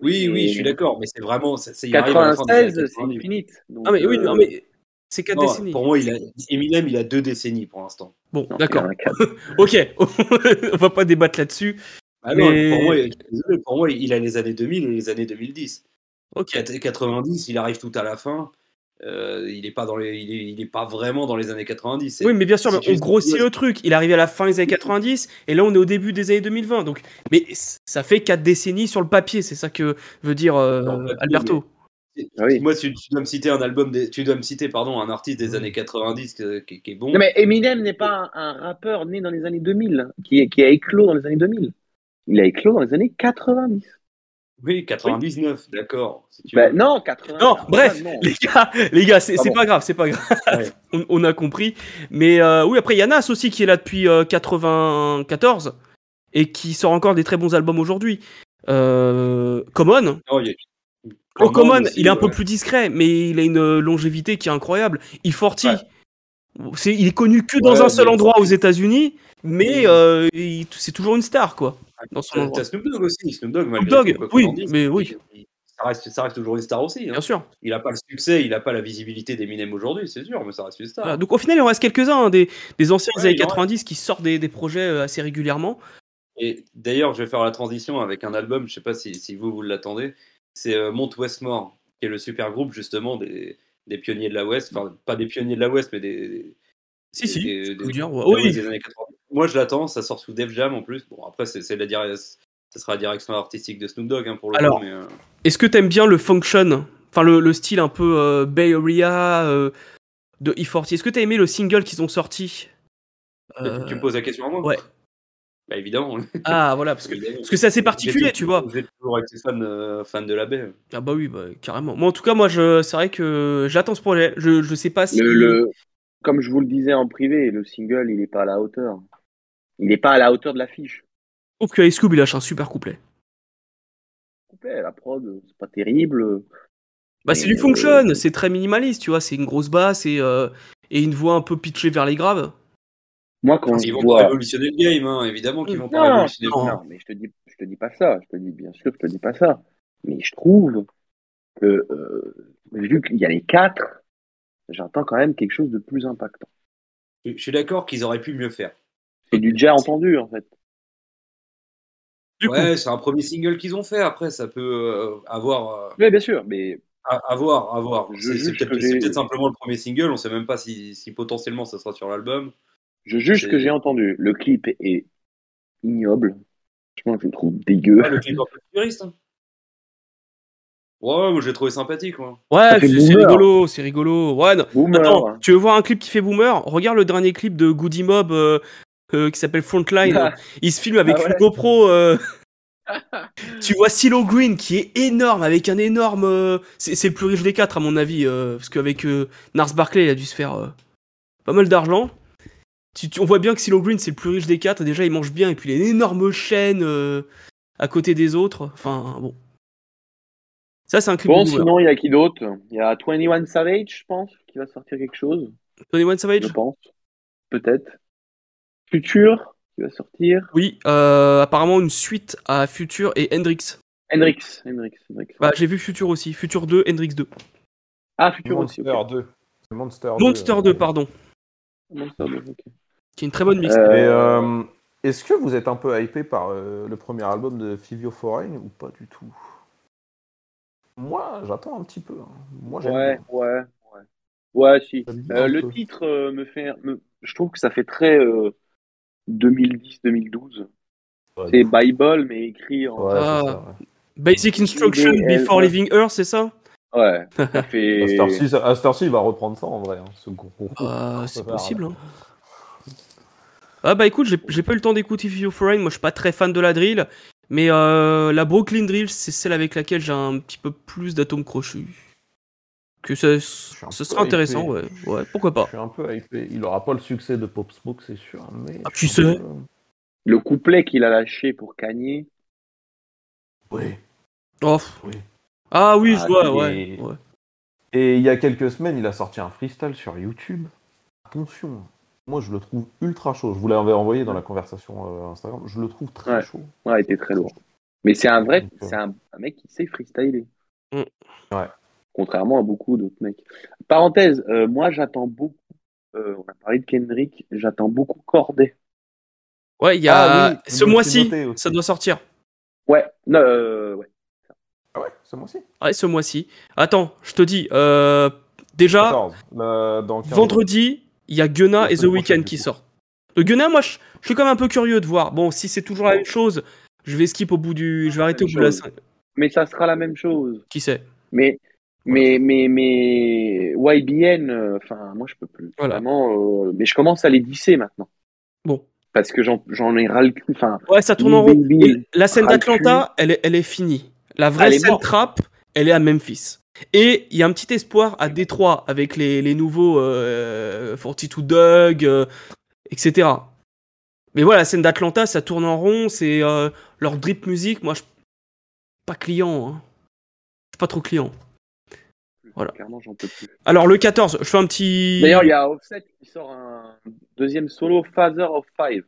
Speaker 3: mais- Oui, oui, je suis
Speaker 2: Et
Speaker 3: d'accord, mais c'est vraiment, c'est, c'est- il arrive à la fin des années
Speaker 2: 96, c'est
Speaker 3: 90.
Speaker 2: infinite. Donc,
Speaker 1: Ah, mais oui,
Speaker 2: euh,
Speaker 1: non, mais c'est 4
Speaker 3: Non,
Speaker 1: décennies.
Speaker 3: Pour moi, il a, Eminem, il a deux décennies pour l'instant.
Speaker 1: Bon,
Speaker 2: non, euh,
Speaker 1: d'accord.
Speaker 2: il y en a quatre.
Speaker 1: Ok, on va pas débattre là-dessus.
Speaker 3: Ah non,
Speaker 1: Mais-
Speaker 3: pour, moi, je suis désolé, pour moi, il a les années 2000 et les années 2010.
Speaker 1: Ok.
Speaker 3: Quat- 90, il arrive tout à la fin. Euh, il n'est pas, dans les- il est, il est pas vraiment dans les années 90. c'est-
Speaker 1: Oui, mais bien sûr,
Speaker 3: si
Speaker 1: mais
Speaker 3: tu
Speaker 1: on
Speaker 3: les
Speaker 1: grossit
Speaker 3: utilises-
Speaker 1: le truc. Il est arrivé à la fin des années 90 et là on est au début des années 2020. Donc, mais c- ça fait quatre décennies sur le papier. C'est ça que veut dire euh,
Speaker 3: Sur le papier,
Speaker 1: Alberto.
Speaker 2: Ah oui.
Speaker 3: Moi, tu, tu dois me citer un album, des- tu dois me citer, pardon, un artiste des années 90 que- qui, qui est bon.
Speaker 2: Non, mais Eminem n'est pas un, un rappeur né dans les années 2000, qui, est- qui a éclos dans les années 2000. Il a éclos dans les années 90.
Speaker 3: Oui, 99, d'accord. si tu
Speaker 2: Bah,
Speaker 3: veux.
Speaker 2: non, 80.
Speaker 1: Non,
Speaker 2: ah,
Speaker 1: bref,
Speaker 2: non.
Speaker 1: les gars, les gars, c'est
Speaker 2: Ah
Speaker 1: c'est
Speaker 2: bon.
Speaker 1: pas grave, c'est pas grave.
Speaker 3: Ouais.
Speaker 1: on, on a compris. Mais euh, oui, après, il y en a aussi qui est là depuis euh, 94 et qui sort encore des très bons albums aujourd'hui. Euh, Common.
Speaker 3: Non, il y a- euh,
Speaker 1: Oh, Common,
Speaker 3: aussi,
Speaker 1: il est un peu
Speaker 3: ouais.
Speaker 1: plus discret, mais il a une euh, longévité qui est incroyable. Il Forti.
Speaker 3: Ouais.
Speaker 1: C'est, il est connu que dans
Speaker 3: Ouais,
Speaker 1: un seul
Speaker 3: mais-
Speaker 1: endroit aux États-Unis, mais
Speaker 3: Oui.
Speaker 1: euh, il- c'est toujours une star, quoi. Dans son
Speaker 3: T'as
Speaker 1: endroit.
Speaker 3: t'as Snoop Dogg aussi, Snoop Dogg,
Speaker 1: Snoop
Speaker 3: malgré
Speaker 1: Dogg,
Speaker 3: tout, quoi qu'on
Speaker 1: oui,
Speaker 3: en dise.
Speaker 1: mais oui,
Speaker 3: Ça reste, ça reste toujours une star aussi. hein.
Speaker 1: bien sûr.
Speaker 3: Il n'a pas le succès, il n'a pas la visibilité d'Eminem aujourd'hui, c'est sûr, mais ça reste une star.
Speaker 1: Voilà, donc au final, il en reste quelques-uns hein, des, des anciens
Speaker 3: Ouais,
Speaker 1: des années
Speaker 3: il en reste.
Speaker 1: 90 qui sortent des, des projets euh, assez régulièrement.
Speaker 3: Et d'ailleurs, je vais faire la transition avec un album, je sais pas si, si vous, vous l'attendez. C'est euh, Mount Westmore, qui est le super groupe justement des, des pionniers de la West. Enfin, pas des pionniers de la West, mais des.
Speaker 1: Si, si,
Speaker 3: des-
Speaker 1: je peux
Speaker 3: des-
Speaker 1: vous dire, ouais.
Speaker 3: la
Speaker 1: Oui.
Speaker 3: West des années 80. Moi, je l'attends, ça sort sous Def Jam en plus. Bon, après, c'est c'est la dire- ça sera la direction artistique de Snoop Dogg hein, pour le
Speaker 1: Alors,
Speaker 3: coup, mais, euh,
Speaker 1: Est-ce que t'aimes bien le function Enfin, le, le style un peu euh, Bay Area euh, de E40. Est-ce que t'as aimé le single qu'ils ont sorti Euh,
Speaker 3: Tu me poses la question à moi
Speaker 1: ouais.
Speaker 3: Bah, évidemment.
Speaker 1: Ah, voilà, parce que
Speaker 3: évidemment.
Speaker 1: parce que c'est assez particulier,
Speaker 3: J'ai-
Speaker 1: tu vois.
Speaker 3: J'ai toujours été fan, euh, fan de la baie.
Speaker 1: Ah bah oui, bah, carrément. Moi, en tout cas, moi, je, c'est vrai que j'attends ce projet. Je, je sais pas si...
Speaker 2: Le, le- Comme je vous le disais en privé, le single, il n'est pas à la hauteur. Il n'est pas à la hauteur de l'affiche.
Speaker 1: Je trouve que Ice Cube, il lâche un super couplet.
Speaker 2: Coupé, La prod, c'est pas terrible.
Speaker 1: Bah, c'est du
Speaker 2: Euh,
Speaker 1: function, c'est très minimaliste, tu vois. C'est une grosse basse et, euh, et une voix un peu pitchée vers les graves.
Speaker 2: Moi, quand je
Speaker 3: Ils vont pas
Speaker 2: vois.
Speaker 3: révolutionner le game, hein, évidemment qu'ils vont pas
Speaker 2: Non,
Speaker 3: révolutionner
Speaker 2: non, non, mais je te dis, je te dis pas ça. Je te dis bien sûr, je te dis pas ça. Mais je trouve que euh, vu qu'il y a les quatre, j'entends quand même quelque chose de plus impactant.
Speaker 3: Je je suis d'accord qu'ils auraient pu mieux faire.
Speaker 2: C'est du déjà entendu en fait.
Speaker 1: Du coup,
Speaker 3: ouais, c'est un premier single qu'ils ont fait. Après, ça peut euh, avoir, euh,
Speaker 2: Oui, bien sûr, mais
Speaker 3: à- avoir, avoir.
Speaker 2: Je
Speaker 3: C'est
Speaker 2: juge
Speaker 3: c'est peut-être
Speaker 2: que
Speaker 3: c'est
Speaker 2: j'ai-
Speaker 3: peut-être simplement le premier single. On sait même pas si, si potentiellement ça sera sur l'album.
Speaker 2: je juge ce que
Speaker 3: C'est-
Speaker 2: j'ai entendu. Le clip est ignoble. Franchement, je le trouve dégueu.
Speaker 3: Ouais, Ah, le clip un peu futuriste. hein. Ouais, moi j'ai trouvé sympathique. Moi.
Speaker 1: ouais,
Speaker 2: fait
Speaker 1: c'est c'est
Speaker 2: boomer.
Speaker 1: rigolo, c'est rigolo. Ouais, non,
Speaker 2: Boomer.
Speaker 1: Attends, tu veux voir un clip qui fait boomer Regarde le dernier clip de Goody Mob euh, euh, qui s'appelle Frontline. Il se filme avec
Speaker 2: Ah ouais.
Speaker 1: une GoPro. euh, tu vois Silo Green qui est énorme avec un énorme. euh, C'est c'est le plus riche des quatre à mon avis euh, parce qu'avec euh, Nars Barclay il a dû se faire euh, pas mal d'argent. Tu- tu- on voit bien que Silo Green c'est le plus riche des quatre. Déjà il mange bien et puis il a une énorme chaîne euh, à côté des autres. Enfin bon. Ça c'est un clip
Speaker 2: Bon,
Speaker 1: de boomer.
Speaker 2: sinon, il y a qui d'autre Il y a 21 Savage, je pense, qui va sortir quelque chose,
Speaker 1: Tony One Savage.
Speaker 2: je pense. Peut-être. Future, qui va sortir.
Speaker 1: Oui, euh, apparemment une suite à Future et Hendrix.
Speaker 2: Hendrix. Hendrix, Hendrix.
Speaker 1: Bah, j'ai vu Future aussi, Future 2, Hendrix 2.
Speaker 2: ah, Future aussi.
Speaker 6: Monster
Speaker 2: ok.
Speaker 6: 2. Monster euh, 2.
Speaker 1: Monster 2, pardon,
Speaker 2: Monster Dog, ok.
Speaker 1: qui est une très bonne mix.
Speaker 2: Euh,
Speaker 6: Mais, euh, est-ce que vous êtes un peu hypé par euh, le premier album de Fivio Foreign ou pas du tout Moi, j'attends un petit peu. hein. Moi, j'aime
Speaker 2: Ouais,
Speaker 6: bien.
Speaker 2: ouais, ouais. Ouais, si.
Speaker 6: J'aime bien
Speaker 2: Euh,
Speaker 6: un
Speaker 2: le
Speaker 6: peu.
Speaker 2: titre euh, me fait. me- Je trouve que ça fait très euh, 2010-2012.
Speaker 6: Ouais,
Speaker 2: C'est Bible, mais écrit en.
Speaker 6: ouais, c'est
Speaker 1: Ah.
Speaker 6: ça, ouais.
Speaker 1: Basic Instruction
Speaker 2: BL,
Speaker 1: Before
Speaker 2: ouais.
Speaker 1: Leaving Earth, c'est ça
Speaker 2: Ouais. Ça fait.
Speaker 6: À cette heure-ci, ça- à cette heure-ci, il va reprendre ça en vrai, hein, ce gros.
Speaker 1: Bah, C'est
Speaker 6: Voilà.
Speaker 1: possible. hein. Ah bah écoute, j'ai j'ai pas eu le temps d'écouter Video Foreign, moi je suis pas très fan de la drill, mais euh, la Brooklyn Drill, c'est celle avec laquelle j'ai un petit peu plus d'atomes crochus. Que ça,
Speaker 6: suis un
Speaker 1: ça
Speaker 6: peu
Speaker 1: sera intéressant, ouais.
Speaker 6: hypé.
Speaker 1: ouais, pourquoi pas.
Speaker 6: Je suis un peu hypé. Il aura pas le succès de Pop Smoke, c'est sûr. Mais
Speaker 1: Ah,
Speaker 6: je suis
Speaker 1: tu
Speaker 6: un
Speaker 1: sais.
Speaker 6: peu-
Speaker 2: Le couplet qu'il a lâché pour Kanye.
Speaker 6: Ouais.
Speaker 1: Oh, pff.
Speaker 6: Oui.
Speaker 1: Ah oui, je
Speaker 6: Ah,
Speaker 1: vois,
Speaker 6: et-
Speaker 1: ouais. ouais.
Speaker 6: Et il y a quelques semaines, il a sorti un freestyle sur YouTube. Attention, moi je le trouve ultra chaud. Je vous l'avais envoyé dans la conversation euh, Instagram. Je le trouve très
Speaker 2: Ouais.
Speaker 6: chaud.
Speaker 2: Ouais, il était très lourd. Mais c'est un vrai,
Speaker 6: Ok.
Speaker 2: c'est un, un mec qui sait freestyler.
Speaker 1: Mm.
Speaker 6: Ouais.
Speaker 2: Contrairement à beaucoup d'autres mecs. Parenthèse, euh, moi j'attends beaucoup, euh, on a parlé de Kendrick, j'attends beaucoup Corday.
Speaker 1: Ouais, il y a
Speaker 6: Ah oui,
Speaker 1: ce
Speaker 6: je me suis
Speaker 1: mois-ci,
Speaker 6: noté aussi.
Speaker 1: ça doit sortir.
Speaker 2: Ouais, non, euh, ouais.
Speaker 6: Ah ouais, ce mois-ci
Speaker 1: Ouais, ce mois-ci. Attends, je te dis. euh, déjà,
Speaker 6: 14, là, dans 15
Speaker 1: vendredi, il y a Gunna
Speaker 6: La
Speaker 1: et The
Speaker 6: semaine
Speaker 1: Weeknd
Speaker 6: prochaine,
Speaker 1: qui
Speaker 6: du coup.
Speaker 1: sortent. Le Gunna, moi, je, je suis quand même un peu curieux de voir. Bon, si c'est toujours la même chose, je vais skip au bout du. Je vais arrêter au bout de la
Speaker 2: Chose.
Speaker 1: scène.
Speaker 2: Mais ça sera la même chose.
Speaker 1: Qui sait
Speaker 2: Mais, mais, mais, mais, YBN, euh, enfin, moi je peux plus.
Speaker 1: Voilà.
Speaker 2: Vraiment, euh, mais je commence à les lisser maintenant.
Speaker 1: Bon.
Speaker 2: Parce que j'en, j'en ai ras le cul. Enfin,
Speaker 1: Ouais, ça tourne en rond.
Speaker 2: Lil Baby,
Speaker 1: Et la scène
Speaker 2: Ralphie.
Speaker 1: d'Atlanta, elle est, elle est finie. La vraie
Speaker 2: Elle est
Speaker 1: scène
Speaker 2: morte.
Speaker 1: trap, elle est à Memphis. Et il y a un petit espoir à Détroit avec les, les nouveaux euh, 42 Doug, euh, etc. Mais voilà, la scène d'Atlanta, ça tourne en rond, c'est euh, leur drip musique. Moi, je pas client. hein. Je suis pas trop client. Voilà.
Speaker 2: euh, Clairement, j'en peux plus.
Speaker 1: Alors, le 14, je fais un petit.
Speaker 2: D'ailleurs, il y a Offset qui sort un deuxième solo, Father of Five.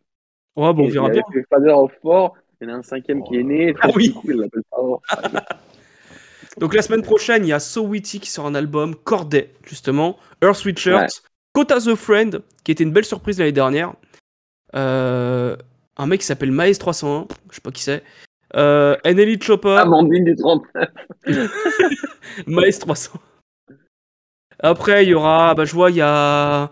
Speaker 1: Ouais, bon, on
Speaker 2: Et
Speaker 1: verra
Speaker 2: il y
Speaker 1: bien.
Speaker 2: avait le Father of Four, il y en a un cinquième qui est né.
Speaker 1: Ah oui.
Speaker 2: Il l'appelle Father of Five.
Speaker 1: Donc la semaine prochaine, il y a So Witty qui sort un album, Corday justement, Earth Sweatshirt,
Speaker 2: Ouais.
Speaker 1: Kota the Friend, qui était une belle surprise l'année dernière. Euh, un mec qui s'appelle Maes 301, je sais pas qui c'est. Euh, Anneli Chopper,
Speaker 2: Amandine du 39.
Speaker 1: Maes 300. Après, il y aura, bah, je vois, il y a,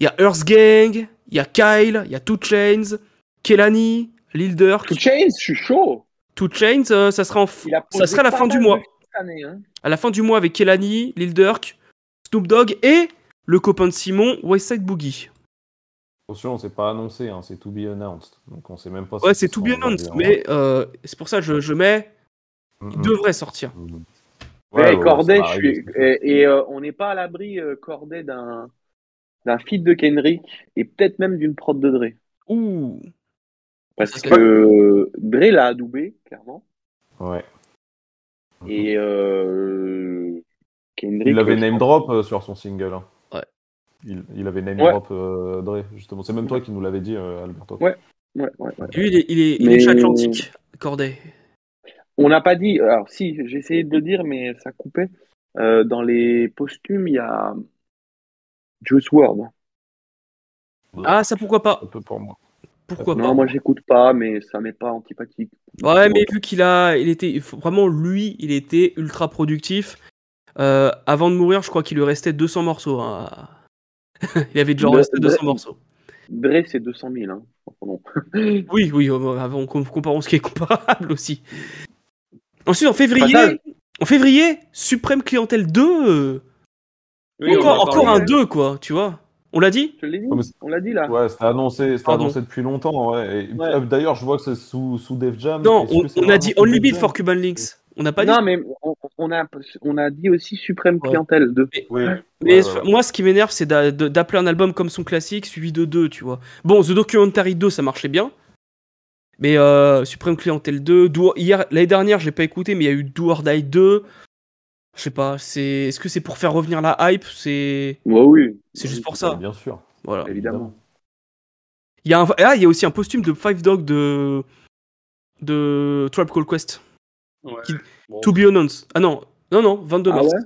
Speaker 1: il y a Earth Gang, il y a Kyle, il y a Two Chains, Kelani, Lil Durk.
Speaker 2: To Chains, je suis chaud.
Speaker 1: Two Chains, euh, ça sera en, f-
Speaker 2: Il a
Speaker 1: ça
Speaker 2: posé
Speaker 1: sera à la
Speaker 2: pas
Speaker 1: fin du
Speaker 2: mal de
Speaker 1: mois.
Speaker 2: choses cette année, hein.
Speaker 1: à la fin du mois avec Kelani, Lil Durk, Snoop Dogg et le copain de Simon, Westside Boogie.
Speaker 6: Attention, c'est pas annoncé, hein, c'est to be announced. Donc on sait même pas
Speaker 1: Ouais,
Speaker 6: si
Speaker 1: c'est
Speaker 6: ce
Speaker 1: tout
Speaker 6: sera
Speaker 1: bien
Speaker 6: aujourd'hui,
Speaker 1: announced,
Speaker 6: hein.
Speaker 1: mais euh, c'est pour ça que je, je mets,
Speaker 6: Mm,
Speaker 1: il
Speaker 6: mm.
Speaker 1: devrait sortir.
Speaker 6: Mm.
Speaker 2: Ouais,
Speaker 6: Ouais, ouais,
Speaker 2: Corday,
Speaker 6: ça va
Speaker 2: je
Speaker 6: arriver,
Speaker 2: suis...
Speaker 6: c'est sûr.
Speaker 2: et, et, euh, on n'est pas à l'abri, euh, Corday, d'un d'un feat de Kendrick et peut-être même d'une prod de Dre.
Speaker 1: Ouh,
Speaker 2: Parce
Speaker 1: C'est
Speaker 2: que euh, Dre l'a adoubé, clairement.
Speaker 6: Ouais.
Speaker 2: Et euh, Kendrick.
Speaker 6: Mhm. Il avait
Speaker 2: euh, je
Speaker 6: name
Speaker 2: pense-
Speaker 6: drop euh, sur son single. hein.
Speaker 1: Ouais.
Speaker 6: Il, il avait name
Speaker 2: Ouais.
Speaker 6: drop euh, Dre, justement. C'est même toi qui nous l'avais dit, euh, Alberto.
Speaker 2: Ouais. Ouais, ouais, ouais.
Speaker 1: lui il est, il est, il est
Speaker 2: Mais-
Speaker 1: chez Atlantique, Corday.
Speaker 2: On n'a pas dit. Alors, si, j'ai essayé de le dire, mais ça coupait. Euh, dans les posthumes, il y a Juice WRLD.
Speaker 1: Ah, ça pourquoi pas
Speaker 6: Un peu pour moi.
Speaker 1: Pourquoi
Speaker 2: Non,
Speaker 1: pas
Speaker 2: moi, j'écoute pas, mais ça m'est pas antipathique.
Speaker 1: Ouais, mais vu qu'il a, il était il faut- vraiment lui, il était ultra productif. Euh, avant de mourir, je crois qu'il lui restait 200 morceaux. hein. il avait déjà
Speaker 2: Dre-
Speaker 1: resté 200
Speaker 2: Dre-
Speaker 1: morceaux.
Speaker 2: Dre, c'est 200 000. Hein. Pardon.
Speaker 1: Oui, oui, euh, avant, com- comparons ce qui est comparable aussi. Ensuite, en février,
Speaker 2: Fatal.
Speaker 1: en février, Supreme Clientèle 2. euh,
Speaker 3: Oui, on
Speaker 1: encore
Speaker 3: en a
Speaker 1: encore un
Speaker 3: parlé.
Speaker 1: 2, quoi, tu vois. On l'a dit
Speaker 2: Je l'ai dit.
Speaker 6: Ouais, Ah, mais c'est-
Speaker 2: On l'a dit là.
Speaker 6: Ouais, c'était annoncé, c'était
Speaker 1: Ah. Pardon.
Speaker 6: annoncé depuis longtemps. Ouais. Et-
Speaker 2: Ouais.
Speaker 6: euh, D'ailleurs, je vois que c'est sous, sous Def
Speaker 3: Ah,
Speaker 6: Jam.
Speaker 1: Non,
Speaker 6: Est-ce
Speaker 1: on,
Speaker 6: que c'est
Speaker 1: on a
Speaker 6: vraiment
Speaker 1: dit
Speaker 6: sous
Speaker 1: Only
Speaker 6: Def
Speaker 1: Beat
Speaker 6: Jam
Speaker 1: for Cuban Links. On n'a pas dit.
Speaker 2: non, mais on, on a, on a dit aussi Suprême
Speaker 1: Ouais.
Speaker 2: Clientèle. De...
Speaker 6: Oui.
Speaker 1: Mais
Speaker 6: Ouais, ouais, ouais.
Speaker 1: moi, ce qui m'énerve, c'est d'a- de- d'appeler un album comme son classique suivi de deux, tu vois. Bon, The Documentary 2, ça marchait bien. Mais euh, Supreme Clientèle 2, Do- hier, l'année dernière, j'ai pas écouté, mais il y a eu Do or Die 2. Je sais pas, c'est, est-ce que c'est pour faire revenir la hype C'est,
Speaker 2: Ouais, oui.
Speaker 1: c'est juste pour
Speaker 6: Ouais,
Speaker 1: ça.
Speaker 6: Bien sûr.
Speaker 1: Voilà.
Speaker 2: Évidemment.
Speaker 1: Il y a un- ah, il y a aussi un posthume de Five Dog de de Tribe Called Quest.
Speaker 3: Ouais.
Speaker 1: Qui-
Speaker 3: Bon.
Speaker 1: To be announced. Ah non, non non, 22
Speaker 2: Ah
Speaker 1: mars.
Speaker 2: ouais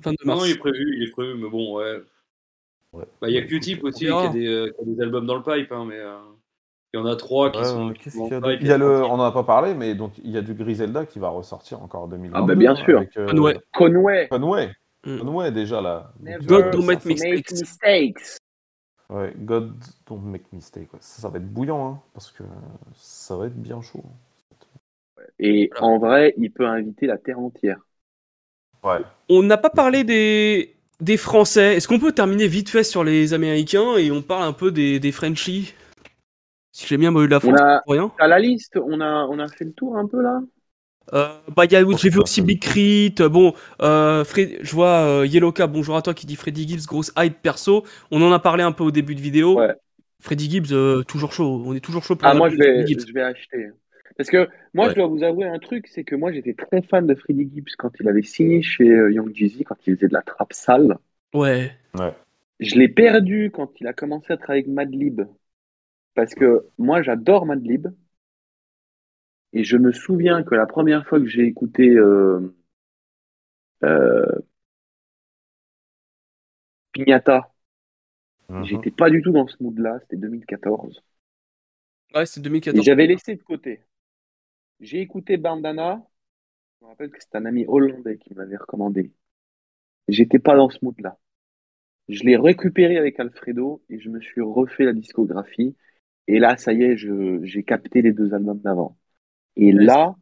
Speaker 1: 22
Speaker 3: Non,
Speaker 1: mars.
Speaker 3: non, il est prévu, il est prévu, mais bon, ouais.
Speaker 6: Ouais.
Speaker 3: Bah, il y a Q-Tip aussi qui
Speaker 1: verra.
Speaker 3: a, des, euh, qui a des albums dans le pipe, hein, mais euh, il y en a trois qui
Speaker 6: Ouais,
Speaker 3: sont.
Speaker 6: euh,
Speaker 3: qui
Speaker 6: qu'est-ce
Speaker 3: sont
Speaker 6: qu'il y a
Speaker 3: dans
Speaker 6: d'autre
Speaker 3: pipe,
Speaker 6: Il y a
Speaker 3: et
Speaker 6: le,
Speaker 3: trois
Speaker 6: on n'en a pas parlé, mais donc il y a du Griselda qui va ressortir encore en 2020.
Speaker 2: Ah bah, bien sûr.
Speaker 6: Avec, euh,
Speaker 1: Conway.
Speaker 2: Conway.
Speaker 6: Conway.
Speaker 1: Mm.
Speaker 6: Conway, déjà là.
Speaker 2: Never
Speaker 6: Donc, euh,
Speaker 1: God don't
Speaker 6: ça,
Speaker 1: make
Speaker 6: ça-
Speaker 1: me- mistakes.
Speaker 2: mistakes.
Speaker 6: Ouais, God don't make mistake. ouais. Ça, ça va être bouillant, hein, parce que ça va être bien chaud.
Speaker 2: Et
Speaker 1: Voilà.
Speaker 2: en vrai, il peut inviter la terre entière.
Speaker 6: Ouais.
Speaker 1: On n'a pas parlé des des Français. Est-ce qu'on peut terminer vite fait sur les Américains et on parle un peu des des Frenchies Si j'ai bien eu la
Speaker 2: On
Speaker 1: France,
Speaker 2: a,
Speaker 1: pour rien.
Speaker 2: à la liste, on a, on a fait le tour un peu là.
Speaker 1: Euh, bah, il y a- j'ai vu aussi Big Crit. Bon, euh, Fred- je vois euh, Yeloka, bonjour à toi, qui dit Freddy Gibbs, grosse hype perso. On en a parlé un peu au début de vidéo.
Speaker 2: Ouais.
Speaker 1: Freddy Gibbs, euh, toujours chaud. On est toujours chaud pour
Speaker 2: Ah,
Speaker 1: la
Speaker 2: moi, je
Speaker 1: Freddy
Speaker 2: vais,
Speaker 1: Gibbs.
Speaker 2: je vais acheter. Parce que moi,
Speaker 1: Ouais.
Speaker 2: je dois vous avouer un truc, c'est que moi, j'étais très fan de Freddie Gibbs quand il avait signé chez euh, Young Jeezy, quand il faisait de la trappe sale.
Speaker 1: Ouais.
Speaker 2: Je l'ai perdu quand il a commencé à travailler avec Madlib. Parce que moi, j'adore Madlib. Et je me souviens que la première fois que j'ai écouté euh, euh, Pignata,
Speaker 6: Mhm. Mm-hmm.
Speaker 2: j'étais pas du tout dans ce mood-là, c'était 2014.
Speaker 1: Ouais, c'est
Speaker 2: Et
Speaker 1: 2014.
Speaker 2: j'avais laissé de côté. J'ai écouté Bandana. Je me rappelle que c'est un ami hollandais qui me l'avait recommandé. J'étais pas dans ce mood-là. Je l'ai récupéré avec Alfredo et je me suis refait la discographie. Et là, ça y est, je, j'ai capté les deux albums d'avant. Et là,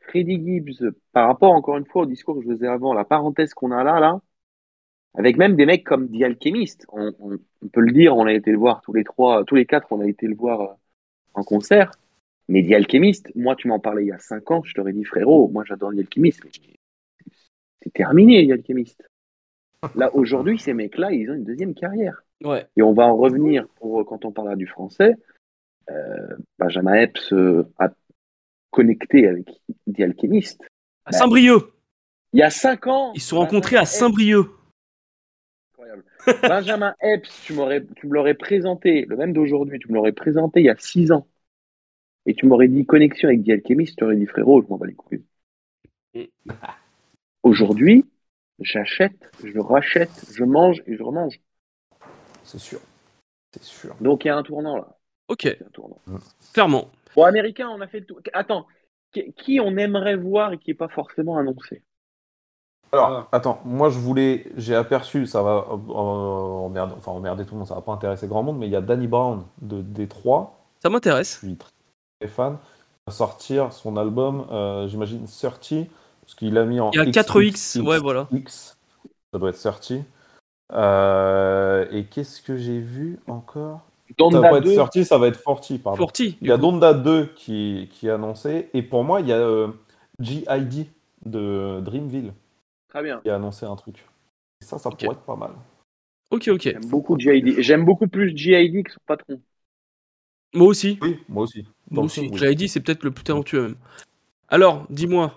Speaker 2: Freddie Gibbs, par rapport encore une fois au discours que je faisais avant, la parenthèse qu'on a là, là, avec même des mecs comme The Alchemist, on, on- on peut le dire, on a été le voir tous les trois, tous les quatre, on a été le voir euh, en concert. Mais The Alchemist, moi, tu m'en parlais il y a 5 ans, je t'aurais dit, frérot, moi, j'adore The Alchemist. Mais C'est terminé, The Alchemist. Là, aujourd'hui, ces mecs-là, ils ont une deuxième carrière.
Speaker 1: Ouais.
Speaker 2: Et on va en revenir pour euh, quand on parlera du français. Euh, Benjamin Epps euh, a connecté avec The Alchemist.
Speaker 1: À Saint-Brieuc.
Speaker 2: Il y a 5 ans.
Speaker 1: Ils se sont
Speaker 2: Benjamin
Speaker 1: rencontrés à
Speaker 2: Epps-
Speaker 1: Saint-Brieuc.
Speaker 2: Incroyable. Benjamin Epps, tu m'aurais, tu me l'aurais présenté, le même d'aujourd'hui, tu me l'aurais présenté il y a 6 ans. Et tu m'aurais dit connexion avec The Alchemist, tu aurais dit frérot, je m'en bats les couilles.
Speaker 1: Mm.
Speaker 2: Aujourd'hui, j'achète, je rachète, je mange et je remange.
Speaker 6: C'est sûr. C'est sûr.
Speaker 2: Donc il y a un tournant là.
Speaker 1: Ok,
Speaker 2: Il y a un tournant.
Speaker 1: clairement.
Speaker 2: Bon, américain, on a fait le tour. Attends, qui, qui on aimerait voir et qui n'est pas forcément annoncé
Speaker 1: Ah.
Speaker 6: Alors, attends, moi je voulais, j'ai aperçu, ça va euh, emmerder, enfin emmerder tout le monde, ça va pas intéresser grand monde, mais il y a Danny Brown de Détroit,
Speaker 1: Ça m'intéresse.
Speaker 6: je suis très fan, qui va sortir son album, euh, j'imagine 30, parce qu'il a mis en
Speaker 1: Il y a 4X, ouais, voilà.
Speaker 6: X, ça doit être 30. Euh, et qu'est-ce que j'ai vu encore Ça va pas
Speaker 2: Donda
Speaker 6: être
Speaker 2: 2,
Speaker 6: 30, ça va être 40, pardon.
Speaker 1: Forti.
Speaker 6: Il y a Donda 2 qui, qui est annoncé, et pour moi, il y a euh, G.I.D. de Dreamville
Speaker 2: très bien.
Speaker 6: qui a annoncé un truc. Et ça, ça
Speaker 1: Ok.
Speaker 6: pourrait être pas mal.
Speaker 1: Ok, ok.
Speaker 2: J'aime beaucoup JID. J'aime beaucoup plus JID que son patron.
Speaker 1: Moi aussi.
Speaker 6: Oui, moi aussi. Dans
Speaker 1: Moi
Speaker 6: le
Speaker 1: aussi.
Speaker 6: film, oui.
Speaker 1: J'avais dit, c'est peut-être le plus talentueux même. Alors, dis-moi,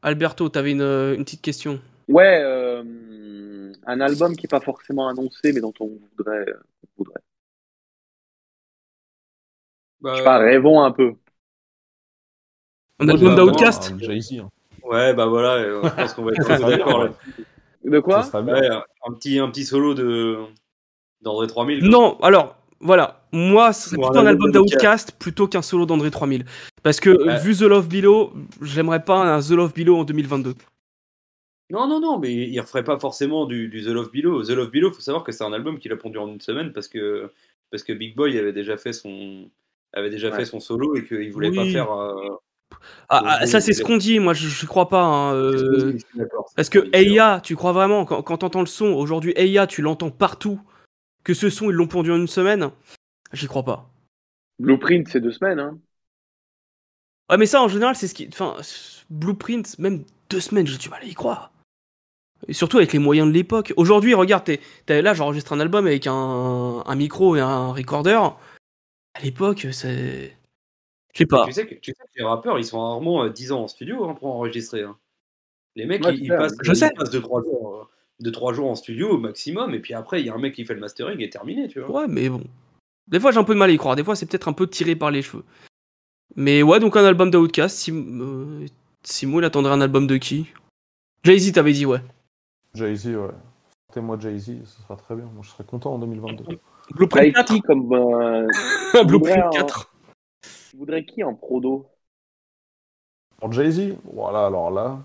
Speaker 1: Alberto, t'avais une, euh, une petite question.
Speaker 2: Ouais, euh, un album qui n'est pas forcément annoncé, mais dont on voudrait. euh, on voudrait.
Speaker 3: Bah,
Speaker 2: Je sais pas, rêvons un peu.
Speaker 1: Un
Speaker 6: Moi,
Speaker 1: album
Speaker 6: je vais
Speaker 1: d'Outcast
Speaker 6: avoir un Jay-Z, hein.
Speaker 3: Ouais, bah voilà, euh, je pense qu'on va être
Speaker 6: Ça serait
Speaker 3: d'accord
Speaker 6: bien,
Speaker 3: là.
Speaker 2: De quoi
Speaker 6: Ça serait bien.
Speaker 3: Ouais, un petit, un petit solo de d'André 3000. quoi.
Speaker 1: Non, alors, voilà. Moi, ce serait
Speaker 3: Ou un
Speaker 1: plutôt un
Speaker 3: album
Speaker 1: album
Speaker 3: de Lucas.
Speaker 1: d'Outcast plutôt qu'un solo d'André 3000. Parce que,
Speaker 3: Ouais.
Speaker 1: vu The Love Below, j'aimerais pas un The Love Below en 2022.
Speaker 3: non, non, non, mais il referait pas forcément du, du The Love Below. The Love Below, faut savoir que c'est un album qu'il a pondu en une semaine parce que parce que Big Boy avait déjà fait son avait déjà
Speaker 2: Ouais.
Speaker 3: fait son solo et qu'il voulait
Speaker 1: Oui.
Speaker 3: pas faire. euh,
Speaker 1: Ah,
Speaker 3: Ouais,
Speaker 1: ah,
Speaker 3: oui,
Speaker 1: ça, c'est
Speaker 3: oui.
Speaker 1: ce qu'on dit. Moi, je, je crois pas. hein, euh,
Speaker 3: je suis d'accord, c'est
Speaker 1: Parce que
Speaker 3: pas évident.
Speaker 1: Eya, tu crois vraiment, quand, quand t'entends le son, aujourd'hui Eya, tu l'entends partout, que ce son, ils l'ont pondu en une semaine, j'y crois pas.
Speaker 2: Blueprint, c'est deux semaines. Hein.
Speaker 1: Ouais, mais ça, en général, c'est ce qui. Enfin, s- Blueprint, même deux semaines, j'ai du mal à y croire. Et surtout avec les moyens de l'époque. Aujourd'hui, regarde, t'es, t'es là, j'enregistre un album avec un, un micro et un recorder. À l'époque, c'est. Je sais pas.
Speaker 3: Tu sais, que, tu sais que les rappeurs, ils sont rarement euh, 10 ans en studio hein, pour enregistrer. hein. Les mecs,
Speaker 2: Ouais,
Speaker 3: ils,
Speaker 2: c'est
Speaker 3: ils
Speaker 2: ça,
Speaker 3: passent,
Speaker 1: je
Speaker 3: ils
Speaker 1: sais.
Speaker 3: passent de 3 jours, euh, de trois jours en studio au maximum, et puis après, il y a un mec qui fait le mastering et terminé, tu vois.
Speaker 1: Ouais, mais bon. Des fois, j'ai un peu de mal à y croire. Des fois, c'est peut-être un peu tiré par les cheveux. Mais ouais, donc un album d'Outcast. Sim- euh, Simo, il attendrait un album de qui Jay-Z, t'avais dit, ouais.
Speaker 6: Jay-Z, ouais. Sortez-moi Jay-Z, ce sera très bien. Moi, je serais content en 2022.
Speaker 1: Blueprint
Speaker 2: Avec
Speaker 1: 4
Speaker 2: qui comme. euh,
Speaker 1: Blueprint
Speaker 2: Ouais,
Speaker 1: 4
Speaker 2: tu voudrais qui en prodo
Speaker 6: Alors, Jay-Z, voilà, alors là.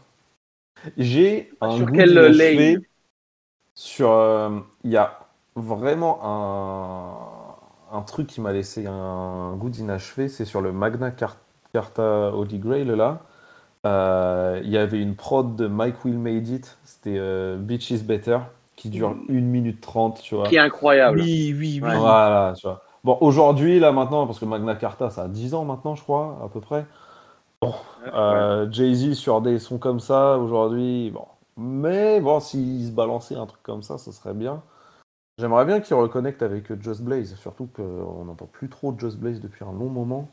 Speaker 6: J'ai un
Speaker 2: Sur
Speaker 6: goût
Speaker 2: quelle
Speaker 6: inachevé
Speaker 2: lane
Speaker 6: Sur. euh, Il y a vraiment un, un truc qui m'a laissé un goût d'inachevé, c'est sur le Magna Car- Carta Holy Grail, là. Euh, Il y avait une prod de Mike Will Made It, c'était euh, Beach is Better, qui dure
Speaker 2: Mm.
Speaker 6: 1 minute 30, tu vois.
Speaker 2: Qui est incroyable.
Speaker 1: Oui, oui, oui.
Speaker 2: Ouais.
Speaker 6: Voilà, tu vois. Bon, aujourd'hui, là maintenant, parce que Magna Carta, ça a 10 ans maintenant, je crois, à peu près. Euh, Jay-Z sur des sons comme ça, aujourd'hui, bon. Mais bon, s'il se balançait un truc comme ça, ça serait bien. J'aimerais bien qu'il reconnecte avec euh, Just Blaze, surtout qu'on n'entend plus trop de Just Blaze depuis un long moment.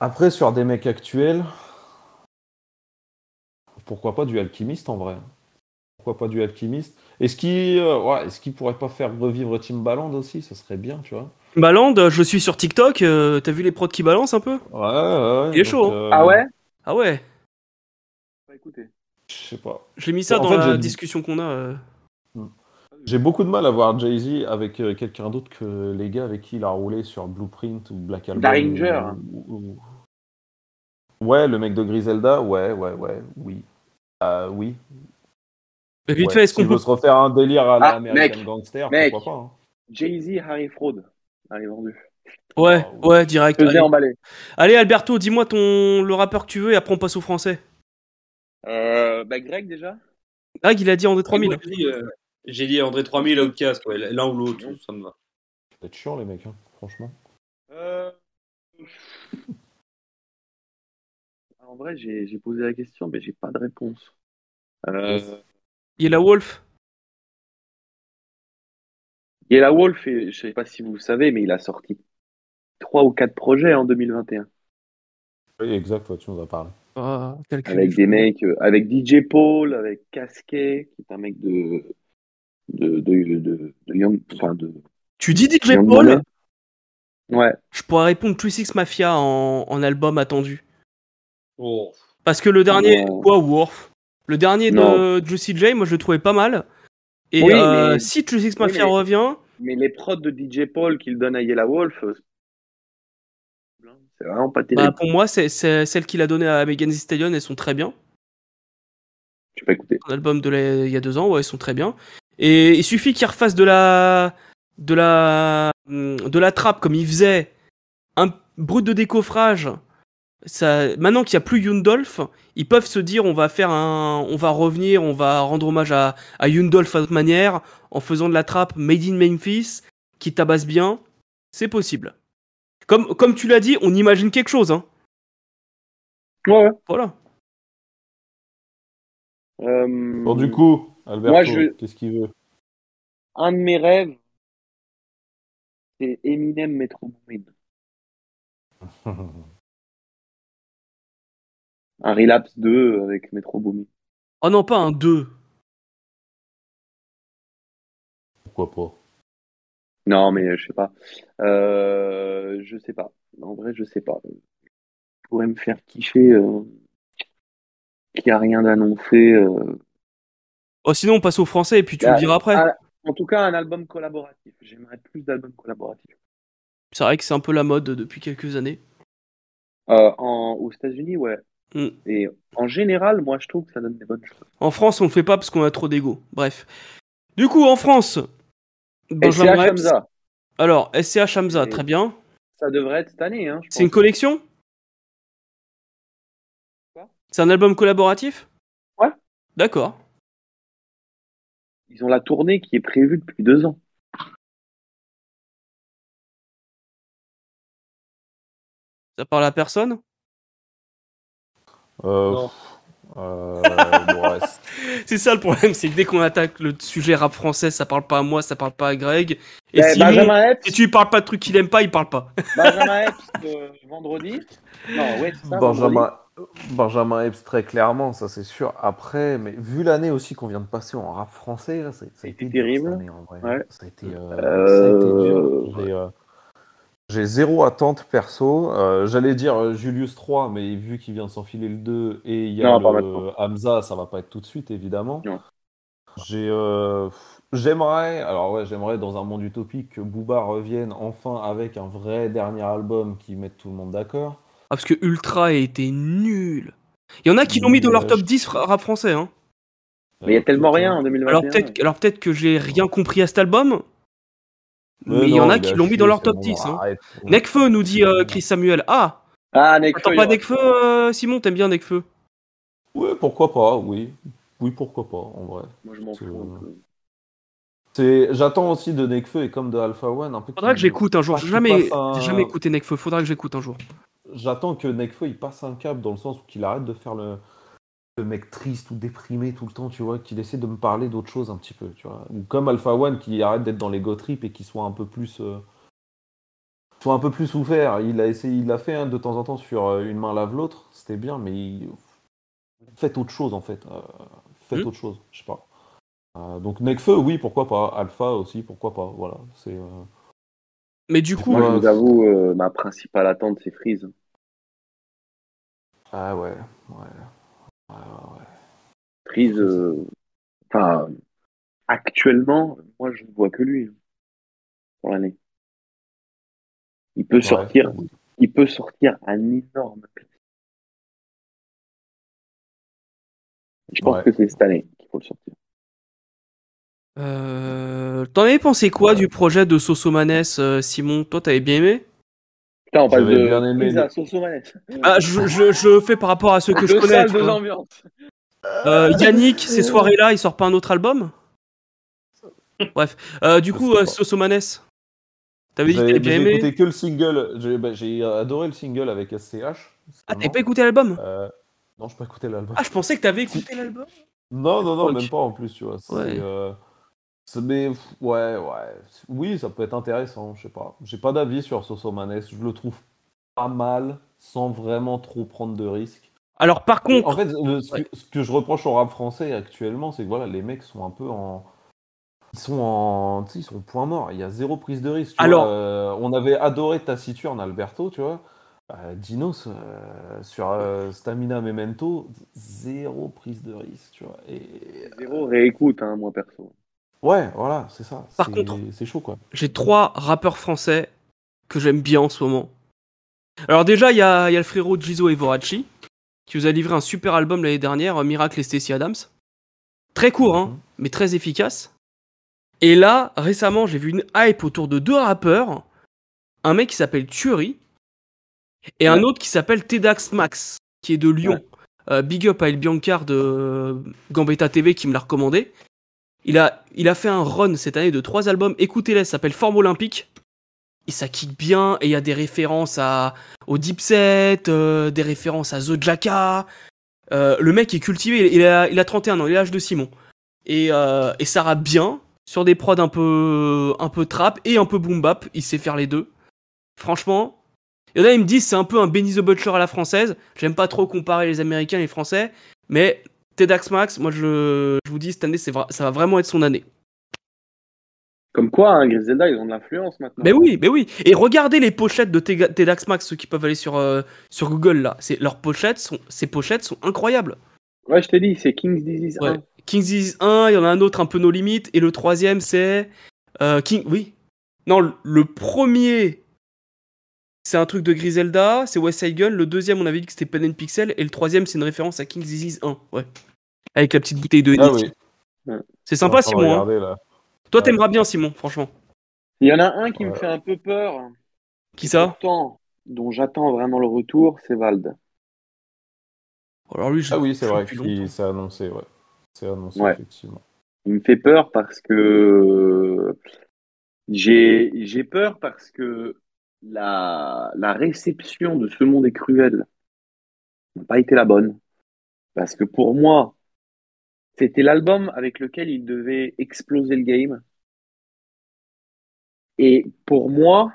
Speaker 6: Après, sur des mecs actuels, pourquoi pas du Alchimiste en vrai Pourquoi pas du Alchimiste Est-ce qu'il euh, ouais, est-ce qu'il pourrait pas faire revivre Timbaland aussi Ça serait bien, tu vois.
Speaker 1: Timbaland, je suis sur TikTok. euh, T'as vu les prods qui balancent un peu
Speaker 6: Ouais, ouais, ouais,
Speaker 1: Il est
Speaker 6: donc,
Speaker 1: chaud, hein.
Speaker 6: euh,
Speaker 2: Ah ouais
Speaker 1: Ah ouais,
Speaker 2: Bah, Écoutez.
Speaker 6: Je sais pas.
Speaker 1: j'ai mis ça
Speaker 6: En
Speaker 1: dans
Speaker 6: fait,
Speaker 1: la
Speaker 6: j'ai-
Speaker 1: discussion qu'on a. euh.
Speaker 6: J'ai beaucoup de mal à voir Jay-Z avec euh, quelqu'un d'autre que les gars avec qui il a roulé sur Blueprint ou Black Album.
Speaker 2: Daringer.
Speaker 6: ou- ou- ou- Ouais, le mec de Griselda, ouais, ouais, ouais, oui. Euh, oui.
Speaker 1: Mais vite
Speaker 6: ouais.
Speaker 1: fait, est-ce qu'on
Speaker 6: S'il
Speaker 1: peut.
Speaker 6: veut se refaire un délire à
Speaker 2: Ah,
Speaker 6: l'American
Speaker 2: mec,
Speaker 6: Gangster,
Speaker 2: mec.
Speaker 6: pourquoi pas hein.
Speaker 2: Jay-Z, Harry Fraud. Allez, vendu.
Speaker 1: Ouais, ouais, direct.
Speaker 2: Ah, Je les ai
Speaker 1: Allez,
Speaker 2: emballés.
Speaker 1: Allez, Alberto, dis-moi ton... le rappeur que tu veux et après on passe au français.
Speaker 2: Euh, bah, Greg déjà
Speaker 1: Greg, il a dit en
Speaker 3: Moi,
Speaker 1: D3000.
Speaker 3: j'ai dit, euh, J'ai dit André 3000, Outcast, ouais, l'un ou l'autre, ça me va.
Speaker 6: Ça va être chiant, les mecs, hein, franchement.
Speaker 2: Euh, en vrai, j'ai j'ai posé la question, mais j'ai pas de réponse. Euh,
Speaker 1: Il y a la Wolf.
Speaker 2: Et la Wolf, et je sais pas si vous le savez, mais il a sorti trois ou quatre projets en 2021
Speaker 6: Oui, exact, ouais, tu nous as parlé.
Speaker 1: Ah, calcul.
Speaker 2: avec des mecs, euh, avec DJ Paul, avec Casquet, qui est un mec de de de de, de Young, enfin de
Speaker 1: Tu dis DJ
Speaker 2: Young
Speaker 1: Paul
Speaker 2: Money. Ouais,
Speaker 1: Je pourrais répondre True Six Mafia en, en album attendu.
Speaker 3: Oh.
Speaker 1: Parce que le dernier.
Speaker 2: Non.
Speaker 1: Quoi, Worf Le dernier
Speaker 2: Non.
Speaker 1: de Juicy J, moi je le trouvais pas mal. Et
Speaker 2: Oui,
Speaker 1: euh,
Speaker 2: mais-
Speaker 1: si True Six Mafia
Speaker 2: mais-
Speaker 1: revient.
Speaker 2: mais les prods de DJ Paul qu'il donne à Yella Wolf, euh, c'est vraiment pas terrible.
Speaker 1: Bah, pour moi, c'est, c'est celle qu'il a donnée à Megan Thee Stallion, elles sont très bien.
Speaker 2: Tu peux écouter.
Speaker 1: Son album de la- il y a deux ans, ouais, elles sont très bien. Et il suffit qu'il refasse de la, de la, de la trappe comme il faisait, un brut de décoffrage. Ça, maintenant qu'il n'y a plus Yundolf, ils peuvent se dire on va faire un, on va revenir, on va rendre hommage à, à Yundolf à notre manière en faisant de la trappe made in Memphis qui tabasse bien. C'est possible. Comme, comme tu l'as dit, on imagine quelque chose, hein.
Speaker 2: Ouais.
Speaker 1: Voilà.
Speaker 2: Euh,
Speaker 6: Bon, du coup, Alberto,
Speaker 2: Moi, je-
Speaker 6: qu'est-ce qu'il veut
Speaker 2: un de mes rêves, c'est Eminem Metro Boomin. Un relapse 2 avec Metro Boomin.
Speaker 1: Oh non, pas un 2.
Speaker 6: Pourquoi pas
Speaker 2: Non, mais euh, je sais pas. Euh, je sais pas. En vrai, je sais pas. Je pourrais me faire kiffer euh, qu'il n'y a rien d'annoncé. euh.
Speaker 1: Oh, sinon, on passe au français et puis tu
Speaker 2: Ah,
Speaker 1: le diras après.
Speaker 2: ah, en tout cas, un album collaboratif. J'aimerais plus d'albums collaboratifs.
Speaker 1: C'est vrai que c'est un peu la mode depuis quelques années.
Speaker 2: Euh, en, aux États-Unis, ouais.
Speaker 1: Mm.
Speaker 2: Et en général, moi, je trouve que ça donne des bonnes choses.
Speaker 1: En France, on le fait pas parce qu'on a trop d'ego. Bref. Du coup, en France,
Speaker 2: SCH
Speaker 1: Reps-
Speaker 2: Hamza,
Speaker 1: Alors, SCH Hamza,
Speaker 2: Et-
Speaker 1: très bien.
Speaker 2: ça devrait être cette année, hein, je
Speaker 1: C'est une
Speaker 2: pense.
Speaker 1: collection
Speaker 2: Quoi
Speaker 1: C'est un album collaboratif
Speaker 2: Ouais.
Speaker 1: D'accord.
Speaker 2: Ils ont la tournée qui est prévue depuis deux ans.
Speaker 1: Ça parle à personne
Speaker 6: Euh,
Speaker 3: Non.
Speaker 6: pff, euh, il nous reste-
Speaker 1: C'est ça le problème, c'est que dès qu'on attaque le sujet rap français, ça parle pas à moi, ça parle pas à Greg. Et
Speaker 2: Eh,
Speaker 1: Simon,
Speaker 2: Benjamin Epps,
Speaker 1: si tu lui parles pas de trucs qu'il aime pas, il parle pas.
Speaker 2: Benjamin Epps, euh, vendredi. Non, ouais, c'est ça, vendredi.
Speaker 6: Benjamin, Benjamin Epps, très clairement, ça c'est sûr. Après, mais vu l'année aussi qu'on vient de passer en rap français, là, ça, ça a
Speaker 2: C'était
Speaker 6: été dur
Speaker 2: terrible.
Speaker 6: cette année, en vrai.
Speaker 2: Ouais.
Speaker 6: Ça a été, euh,
Speaker 2: Euh,
Speaker 6: ça a été dur. J'ai, euh, J'ai zéro attente perso. Euh, J'allais dire euh, Julius 3, mais vu qu'il vient de s'enfiler le 2 et il y a
Speaker 2: Non,
Speaker 6: le
Speaker 2: pas maintenant.
Speaker 6: Hamza, ça va pas être tout de suite, évidemment.
Speaker 2: Non.
Speaker 6: J'ai, euh, pff, J'aimerais, alors ouais, j'aimerais dans un monde utopique que Booba revienne enfin avec un vrai dernier album qui mette tout le monde d'accord.
Speaker 1: Ah, parce que Ultra a été nul. Il y en a qui l'ont mis dans
Speaker 6: Euh,
Speaker 1: leur top 10 fra- rap français, hein.
Speaker 2: Mais il y a tellement rien en
Speaker 6: Bah,
Speaker 1: Alors
Speaker 2: 2021.
Speaker 1: peut-être alors peut-être que j'ai rien compris à cet album.
Speaker 6: Ouais,
Speaker 1: mais il y
Speaker 6: non,
Speaker 1: en a
Speaker 6: il
Speaker 1: qui
Speaker 6: a
Speaker 1: l'ont mis
Speaker 6: chié,
Speaker 1: dans leur
Speaker 6: c'est
Speaker 1: top
Speaker 6: bon,
Speaker 1: 10. hein.
Speaker 6: arrête.
Speaker 1: Necfeu nous dit euh, Chris Samuel. Ah,
Speaker 2: Ah, Nekfeu,
Speaker 1: attends
Speaker 2: il y
Speaker 1: pas
Speaker 2: aura-
Speaker 1: Necfeu, euh, Simon, t'aimes bien Necfeu
Speaker 6: Ouais, pourquoi pas, oui. Oui, pourquoi pas, en vrai.
Speaker 2: Moi, je m'en
Speaker 6: C'est-
Speaker 2: fous. un peu.
Speaker 6: C'est... J'attends aussi de Nekfeu et comme de Alpha One un peu.
Speaker 1: Faudra que
Speaker 6: qu'il-
Speaker 1: j'écoute un jour.
Speaker 6: Ah,
Speaker 1: J'ai
Speaker 6: tu
Speaker 1: jamais,
Speaker 6: passes un-
Speaker 1: j'ai jamais écouté Necfeu. Faudra que j'écoute un jour.
Speaker 6: J'attends que Nekfeu il passe un cap dans le sens où qu'il arrête de faire le... le mec triste ou déprimé tout le temps, tu vois, qu'il essaie de me parler d'autre chose un petit peu, tu vois. Ou comme Alpha One qui arrête d'être dans les go trip et qui soit un peu plus. euh, soit un peu plus ouvert. Il a essayé, il l'a fait hein, de temps en temps sur euh, une main lave l'autre, c'était bien, mais il- faites autre chose en fait. euh, faites
Speaker 1: Hmm.
Speaker 6: autre chose, je sais pas. Euh, donc Nekfeu, oui, pourquoi pas. Alpha aussi, pourquoi pas. Voilà, c'est. euh,
Speaker 1: Mais du coup,
Speaker 2: Moi,
Speaker 6: Ouais.
Speaker 2: je vous avoue, euh, ma principale attente, c'est Freeze.
Speaker 6: Ah ouais, ouais. Ouais, ouais, ouais.
Speaker 2: Freeze, euh, enfin, actuellement, moi, je ne vois que lui hein, pour l'année. Il peut sortir,
Speaker 6: Ouais.
Speaker 2: il peut sortir un énorme. clip. Je pense
Speaker 6: Ouais.
Speaker 2: que c'est cette année qu'il faut le sortir.
Speaker 1: euh, t'en avais pensé quoi
Speaker 6: Ouais.
Speaker 1: du projet de Sosomanes, euh, Simon Toi, t'avais bien aimé
Speaker 2: Putain, on passe
Speaker 6: J'avais
Speaker 2: de
Speaker 6: bien aimé
Speaker 2: Freeze à
Speaker 6: les-
Speaker 2: Sosomanes.
Speaker 1: Ah, je, je, je fais par rapport à ceux que je
Speaker 2: Deux
Speaker 1: connais.
Speaker 2: salles,
Speaker 1: tu
Speaker 2: deux
Speaker 1: vois.
Speaker 2: ambiances.
Speaker 1: Euh, Yannick, ces soirées-là, il sort pas un autre album Bref, Euh, du
Speaker 6: Je
Speaker 1: coup,
Speaker 6: sais
Speaker 1: euh,
Speaker 6: pas.
Speaker 1: Sosomanes, t'avais dit que
Speaker 6: J'avais-
Speaker 1: t'avais bien
Speaker 6: J'ai
Speaker 1: aimé
Speaker 6: écouté que le single. J'ai bah, j'ai adoré le single avec SCH.
Speaker 1: Ah, t'avais
Speaker 6: vraiment.
Speaker 1: pas écouté l'album
Speaker 6: Euh, Non, je pas écouté l'album.
Speaker 1: Ah, je pensais que t'avais écouté l'album.
Speaker 6: Non, non, non,
Speaker 1: Ok.
Speaker 6: même pas en plus, tu vois. C'est,
Speaker 1: Ouais.
Speaker 6: euh, c'est- mais pff, ouais, ouais. Oui, ça peut être intéressant, je sais pas. J'ai pas d'avis sur Sosomanes. Je le trouve pas mal, sans vraiment trop prendre de risques.
Speaker 1: Alors par contre,
Speaker 6: En fait, le- ce,
Speaker 1: Ouais.
Speaker 6: que, ce que je reproche au rap français actuellement, c'est que voilà, les mecs sont un peu en. Ils sont en. Tu sais, ils sont point mort. Il y a zéro prise de risque. tu
Speaker 1: Alors-
Speaker 6: vois. Euh, on avait adoré Taciturne, Alberto, tu vois. Euh, Dinos, euh, sur euh, Stamina Memento, zéro prise de risque, tu vois. Et.
Speaker 2: Zéro réécoute, hein, moi perso.
Speaker 6: Ouais, voilà, c'est ça.
Speaker 1: Par
Speaker 6: C'est-
Speaker 1: contre-
Speaker 6: c'est chaud quoi.
Speaker 1: j'ai trois rappeurs français que j'aime bien en ce moment. Alors déjà, il y a, il y a le frérot Gizo Evorachi, qui nous a livré un super album l'année dernière, euh, Miracle et Stacy Adams. Très court, hein,
Speaker 6: Mhm.
Speaker 1: mais très efficace. Et là, récemment, j'ai vu une hype autour de deux rappeurs. Un mec qui s'appelle Thury et un autre qui s'appelle Tedax Max, qui est de Lyon. Euh, big up à El Biancar de euh, Gambetta TV qui me l'a recommandé. Il a, il a fait un run cette année de trois albums. Écoutez-les, ça s'appelle Forme Olympique. Et ça kick bien, et il y a des références à, au Deep Set, euh, des références à The Jacka. Euh, le mec est cultivé, il, il a, il a 31 ans, il est l'âge de Simon. Et, euh, et ça rappe bien, sur des prods un peu, un peu trap et un peu boom bap, il sait faire les deux. Franchement, il y en a, ils me disent c'est un peu un Benny the Butcher à la française. J'aime pas trop comparer les Américains et les Français, mais Tedax Max, moi je, je vous dis, cette année, c'est vra- ça va vraiment être son année.
Speaker 2: Comme quoi, hein, Griselda, ils ont de l'influence maintenant.
Speaker 1: Mais oui, mais oui. Et regardez les pochettes de Tega- Tedax Max, ceux qui peuvent aller sur, euh, sur Google là. C'est- Leurs pochettes sont, ces pochettes sont incroyables.
Speaker 2: Ouais, je t'ai dit, c'est King's Disease
Speaker 1: Ouais.
Speaker 2: 1.
Speaker 1: King's Disease 1, il y en a un autre un peu nos limites, et le troisième c'est euh, King. Oui. Non, le- le premier c'est un truc de Griselda, c'est West Side Gun. Le deuxième on avait dit que c'était Pen and Pixel, et le troisième c'est une référence à King's Disease 1, ouais. Avec la petite bouteille
Speaker 6: Ah
Speaker 1: de. Hennessy. C'est sympa Simon. hein. Toi
Speaker 6: Ouais.
Speaker 1: t'aimeras bien Simon, franchement.
Speaker 2: Il y en a un qui me
Speaker 6: Ouais.
Speaker 2: fait un peu peur.
Speaker 1: Qui ça
Speaker 2: Pourtant, dont j'attends vraiment le retour, c'est Vald.
Speaker 1: Oh, Alors lui, je
Speaker 6: Ah oui, c'est
Speaker 1: je
Speaker 6: vrai,
Speaker 1: depuis
Speaker 6: il-
Speaker 1: longtemps.
Speaker 6: c'est annoncé, ouais. C'est annoncé,
Speaker 2: Ouais.
Speaker 6: effectivement.
Speaker 2: Il me fait peur parce que j'ai j'ai peur parce que la, la réception de ce monde est cruel n'a pas été la bonne. Parce que pour moi, c'était l'album avec lequel il devait exploser le game. Et pour moi,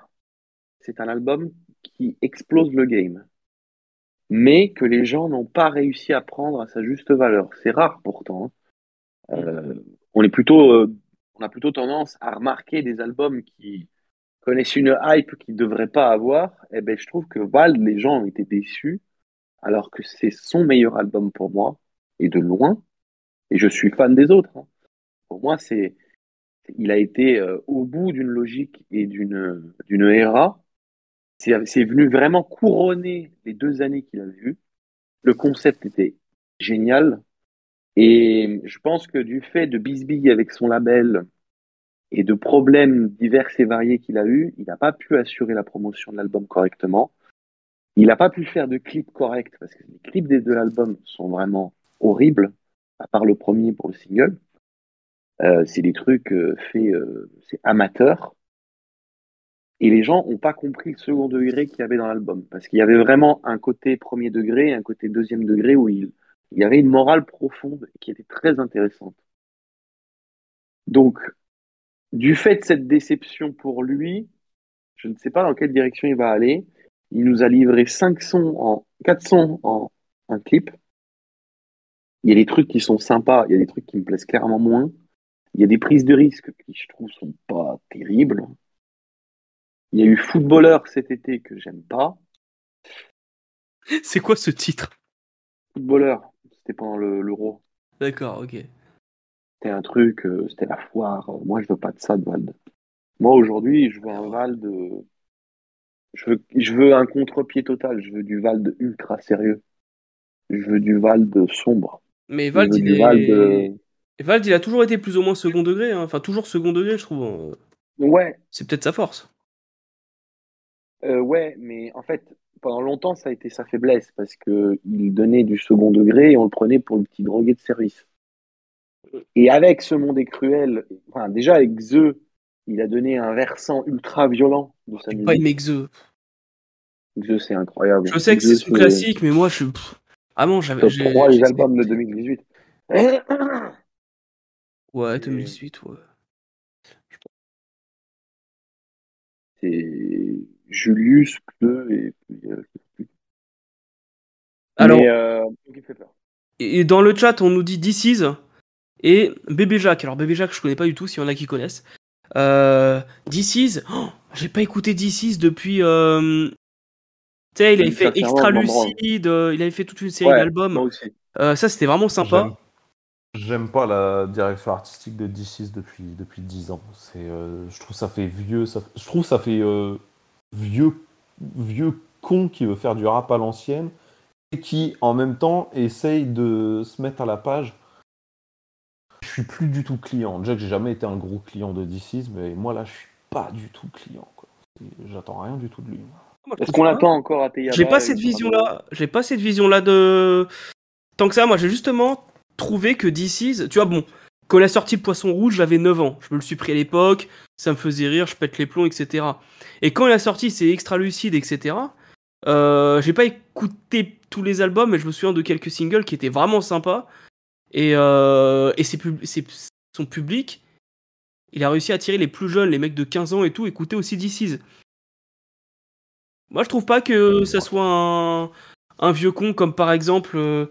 Speaker 2: c'est un album qui explose le game. Mais que les gens n'ont pas réussi à prendre à sa juste valeur. C'est rare pourtant. hein. Euh, on est plutôt, euh, on a plutôt tendance à remarquer des albums qui connaissent une hype qu'ils ne devraient pas avoir. Et ben, je trouve que Vald, les gens ont été déçus, alors que c'est son meilleur album pour moi, et de loin. Et je suis fan des autres. hein. Pour moi, c'est, il a été euh, au bout d'une logique et d'une d'une era. C'est c'est venu vraiment couronner les deux années qu'il avait eues. Le concept était génial. Et je pense que du fait de Bisbee avec son label et de problèmes divers et variés qu'il a eu, il n'a pas pu assurer la promotion de l'album correctement. Il n'a pas pu faire de clips corrects parce que les clips des deux albums sont vraiment horribles, à part le premier pour le single. Euh, c'est des trucs euh, faits, euh, c'est amateur. Et les gens n'ont pas compris le second degré qu'il y avait dans l'album parce qu'il y avait vraiment un côté premier degré et un côté deuxième degré où il il y avait une morale profonde qui était très intéressante. Donc, du fait de cette déception pour lui, je ne sais pas dans quelle direction il va aller. Il nous a livré 5 sons en 4 sons en un clip. Il y a des trucs qui sont sympas, il y a des trucs qui me plaisent clairement moins. Il y a des prises de risque qui, je trouve, sont pas terribles. Il y a eu Footballeur cet été que j'aime pas.
Speaker 1: C'est quoi ce titre
Speaker 2: Footballeur, c'était pendant le- l'Euro.
Speaker 1: D'accord, ok.
Speaker 2: C'était un truc, euh, c'était la foire. Euh, Moi, je veux pas de ça de Vald. Moi, aujourd'hui, je veux un Vald. euh, Je veux, je veux un contre-pied total. Je veux du Vald ultra sérieux. Je veux du Vald sombre.
Speaker 1: Mais
Speaker 2: Je
Speaker 1: Vald,
Speaker 2: veux
Speaker 1: il
Speaker 2: du
Speaker 1: est...
Speaker 2: Vald. euh,
Speaker 1: Vald, il a toujours été plus ou moins second degré, hein. enfin toujours second degré, je trouve. hein.
Speaker 2: Ouais,
Speaker 1: C'est peut-être sa force.
Speaker 2: euh, ouais, mais en fait, pendant longtemps, ça a été sa faiblesse parce que il donnait du second degré et on le prenait pour le petit drogué de service. Et avec ce monde est cruel, enfin, déjà avec The, il a donné un versant ultra violent de sa musique.
Speaker 1: Pas une exeu.
Speaker 2: Dieu, c'est incroyable.
Speaker 1: Je sais que
Speaker 2: Dieu,
Speaker 1: c'est son classique, mais moi, je... pff, Ah bon, j'avais.
Speaker 2: Top
Speaker 1: j'ai-
Speaker 2: 3 les
Speaker 1: j'ai-
Speaker 2: albums de 2018.
Speaker 1: Ouais,
Speaker 2: euh,
Speaker 1: 2018, ouais.
Speaker 2: C'est Julius 2 et puis. euh,
Speaker 1: Alors,
Speaker 2: mais, euh, il fait peur.
Speaker 1: et dans le chat, on nous dit This Is et Bébé Jacques. Alors, Bébé Jacques, je connais pas du tout, s'il y en a qui connaissent. Euh, This Is, oh, j'ai pas écouté This Is depuis. euh, Tu sais, il avait fait
Speaker 2: Sincèrement,
Speaker 1: Extra
Speaker 2: je m'en branle.
Speaker 1: Lucide, euh, il avait fait toute une série
Speaker 2: Ouais.
Speaker 1: d'albums.
Speaker 2: Moi aussi.
Speaker 1: Euh, ça, c'était vraiment sympa.
Speaker 6: J'aime pas la direction artistique de D6 depuis, depuis 10 ans. C'est, euh, je trouve ça fait vieux. ça- je trouve ça fait euh, vieux, vieux con qui veut faire du rap à l'ancienne et qui, en même temps, essaye de se mettre à la page. Je suis plus du tout client. Déjà que j'ai jamais été un gros client de D6, mais moi là, je suis pas du tout client. quoi. Et J'attends rien du tout de lui.
Speaker 2: Est-ce qu'on l'attend encore à Teyaba
Speaker 1: J'ai pas cette
Speaker 2: et-
Speaker 1: vision-là. J'ai pas cette vision-là de. Tant que ça, moi, j'ai justement trouvé que This Is- Tu vois, bon, quand la sortie de Poisson Rouge, j'avais 9 ans. Je me le suis pris à l'époque, ça me faisait rire, je pète les plombs, etc. Et quand la sortie, c'est Extra Lucide, etc. euh, j'ai pas écouté tous les albums, mais je me souviens de quelques singles qui étaient vraiment sympas. Et, euh, et ses pub- ses- son public, il a réussi à attirer les plus jeunes, les mecs de 15 ans et tout, écouter aussi This Is. Moi, je trouve pas que ça soit un, un vieux con comme par exemple. euh,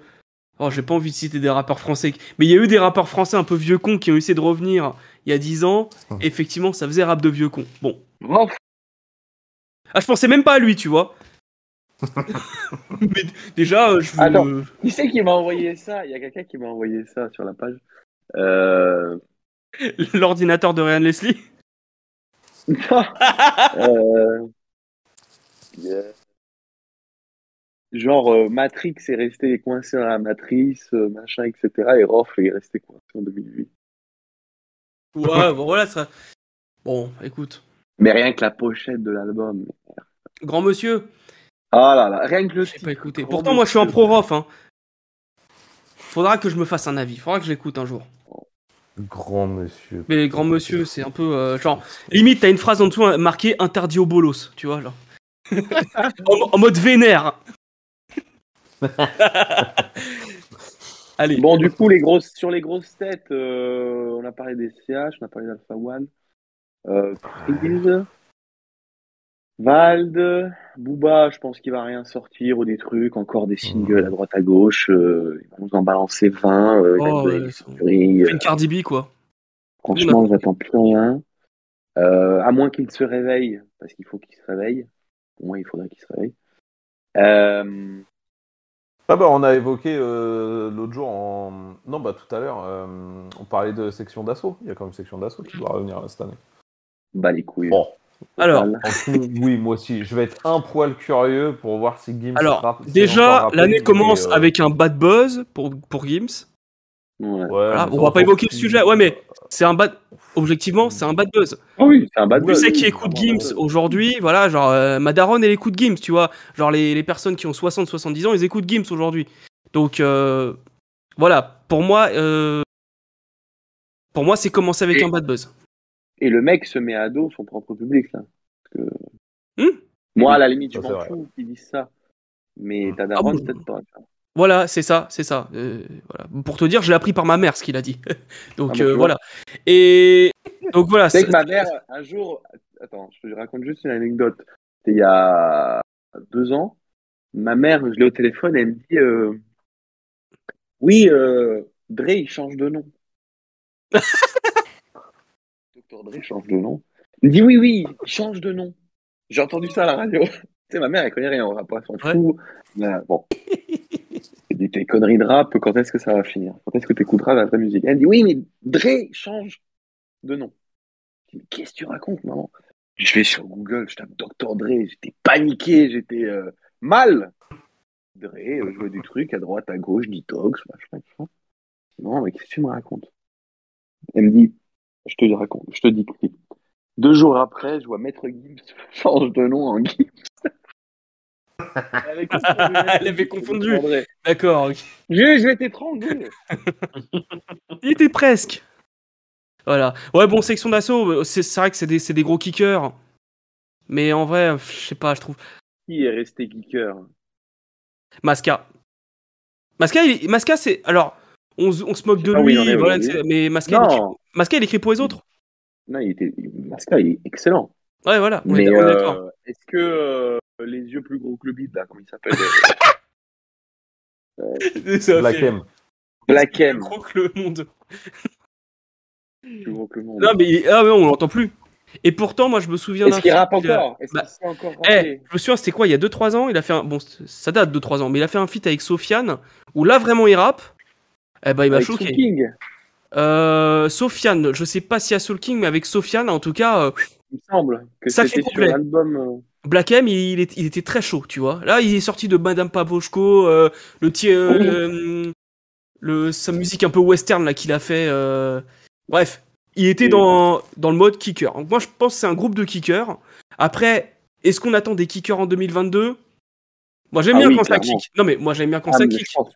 Speaker 1: Oh, j'ai pas envie de citer des rappeurs français, mais il y a eu des rappeurs français un peu vieux cons qui ont essayé de revenir il y a 10 ans. Effectivement, ça faisait rap de vieux con. Bon.
Speaker 2: Oh,
Speaker 1: Ah, je pensais même pas à lui, tu vois. mais déjà, euh, je veux-
Speaker 2: Attends. Qui c'est qui m'a envoyé ça Il y a quelqu'un qui m'a envoyé ça sur la page. Euh...
Speaker 1: l'ordinateur de Ryan Leslie.
Speaker 2: euh, euh, Genre euh, Matrix est resté coincé dans la matrice, euh, machin, etc. Et Rof est resté coincé en 2008.
Speaker 1: Ouais, bon, voilà, ça. Bon, écoute.
Speaker 2: Mais rien que la pochette de l'album.
Speaker 1: Grand monsieur,
Speaker 2: Ah là là, rien que le
Speaker 1: j'ai
Speaker 2: titre.
Speaker 1: pas écouté.
Speaker 2: Grand
Speaker 1: Eh ben, Pourtant, moi, je suis un
Speaker 2: monsieur.
Speaker 1: pro-rof. Hein. Faudra que je me fasse un avis. Faudra que je l'écoute un jour.
Speaker 6: Grand monsieur.
Speaker 1: Mais grand monsieur, c'est un peu euh, genre limite t'as une phrase en dessous hein, marquée interdit au bolos, tu vois genre. en, en mode vénère. Allez,
Speaker 2: Bon, du coup, les grosses, sur les grosses têtes, euh, on a parlé des CH, on a parlé d'Alpha One, euh, Freeze, Vald, Booba, je pense qu'il va rien sortir ou des trucs, encore des singles à droite à gauche, euh, ils vont nous en balancer 20, euh,
Speaker 1: Oh,
Speaker 2: il y a
Speaker 1: ouais,
Speaker 2: une
Speaker 1: c'est-
Speaker 2: tuerie, euh,
Speaker 1: une Cardi B quoi.
Speaker 2: franchement, j'attends plus rien, Euh, à moins qu'il se réveille, parce qu'il faut qu'il se réveille, au moins il faudrait qu'il se réveille. Euh,
Speaker 6: Ah bah on a évoqué euh, l'autre jour en non bah tout à l'heure euh, on parlait de section d'assaut il y a quand même section d'assaut qui doit revenir là, cette année
Speaker 2: bah les couilles.
Speaker 6: Bon.
Speaker 1: Alors,
Speaker 2: Total.
Speaker 6: En tout, oui moi aussi je vais être un poil curieux pour voir si Gims
Speaker 1: alors
Speaker 6: sera- s'est encore
Speaker 1: déjà
Speaker 6: rappelé,
Speaker 1: l'année
Speaker 6: mais,
Speaker 1: commence
Speaker 6: euh,
Speaker 1: avec un bad buzz pour pour Gims.
Speaker 2: Ouais.
Speaker 6: ouais,
Speaker 1: Voilà,
Speaker 6: mais
Speaker 1: on
Speaker 6: ça,
Speaker 1: va pas
Speaker 6: s'en
Speaker 1: évoquer le
Speaker 6: fout.
Speaker 1: sujet. Ouais, mais C'est un bad objectivement c'est un bad buzz.
Speaker 2: Ah oui, c'est un bad
Speaker 1: Tu
Speaker 2: buzz.
Speaker 1: sais qui écoute Gims aujourd'hui, voilà genre euh, ma daronne, elle écoute Gims, tu vois, genre les, les personnes qui ont 60 70 ans, ils écoutent Gims aujourd'hui. Donc euh, voilà, pour moi euh, pour moi c'est commencer avec
Speaker 2: Et-
Speaker 1: un bad buzz.
Speaker 2: Et le mec se met à dos son propre public, là. Parce que-
Speaker 1: Hmm
Speaker 2: Moi, à la limite, je
Speaker 6: Ça, c'est
Speaker 2: m'en
Speaker 6: vrai.
Speaker 2: fous qu'ils disent ça. Mais ta
Speaker 1: Ah
Speaker 2: daronne,
Speaker 1: bon
Speaker 2: peut-être pas. tu vois.
Speaker 1: Voilà, c'est ça, c'est ça. Euh, voilà. Pour te dire, je l'ai appris par ma mère ce qu'il a dit.
Speaker 2: Ah, bah,
Speaker 1: donc
Speaker 2: tu
Speaker 1: euh,
Speaker 2: vois.
Speaker 1: voilà. Et donc voilà,
Speaker 2: Tu sais
Speaker 1: c'est-
Speaker 2: que ma mère, un jour... Attends, je te raconte juste une anecdote. C'était il y a deux ans. Ma mère, je l'ai au téléphone, elle me dit... euh, Oui, euh, Dre, il change de nom. Docteur Dre change de nom. Il me dit oui, oui, il change de nom. J'ai entendu ça à la radio. tu sais, ma mère, elle connaît rien au rap, elle s'en
Speaker 1: Ouais.
Speaker 2: fout. Mais, bon. Elle dit, tes conneries de rap, quand est-ce que ça va finir Quand est-ce que tu écouteras la vraie musique Elle dit, oui, mais Dre change de nom. Je dis, Mais Qu'est-ce que tu racontes, maman Je vais sur Google, je tape Docteur Dre, j'étais paniqué, j'étais euh, mal. Dre, euh, je vois du truc à droite, à gauche, detox, machin, machin. Non, mais qu'est-ce que tu me racontes Elle me dit, je te le raconte, je te dis que oui. Deux jours après, je vois Maître Gibbs change de nom en Gibbs. Elle avait confondu.
Speaker 1: Elle avait confondu. d'accord. ok.
Speaker 2: Je, je vais t'étrangler.
Speaker 1: Il était presque. Voilà. Ouais, bon, section d'assaut, euh, c'est c'est vrai que c'est des, c'est des gros kickers. Mais en vrai, pff, je sais pas, je trouve.
Speaker 2: Qui est resté geeker
Speaker 1: Masca. Masca, il- Masca, c'est. Alors, on, se- on se moque de
Speaker 2: pas où
Speaker 1: lui,
Speaker 2: il en est
Speaker 1: voilà,
Speaker 2: aujourd'hui.
Speaker 1: c'est- mais Masca, il écrit-
Speaker 2: Non,
Speaker 1: Masca, il écrit pour les autres.
Speaker 2: non, il était. Masca, il est excellent.
Speaker 1: Ouais, voilà, on est-
Speaker 2: Mais
Speaker 1: on est
Speaker 2: euh,
Speaker 1: d'accord.
Speaker 2: est-ce que euh, les yeux plus gros que le bide, là, comment il s'appelle euh,
Speaker 6: Black M.
Speaker 2: Black
Speaker 1: Plus
Speaker 2: M, hein,
Speaker 1: gros que le monde.
Speaker 2: plus gros que le monde.
Speaker 1: Non, mais il- ah, mais on l'entend plus. Et pourtant, moi, je me souviens
Speaker 2: Est-ce qu'il
Speaker 1: film,
Speaker 2: rappe
Speaker 1: il a-
Speaker 2: encore Est-ce
Speaker 1: bah,
Speaker 2: qu'il s'est encore
Speaker 1: Eh,
Speaker 2: rappé
Speaker 1: je me souviens, c'était quoi Il y a 2-3 ans, il a fait un. Bon, c- ça date de 3 ans, mais il a fait un feat avec Sofiane, où là, vraiment, il rappe. Eh ben, il m'a
Speaker 2: Avec
Speaker 1: choqué.
Speaker 2: Soul King
Speaker 1: Euh, Sofiane, je sais pas si à Soul King, mais avec Sofiane, en tout cas, euh,
Speaker 2: Il me semble que
Speaker 1: Sacré
Speaker 2: c'était sur
Speaker 1: couplet.
Speaker 2: l'album. euh,
Speaker 1: Black M, il, est- il était très chaud, tu vois. Là, il est sorti de Madame Pavoshko, euh, le, ti- euh,
Speaker 2: Oui.
Speaker 1: le- le- sa musique un peu western là qu'il a fait. euh, Bref, il était dans, dans le mode kicker. Donc, moi, je pense que c'est un groupe de kickers. Après, est-ce qu'on attend des kickers en 2022 Moi, j'aime
Speaker 2: Ah
Speaker 1: bien
Speaker 2: oui,
Speaker 1: quand ça
Speaker 2: clairement.
Speaker 1: kick. Non, mais moi, j'aime bien quand
Speaker 2: ah,
Speaker 1: ça
Speaker 2: mais
Speaker 1: kick.
Speaker 2: je pense-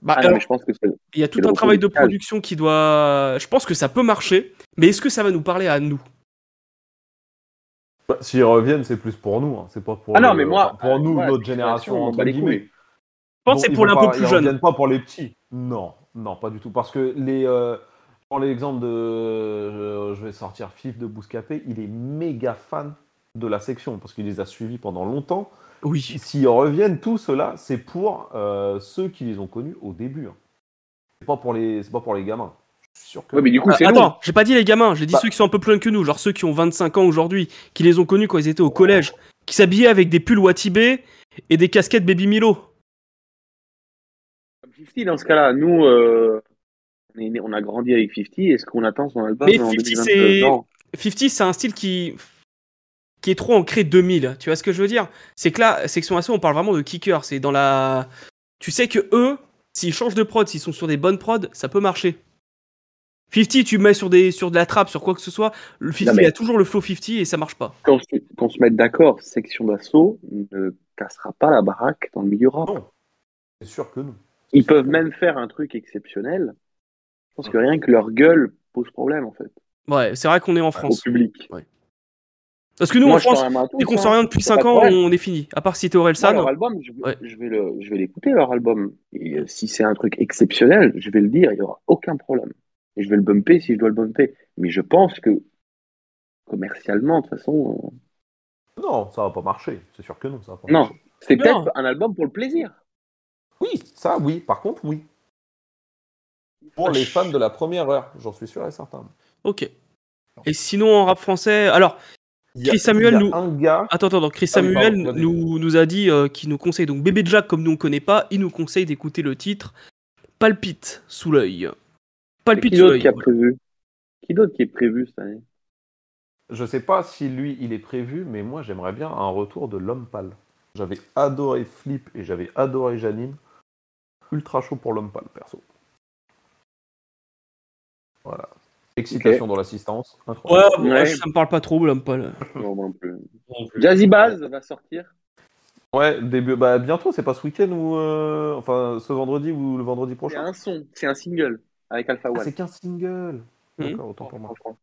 Speaker 1: Bah,
Speaker 2: ah, non,
Speaker 1: alors,
Speaker 2: mais je pense que c'est.
Speaker 1: il y a tout
Speaker 2: le
Speaker 1: un
Speaker 2: repos
Speaker 1: travail de
Speaker 2: musical.
Speaker 1: production qui doit. Je pense que ça peut marcher, mais est-ce que ça va nous parler à nous
Speaker 6: Bah, S'ils reviennent, c'est plus pour nous. hein, C'est pas pour.
Speaker 2: Ah non,
Speaker 6: le-
Speaker 2: mais moi,
Speaker 6: enfin,
Speaker 1: euh,
Speaker 6: pour nous,
Speaker 2: moi,
Speaker 6: notre
Speaker 2: la
Speaker 6: génération,
Speaker 2: on m'en
Speaker 6: entre
Speaker 2: bat bah, les
Speaker 6: guillemets.
Speaker 2: couilles.
Speaker 1: Je pense
Speaker 6: Bon,
Speaker 1: que c'est
Speaker 6: ils
Speaker 1: pour
Speaker 6: vont
Speaker 1: l'impôt
Speaker 6: pas-
Speaker 1: plus
Speaker 6: ils
Speaker 1: jeune.
Speaker 6: reviennent pas pour les petits. Non, non, pas du tout. Parce que les. euh, je prends l'exemple de. euh, je vais sortir Fif de Bouscapé. Il est méga fan de la section parce qu'il les a suivis pendant longtemps.
Speaker 1: Oui.
Speaker 6: S'ils reviennent, tout cela, c'est pour euh, ceux qui les ont connus au début. hein. C'est pas pour les. C'est pas pour les gamins. Je suis sûr que.
Speaker 2: Ouais, mais du coup,
Speaker 1: Ah,
Speaker 2: c'est long.
Speaker 1: attends, j'ai pas dit les gamins, j'ai dit
Speaker 6: Bah.
Speaker 1: ceux qui sont un peu plus jeunes que nous, genre ceux qui ont 25 ans aujourd'hui, qui les ont connus quand ils étaient au collège, qui s'habillaient avec des pulls Watibé et des casquettes Baby Milo.
Speaker 2: Comme 50 dans ce cas-là, nous, euh, on, est né- on a grandi avec 50. Est-ce qu'on attend son album
Speaker 1: Mais
Speaker 2: en
Speaker 1: 50,
Speaker 2: 2022?
Speaker 1: c'est-
Speaker 2: Non.
Speaker 1: 50, c'est un style qui qui est trop ancré 2000, tu vois ce que je veux dire C'est que là, section assaut, on parle vraiment de kicker, c'est dans la tu sais que eux, s'ils changent de prod, s'ils sont sur des bonnes prods, ça peut marcher. 50, tu mets sur des sur de la trappe, sur quoi que ce soit, le 50
Speaker 2: mais-
Speaker 1: il a toujours le flow 50 et ça marche pas.
Speaker 2: Qu'on se, qu'on se mette d'accord, section d'assaut ne cassera pas la baraque dans le milieu rap.
Speaker 6: Non. C'est sûr que non.
Speaker 2: Ils peuvent même faire un truc exceptionnel. Je pense que rien que leur gueule pose problème, en fait,
Speaker 1: Ouais, c'est vrai qu'on est en
Speaker 2: au
Speaker 1: France.
Speaker 2: public.
Speaker 1: Parce que nous
Speaker 2: Moi,
Speaker 1: en
Speaker 2: je
Speaker 1: France,
Speaker 2: tends la main à tous,
Speaker 1: Dès qu'on
Speaker 2: hein.
Speaker 1: sort rien depuis
Speaker 2: C'est pas
Speaker 1: 5
Speaker 2: de
Speaker 1: ans,
Speaker 2: problème.
Speaker 1: on est fini. À part si t'es Orelsan.
Speaker 2: Moi, leur album, je,
Speaker 1: Ouais.
Speaker 2: je vais le, je vais l'écouter leur album. Et euh, si c'est un truc exceptionnel, je vais le dire, il y aura aucun problème. Et je vais le bumper si je dois le bumper. Mais je pense que commercialement, de toute façon, euh,
Speaker 6: Non, ça va pas marcher. C'est sûr que non, ça va pas
Speaker 2: Non.
Speaker 6: marcher.
Speaker 2: c'est
Speaker 1: Non.
Speaker 2: peut-être un album pour le plaisir.
Speaker 6: Oui, ça, oui. Par contre, oui. Pour les fans de la première heure, j'en suis sûr et certain.
Speaker 1: Ok. Et sinon, en rap français. Alors,
Speaker 6: Il y a-
Speaker 1: Chris Samuel
Speaker 6: il y a
Speaker 1: nous-
Speaker 6: un gars.
Speaker 1: attends, attends, attends. Chris
Speaker 6: Ah oui, pardon,
Speaker 1: Samuel
Speaker 6: vas-y.
Speaker 1: nous, nous a dit euh, qu'il nous conseille. Donc, Bébé Jack, comme nous on connaît pas, il nous conseille d'écouter le titre Palpite sous l'œil. Palpite
Speaker 2: Qui
Speaker 1: sous
Speaker 2: d'autre qui
Speaker 1: l'œil.
Speaker 2: a prévu Qui d'autre qui est prévu cette année
Speaker 6: Je sais pas si lui, il est prévu, mais moi, j'aimerais bien un retour de l'homme pâle. J'avais adoré Flip et j'avais adoré Janine. Ultra chaud pour l'homme pâle, perso. Voilà. Excitation dans l'assistance.
Speaker 1: Ouais,
Speaker 6: Incroyable.
Speaker 1: bon,
Speaker 2: Ouais.
Speaker 1: ça me parle pas trop, l'homme pâle.
Speaker 2: Non, non plus.
Speaker 3: Non plus.
Speaker 2: Jazzy Baz va sortir.
Speaker 6: Ouais, début. Bah, bientôt, c'est pas ce week-end ou. euh, Enfin, ce vendredi ou le vendredi
Speaker 2: C'est
Speaker 6: prochain.
Speaker 2: un son, c'est un single avec Alpha
Speaker 6: Ah,
Speaker 2: One.
Speaker 6: c'est qu'un single.
Speaker 1: Mhm.
Speaker 6: D'accord, autant pour moi.
Speaker 2: Franchement,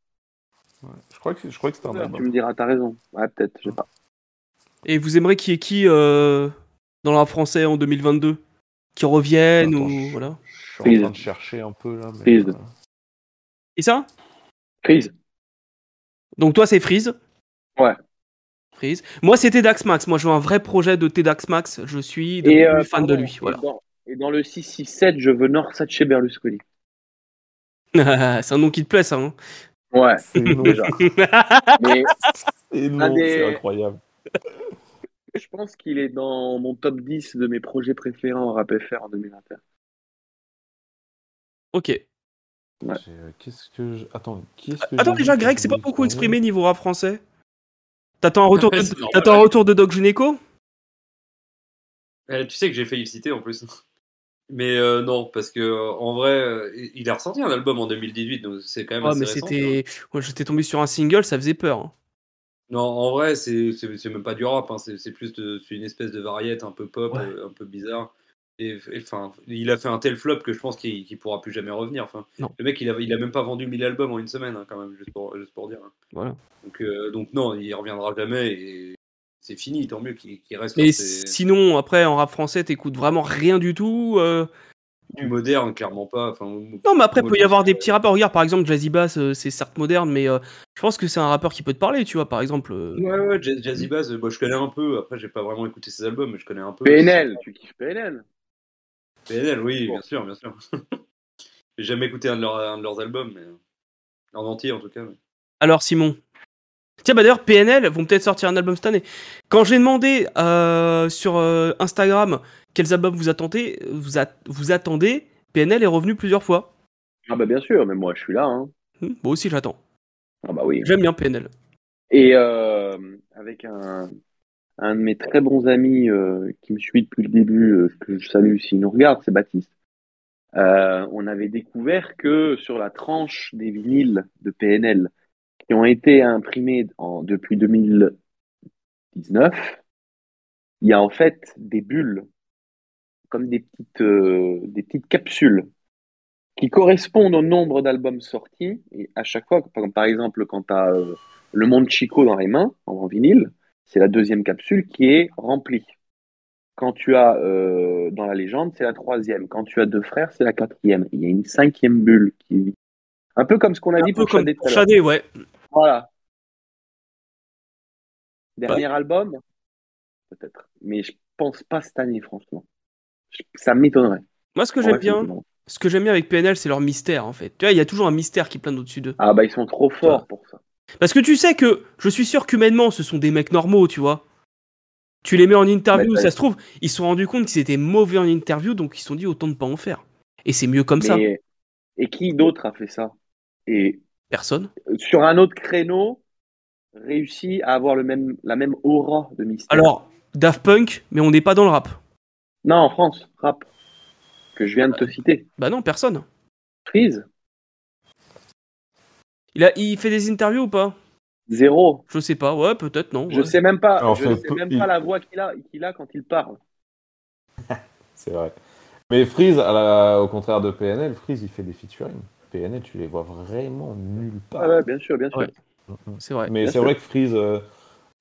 Speaker 6: Ouais. Je crois que, c'est- je crois que c'était un
Speaker 2: Tu
Speaker 6: album.
Speaker 2: me diras, t'as raison. Ouais, peut-être, je sais pas.
Speaker 1: Et vous aimeriez qui est qui euh, dans le rap français en 2022 Qui reviennent
Speaker 6: Attends,
Speaker 1: ou.
Speaker 6: je-
Speaker 1: Voilà.
Speaker 6: Je suis en train
Speaker 2: Freeze.
Speaker 6: de chercher un peu là. mais,
Speaker 2: Freeze.
Speaker 6: euh,
Speaker 1: Et ça
Speaker 2: Freeze.
Speaker 1: Donc toi c'est Freeze
Speaker 2: Ouais.
Speaker 1: Freeze. Moi c'était Dax Max. Moi je veux un vrai projet de T Dax Max. Je suis
Speaker 2: Et,
Speaker 1: devenu
Speaker 2: euh,
Speaker 1: fan
Speaker 2: pardon,
Speaker 1: de lui.
Speaker 2: et
Speaker 1: Voilà.
Speaker 2: dans- Et dans le 667, je veux Norsace chez Berlusconi.
Speaker 1: c'est un nom qui te plaît ça. hein.
Speaker 2: Ouais,
Speaker 6: C'est non,
Speaker 2: déjà. Mais
Speaker 6: c'est
Speaker 2: Un
Speaker 6: non,
Speaker 2: des-
Speaker 6: c'est incroyable.
Speaker 2: je pense qu'il est dans mon top 10 de mes projets préférés en rap FR en 2021.
Speaker 1: Ok.
Speaker 2: Ouais.
Speaker 6: J'ai, euh, Qu'est-ce que je... Attends, qui est-ce que
Speaker 1: Attends
Speaker 6: j'ai
Speaker 1: déjà
Speaker 6: dit
Speaker 1: Greg
Speaker 6: que
Speaker 1: c'est
Speaker 6: je
Speaker 1: pas
Speaker 6: voulais
Speaker 1: beaucoup
Speaker 6: parler
Speaker 1: exprimé niveau rap français. T'attends un retour de,
Speaker 3: C'est normal.
Speaker 1: t'attends un retour de Doc Gineco
Speaker 3: Eh, tu sais que j'ai failli le citer en plus. Mais euh, non, parce que euh, en vrai, euh, il- il a ressorti un album en 2018, donc c'est quand même
Speaker 1: Oh
Speaker 3: assez
Speaker 1: mais
Speaker 3: récent, tu vois.
Speaker 1: c'était, ouais, j'étais tombé sur un single, ça faisait peur. hein.
Speaker 3: Non, en vrai, c'est c'est- c'est même pas du rap, hein, c'est c'est plus de, c'est une espèce de variette un peu pop,
Speaker 1: Ouais.
Speaker 3: euh, un peu bizarre. Et, et, enfin, il a fait un tel flop que je pense qu'il qu'il pourra plus jamais revenir. Enfin,
Speaker 1: Non.
Speaker 3: le mec, il a, il a même pas vendu 1000 albums en une semaine, hein, quand même, juste pour, juste pour dire. hein.
Speaker 1: Voilà.
Speaker 3: Donc, euh, donc non, il reviendra jamais. Et c'est fini, tant mieux qu'il qu'il reste
Speaker 1: Mais
Speaker 3: dans ses-
Speaker 1: sinon, après, en rap français, t'écoutes vraiment rien du tout. euh.
Speaker 3: du moderne, clairement pas. Enfin,
Speaker 1: Non, mais après, il peut y
Speaker 3: Ouais.
Speaker 1: avoir des petits rappeurs. Regarde, par exemple, Jazzy Bass, euh, c'est certes moderne, mais euh, je pense que c'est un rappeur qui peut te parler, tu vois, par exemple. euh.
Speaker 3: ouais, ouais, Jaz- Jazzy Bass, euh, moi je connais un peu, après j'ai pas vraiment écouté ses albums, mais je connais un peu.
Speaker 2: PNL, tu kiffes PNL
Speaker 3: PNL, oui, bien sûr, bien sûr. j'ai jamais écouté un de, leurs, un de leurs albums, mais. euh, En entier en tout cas. mais-
Speaker 1: Alors, Simon. Tiens, bah d'ailleurs, PNL vont peut-être sortir un album cette année. Quand j'ai demandé euh, sur euh, Instagram quels albums vous attendez, vous, at- vous attendez, PNL est revenu plusieurs fois.
Speaker 2: Ah bah bien sûr, mais moi je suis là. Hein.
Speaker 1: Hmm, moi aussi, j'attends.
Speaker 2: Ah bah oui.
Speaker 1: J'aime bien PNL.
Speaker 2: Et euh, avec un, un de mes très bons amis euh, qui me suit depuis le début, euh, que je salue s'il nous regarde, c'est Baptiste. Euh, on avait découvert que sur la tranche des vinyles de PNL qui ont été imprimés en, depuis 2019, il y a en fait des bulles, comme des petites, euh, des petites capsules qui correspondent au nombre d'albums sortis. Et à chaque fois, comme par exemple quand tu as le Monde Chico dans les mains, en vinyle, c'est la deuxième capsule qui est remplie. Quand tu as euh, dans la légende, c'est la troisième. Quand tu as deux frères, c'est la quatrième. Il y a une cinquième bulle qui est vide. Un peu comme ce qu'on a
Speaker 1: Un
Speaker 2: dit
Speaker 1: peu
Speaker 2: pour
Speaker 1: comme
Speaker 2: Shadé tout à l'heure.
Speaker 1: Shadé, ouais.
Speaker 2: Voilà. Dernier album Peut-être. Mais je pense pas cette année, franchement. Je- Ça m'étonnerait.
Speaker 1: Moi, ce que
Speaker 2: Ouais,
Speaker 1: j'aime
Speaker 2: ça
Speaker 1: bien,
Speaker 2: m'étonnerait.
Speaker 1: ce que j'aime bien avec PNL, c'est leur mystère, en fait. Tu vois, il y a toujours un mystère qui plane au-dessus d'eux.
Speaker 2: Ah bah ils sont trop forts pour ça.
Speaker 1: Parce que tu sais que je suis sûr qu'humainement, ce sont des mecs normaux, tu vois. Tu les mets en interview,
Speaker 2: Bah, t'as-
Speaker 1: ça se trouve, ils se sont rendus compte qu'ils étaient mauvais en interview, donc ils se sont dit autant ne pas en faire. Et c'est mieux comme ça.
Speaker 2: Mais- Et qui d'autre a fait ça Et
Speaker 1: Personne.
Speaker 2: euh, sur un autre créneau, réussit à avoir le même, la même aura de mystère.
Speaker 1: Alors, Daft Punk, mais on n'est pas dans le rap.
Speaker 2: Non, en France, rap. Que je viens de te citer.
Speaker 1: Bah non, personne.
Speaker 2: Freeze,
Speaker 1: Il, a, il fait des interviews ou pas
Speaker 2: zéro.
Speaker 1: Je sais pas, ouais, peut-être, non.
Speaker 2: Je
Speaker 1: ouais.
Speaker 2: sais même pas,
Speaker 6: Alors,
Speaker 2: je
Speaker 6: c'est
Speaker 2: sais
Speaker 6: peu-
Speaker 2: même
Speaker 6: il-
Speaker 2: pas la voix qu'il a, qu'il a quand il parle.
Speaker 6: C'est vrai. Mais Freeze, à la- au contraire de PNL, Freeze, il fait des featuring. PNL, tu les vois vraiment nulle part.
Speaker 2: Ah ouais, bien sûr, bien sûr.
Speaker 1: Ouais. C'est vrai.
Speaker 6: Mais
Speaker 2: bien
Speaker 6: c'est
Speaker 2: sûr.
Speaker 6: vrai que Freeze, euh,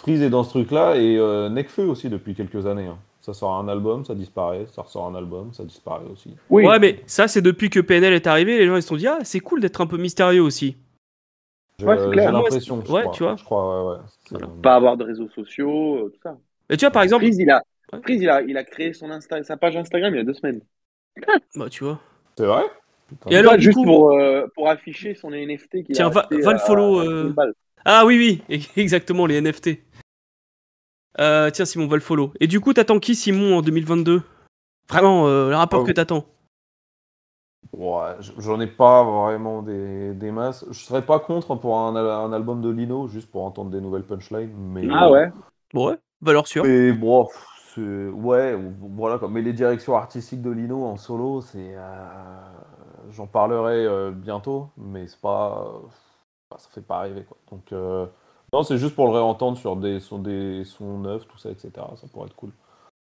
Speaker 6: Freeze est dans ce truc-là et euh, Nekfeu aussi depuis quelques années. hein. Ça sort un album, ça disparaît, ça ressort un album, ça disparaît aussi.
Speaker 2: Oui,
Speaker 1: Ouais, mais ça, c'est depuis que PNL est arrivé, les gens ils se sont dit, ah, c'est cool d'être un peu mystérieux aussi.
Speaker 6: Je-
Speaker 2: Ouais, c'est
Speaker 6: J'ai
Speaker 2: clair.
Speaker 6: l'impression. je
Speaker 1: Ouais,
Speaker 6: crois.
Speaker 1: tu vois.
Speaker 6: Je crois, ouais, ouais. C'est-
Speaker 2: pas avoir de réseaux sociaux, euh, tout ça.
Speaker 1: Mais tu vois, par exemple,
Speaker 2: Freeze, il a,
Speaker 1: Ouais.
Speaker 2: Freeze, il a, il a créé son Insta, sa page Instagram il y a deux semaines.
Speaker 1: bah tu vois.
Speaker 6: C'est vrai Putain.
Speaker 1: Et alors,
Speaker 2: Pas
Speaker 1: du
Speaker 2: juste
Speaker 1: coup-
Speaker 2: pour, euh, pour afficher son NFT qu'il
Speaker 1: Tiens,
Speaker 2: a
Speaker 1: va-
Speaker 2: acheté
Speaker 1: va le
Speaker 2: à-
Speaker 1: follow,
Speaker 2: à
Speaker 1: euh,
Speaker 2: 1000 balles.
Speaker 1: Ah oui, oui, exactement, les NFT. Euh, tiens, Simon, va le follow. Et du coup, t'attends qui, Simon, en 2022 Vraiment, euh, le rapport
Speaker 6: Oh.
Speaker 1: que t'attends
Speaker 6: Ouais, j- j'en ai pas vraiment des, des masses. Je serais pas contre pour un, al- un album de Lino, juste pour entendre des nouvelles punchlines. Mais,
Speaker 2: Ah ouais.
Speaker 1: Bon, ouais, valeur sûre.
Speaker 6: Mais bon, pff, c'est- ouais, ou- voilà quoi. Mais les directions artistiques de Lino en solo, c'est. euh, J'en parlerai euh, bientôt, mais c'est pas. euh, bah, ça fait pas rêver quoi. Donc, euh, non, c'est juste pour le réentendre sur des sons, des sons neufs, tout ça, etc. Ça pourrait être cool.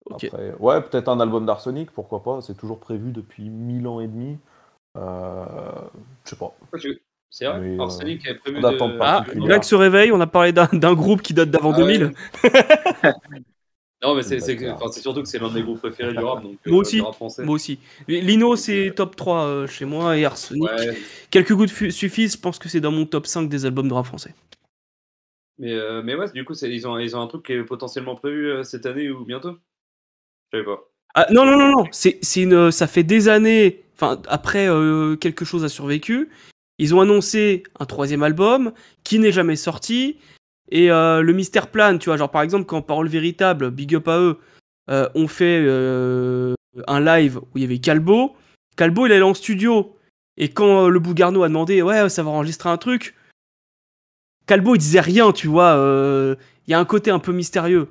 Speaker 1: Ok.
Speaker 6: Après, ouais, peut-être un album d'Arsenic, pourquoi pas. C'est toujours prévu depuis mille ans et demi. Euh, je sais pas.
Speaker 3: C'est vrai,
Speaker 6: Mais, euh,
Speaker 3: Arsenic avait prévu
Speaker 6: on attend
Speaker 3: de-
Speaker 6: pas.
Speaker 1: Ah,
Speaker 6: particulier.
Speaker 1: là que se réveille, on a parlé d'un- d'un groupe qui date d'avant
Speaker 3: Ah
Speaker 1: 2000.
Speaker 3: ouais. non, mais c'est
Speaker 6: Le
Speaker 3: c'est que-
Speaker 6: bâtard.
Speaker 3: enfin, c'est surtout que c'est l'un des groupes préférés du rap. Donc,
Speaker 1: Moi
Speaker 3: euh,
Speaker 1: aussi.
Speaker 3: du rap français.
Speaker 1: Moi aussi. Lino, c'est top 3 euh, chez moi et Arsenic.
Speaker 3: Ouais,
Speaker 1: Quelques gouttes fu- suffisent, je pense que c'est dans mon top 5 des albums de rap français.
Speaker 3: mais, euh, mais ouais, du coup, c'est- ils ont, ils ont un truc qui est potentiellement prévu euh, cette année ou bientôt Je sais pas.
Speaker 1: Ah, non, non, non, non. C'est, c'est une, ça fait des années, enfin, après euh, quelque chose a survécu, ils ont annoncé un troisième album qui n'est jamais sorti. Et euh, le mystère plane, tu vois. Genre, par exemple, quand Parole Véritable, big up à eux, euh, ont fait euh, un live où il y avait Calbo. Calbo, il allait en studio. Et quand euh, le Bougarno a demandé, ouais, ça va enregistrer un truc, Calbo, il disait rien, tu vois. euh, Il y a un côté un peu mystérieux.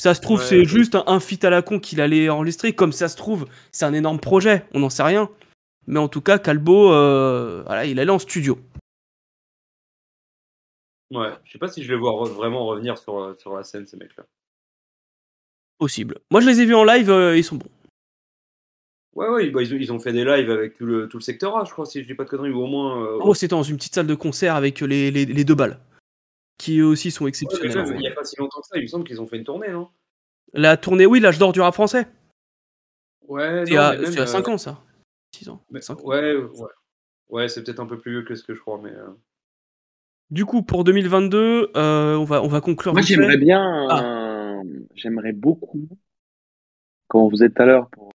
Speaker 1: Ça se trouve,
Speaker 3: Ouais.
Speaker 1: c'est juste un, un feat à la con qu'il allait enregistrer. Comme ça se trouve, c'est un énorme projet. On n'en sait rien. Mais en tout cas, Calbo, euh, voilà, il allait en studio.
Speaker 3: Ouais, je sais pas si je les vois re- vraiment revenir sur, euh, sur la scène, ces mecs-là.
Speaker 1: Possible. Moi, je les ai vus en live, euh, ils sont bons.
Speaker 3: Ouais, ouais, bah, ils, ont- ils ont fait des lives avec tout le, tout le secteur A, je crois, si je dis pas de conneries, ou au moins. euh,
Speaker 1: euh, Oh, c'était dans une petite salle de concert avec les, les- les deux balles. qui eux aussi sont
Speaker 3: Ouais, déjà,
Speaker 1: exceptionnels.
Speaker 3: mais il n'y a pas si longtemps que ça, il me semble qu'ils ont fait une tournée, non
Speaker 1: La tournée, oui, l'âge d'or du rap français.
Speaker 3: Ouais,
Speaker 1: C'est
Speaker 3: non,
Speaker 1: à
Speaker 3: mais même,
Speaker 1: 5
Speaker 3: euh,
Speaker 1: ans, ça. 6 ans.
Speaker 3: mais-
Speaker 1: cinq ans.
Speaker 3: Ouais, ouais. Ouais, c'est peut-être un peu plus vieux que ce que je crois, mais. euh,
Speaker 1: Du coup, pour 2022, euh, on, va, on va conclure.
Speaker 2: Moi,
Speaker 1: vite fait.
Speaker 2: j'aimerais bien,
Speaker 1: Ah.
Speaker 2: euh, j'aimerais beaucoup, quand vous êtes à l'heure pour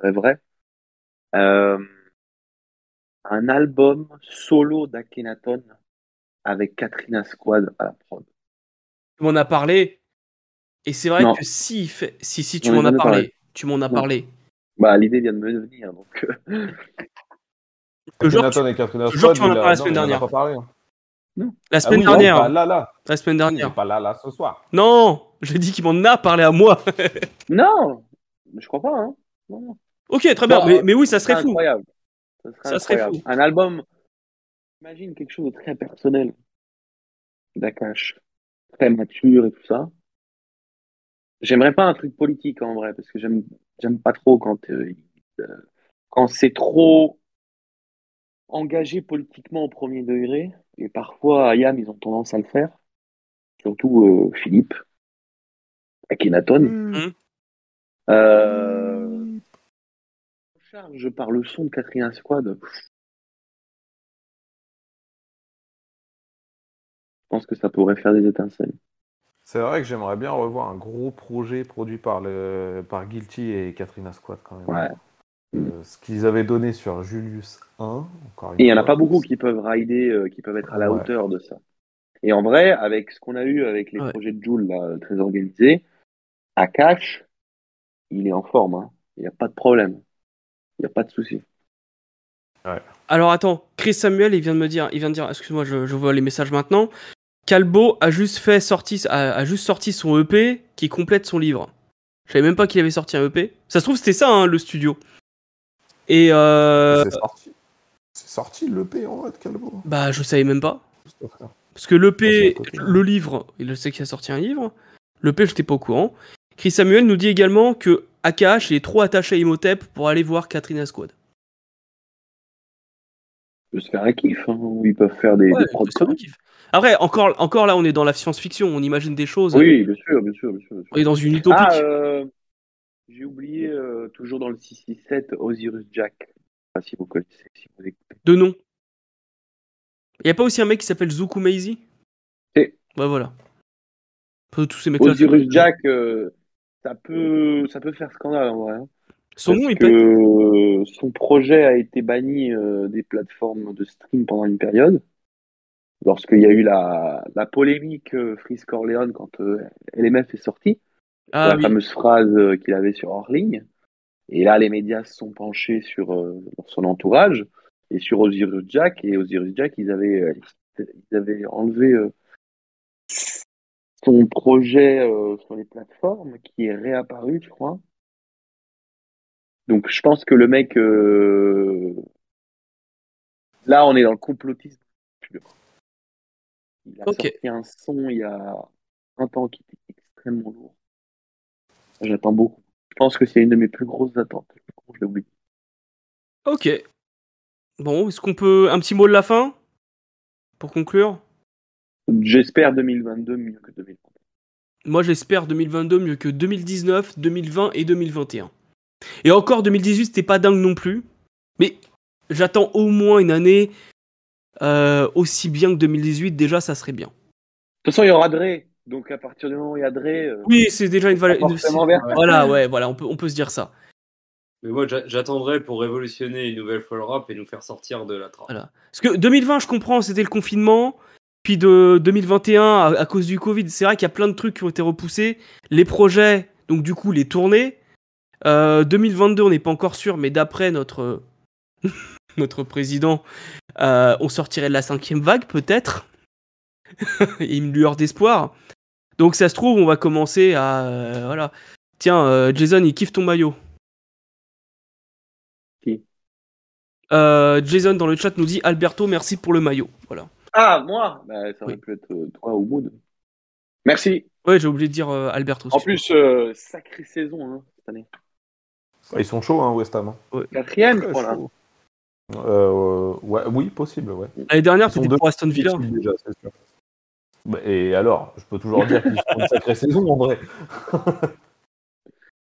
Speaker 2: vrai, vrai, euh, un album solo d'Akhenaton avec Katrina Squad à la prod.
Speaker 1: Tu m'en as parlé. Et c'est vrai
Speaker 2: Non.
Speaker 1: que si, il fait- si, si tu
Speaker 2: Non,
Speaker 1: m'en
Speaker 2: j'en
Speaker 1: as
Speaker 2: ai parlé.
Speaker 1: parlé, tu m'en as
Speaker 2: Non.
Speaker 1: parlé.
Speaker 2: Bah, l'idée vient de me venir, donc euh,
Speaker 1: Le genre,
Speaker 6: Jonathan et Catherine
Speaker 1: le genre, tu
Speaker 6: Aston,
Speaker 1: en as
Speaker 6: il a-
Speaker 1: parlé la
Speaker 6: non,
Speaker 1: semaine
Speaker 6: il en a
Speaker 1: dernière.
Speaker 6: pas parlé, hein.
Speaker 1: la
Speaker 6: Ah
Speaker 1: semaine
Speaker 6: oui, non,
Speaker 1: dernière.
Speaker 6: pas là, là.
Speaker 1: La semaine
Speaker 6: Il est
Speaker 1: dernière.
Speaker 6: pas là, là, ce soir.
Speaker 1: Non, j'ai dit qu'il m'en a parlé à moi.
Speaker 2: non, je crois pas. Hein. Non, non.
Speaker 1: ok, très bien.
Speaker 2: Non,
Speaker 3: euh,
Speaker 1: mais, mais oui, ça
Speaker 2: Ce serait
Speaker 3: ah,
Speaker 1: serait fou.
Speaker 2: incroyable. Ce serait
Speaker 1: Ça serait
Speaker 2: incroyable.
Speaker 1: fou.
Speaker 2: Un album, imagine quelque chose de très personnel d'Akash, très mature et tout ça. J'aimerais pas un truc politique en vrai, parce que j'aime j'aime pas trop quand euh, il- euh, quand c'est trop engagé politiquement au premier degré. Et parfois, Ayam, ils ont tendance à le faire. Surtout euh, Philippe, Akhenaton. Euh, charge par le son de Quatrième Squad. pff. Je pense que ça pourrait faire des étincelles.
Speaker 6: C'est vrai que j'aimerais bien revoir un gros projet produit par, le, par Guilty et Katrina Squad quand même.
Speaker 2: Ouais.
Speaker 6: Euh, ce qu'ils avaient donné sur Julius 1, encore une
Speaker 2: Et il n'y en a
Speaker 6: fois.
Speaker 2: pas beaucoup qui peuvent rider, euh, qui peuvent être à la
Speaker 6: Ouais.
Speaker 2: hauteur de ça. Et en vrai, avec ce qu'on a eu avec les
Speaker 1: Ouais.
Speaker 2: projets de Joule là, euh, très organisés, Akash, il est en forme. hein. Il n'y a pas de problème. Il n'y a pas de souci.
Speaker 1: Alors attends, Chris Samuel, il vient de me dire, il vient de dire, excuse-moi, je, je vois les messages maintenant. Calbo a juste fait sorti, a, a juste sorti son EP qui complète son livre. Je savais même pas qu'il avait sorti un EP. Ça se trouve c'était ça hein, le studio. Et euh,
Speaker 6: C'est sorti. C'est sorti l'EP en vrai de Calvo.
Speaker 1: bah je savais même pas
Speaker 6: juste à faire.
Speaker 1: parce que l'EP,
Speaker 6: Ça, c'est un côté.
Speaker 1: le livre, il sait qu'il a sorti un livre. L'EP, j'étais pas au courant. Chris Samuel nous dit également que AKH il est trop attaché à Imhotep pour aller voir Katrina Squad.
Speaker 2: Ils peuvent se faire un kiff. hein, ou Ils peuvent faire des,
Speaker 1: Ouais,
Speaker 2: des prods
Speaker 1: c'est un
Speaker 2: comme-
Speaker 1: kiff. Après, encore, encore là, on est dans la science-fiction, on imagine des choses.
Speaker 2: Oui, bien sûr, bien sûr, bien sûr. bien sûr.
Speaker 1: On est dans une utopie.
Speaker 2: Ah, euh, j'ai oublié, euh, toujours dans le 667, Osiris Jack. Je sais pas si vous connaissez, si vous écoutez.
Speaker 1: De nom. Il a pas aussi un mec qui s'appelle Zuku Meizi
Speaker 2: Si.
Speaker 1: Bah voilà. Pas de tous ces mecs-là.
Speaker 2: Osiris Jack, euh, ça, peut, ça peut faire scandale en vrai. hein.
Speaker 1: Son nom,
Speaker 2: Parce
Speaker 1: il
Speaker 2: que
Speaker 1: pète.
Speaker 2: euh, son projet a été banni euh, des plateformes de stream pendant une période. Lorsqu'il y a eu la, la polémique euh, Freeze Corleone quand euh, LMF est sorti.
Speaker 1: Ah
Speaker 2: la
Speaker 1: oui.
Speaker 2: fameuse phrase euh, qu'il avait sur hors ligne. Et là, les médias se sont penchés sur, euh, sur son entourage et sur Osiris Jack. Et Osiris Jack, ils avaient, euh, ils avaient enlevé euh, son projet euh, sur les plateformes qui est réapparu, je crois. Donc, je pense que le mec. euh, Là, on est dans le complotisme. pur. Il a
Speaker 1: Ok.
Speaker 2: sorti un son il y a un temps qui était extrêmement lourd. J'attends beaucoup. Je pense que c'est une de mes plus grosses attentes. Je crois que je l'ai oublié.
Speaker 1: Ok. Bon, est-ce qu'on peut. Un petit mot de la fin Pour conclure
Speaker 2: J'espère 2022 mieux que 2020.
Speaker 1: Moi, j'espère 2022 mieux que 2019, 2020 et 2021. Et encore, 2018, c'était pas dingue non plus. Mais j'attends au moins une année euh, aussi bien que 2018. Déjà, ça serait bien.
Speaker 2: De toute façon, il y aura Dre. Donc, à partir du moment où il y a Dre, euh,
Speaker 1: Oui, c'est déjà une valeur.
Speaker 2: forcément vers.
Speaker 1: Voilà, ouais, voilà, on peut, on peut se dire ça.
Speaker 3: Mais moi, j'a- j'attendrai pour révolutionner une nouvelle fois le rap et nous faire sortir de la trappe.
Speaker 1: Voilà. Parce que 2020, je comprends, c'était le confinement. Puis de 2021, à, à cause du Covid, c'est vrai qu'il y a plein de trucs qui ont été repoussés. Les projets, donc du coup, les tournées. Euh, 2022, on n'est pas encore sûr, mais d'après notre, notre président, euh, on sortirait de la cinquième vague, peut-être. Il y a une lueur d'espoir. Donc ça se trouve, on va commencer à... euh, voilà. Tiens, euh, Jason, il kiffe ton maillot.
Speaker 2: Qui
Speaker 1: Euh, Jason dans le chat nous dit Alberto, merci pour le maillot. Voilà.
Speaker 2: Ah, moi Bah, Ça aurait
Speaker 1: Oui.
Speaker 2: pu être euh, toi ou Mood. Merci.
Speaker 1: Ouais, j'ai oublié de dire euh, Alberto.
Speaker 2: En
Speaker 1: excuse-moi.
Speaker 2: plus, euh, sacrée saison hein, cette année.
Speaker 6: Ouais, Ils sont chauds, hein, West Ham. hein.
Speaker 2: Quatrième,
Speaker 6: Très
Speaker 2: voilà.
Speaker 6: chauds. Euh, ouais, oui, possible, ouais.
Speaker 1: l'année dernière,
Speaker 6: Ils sont
Speaker 1: c'était
Speaker 6: deux.
Speaker 1: pour Aston Villa.
Speaker 6: Déjà, c'est sûr. Bah, Et alors, je peux toujours dire qu'ils font une sacrée saison en vrai.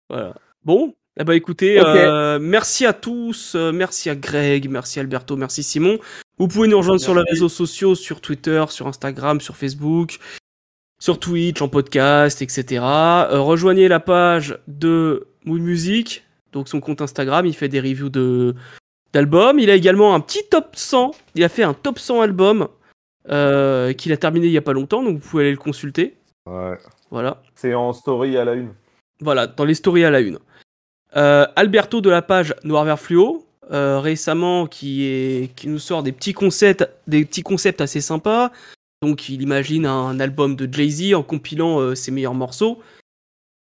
Speaker 1: Voilà. Bon, eh ben écoutez,
Speaker 2: Ok.
Speaker 1: euh, merci à tous, euh, merci à Greg, merci Alberto, merci Simon. Vous pouvez nous rejoindre sur les réseaux sociaux, sur Twitter, sur Instagram, sur Facebook, sur Twitch, en podcast, etc. Euh, rejoignez la page de Mood Music, donc son compte Instagram, il fait des reviews de d'albums. Il a également un petit top 100, il a fait un top 100 album euh, qu'il a terminé il y a pas longtemps, donc vous pouvez aller le consulter. Voilà.
Speaker 6: C'est en story à la une.
Speaker 1: Voilà, dans les stories à la une. Euh, Alberto de la page Noir Vert Fluo, euh, récemment, qui, est, qui nous sort des petits, concepts, des petits concepts assez sympas. Donc, il imagine un album de Jay-Z en compilant euh, ses meilleurs morceaux,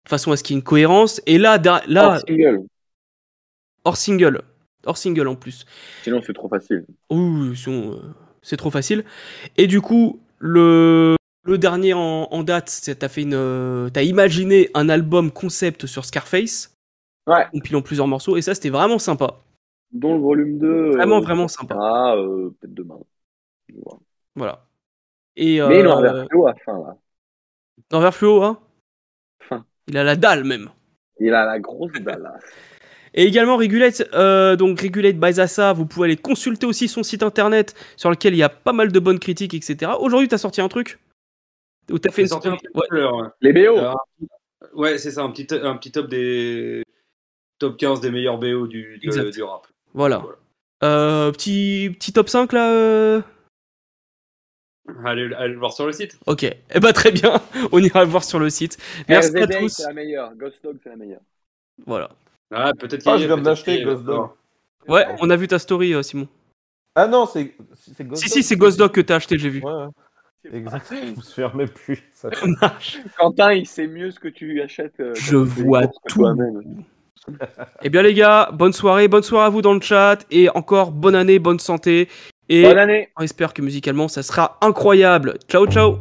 Speaker 1: de façon à ce qu'il y ait une cohérence. Et là, da- là
Speaker 2: Hors single.
Speaker 1: hors single, hors single en plus.
Speaker 2: Sinon, c'est trop facile.
Speaker 1: Ouh, sinon, euh, c'est trop facile. Et du coup, le, le dernier en, en date, c'est t'as fait une, euh, t'as imaginé un album concept sur Scarface,
Speaker 2: Ouais.
Speaker 1: compilant plusieurs morceaux, et ça c'était vraiment sympa.
Speaker 2: Dont le volume 2.
Speaker 1: Vraiment, vraiment sympa.
Speaker 2: Ah, euh, peut-être demain. Je vois.
Speaker 1: Voilà. Et euh,
Speaker 2: Mais il en revient plus haut à fin, là.
Speaker 1: Norbert Fluo, hein
Speaker 2: Fin.
Speaker 1: Il a la dalle même.
Speaker 2: Il a la grosse dalle, là.
Speaker 1: Et également Regulate, euh, donc Regulate by Zaza, vous pouvez aller consulter aussi son site internet sur lequel il y a pas mal de bonnes critiques, etc. Aujourd'hui, t'as sorti un truc Ou t'as fait
Speaker 3: J'ai
Speaker 1: une
Speaker 3: sorti un truc
Speaker 1: Ouais.
Speaker 3: tout à l'heure, ouais.
Speaker 2: Les BO.
Speaker 3: Euh, Ouais, c'est ça, un petit, un petit top des top 15 des meilleurs BO du, du,
Speaker 1: Exact.
Speaker 3: du rap.
Speaker 1: Voilà. Euh, petit, petit top 5 là euh
Speaker 3: Allez, allez le voir sur le site.
Speaker 1: Ok. Eh bah très bien, on ira le voir sur le site.
Speaker 2: Eh,
Speaker 1: Merci à
Speaker 2: RZD,
Speaker 1: tous.
Speaker 2: c'est la meilleure. Ghost Dog, c'est la meilleure.
Speaker 1: Voilà.
Speaker 3: Ah, peut-être qu'il y
Speaker 6: Ah,
Speaker 3: a-
Speaker 6: je viens de
Speaker 3: peut-être qu'il
Speaker 6: l'acheter,
Speaker 3: y a-
Speaker 6: Ghost Dog.
Speaker 1: Ouais, on a vu ta story, euh, Simon.
Speaker 6: Ah non, c'est c'est Ghost
Speaker 1: Si,
Speaker 6: Dog.
Speaker 1: si, c'est Ghost Dog que t'as acheté, j'ai vu.
Speaker 6: Ouais, ouais. Exact. Je me souviens même plus. Ça-
Speaker 2: Quentin, il sait mieux ce que tu lui achètes. euh,
Speaker 1: Je
Speaker 2: quand tu fais les
Speaker 1: vois
Speaker 2: courses que
Speaker 1: tout.
Speaker 2: toi-même.
Speaker 1: Eh bien, les gars, bonne soirée. Bonne soirée à vous dans le chat. Et encore, bonne année, bonne santé. Et
Speaker 2: Bonne année.
Speaker 1: on espère que musicalement, ça sera incroyable. Ciao, ciao.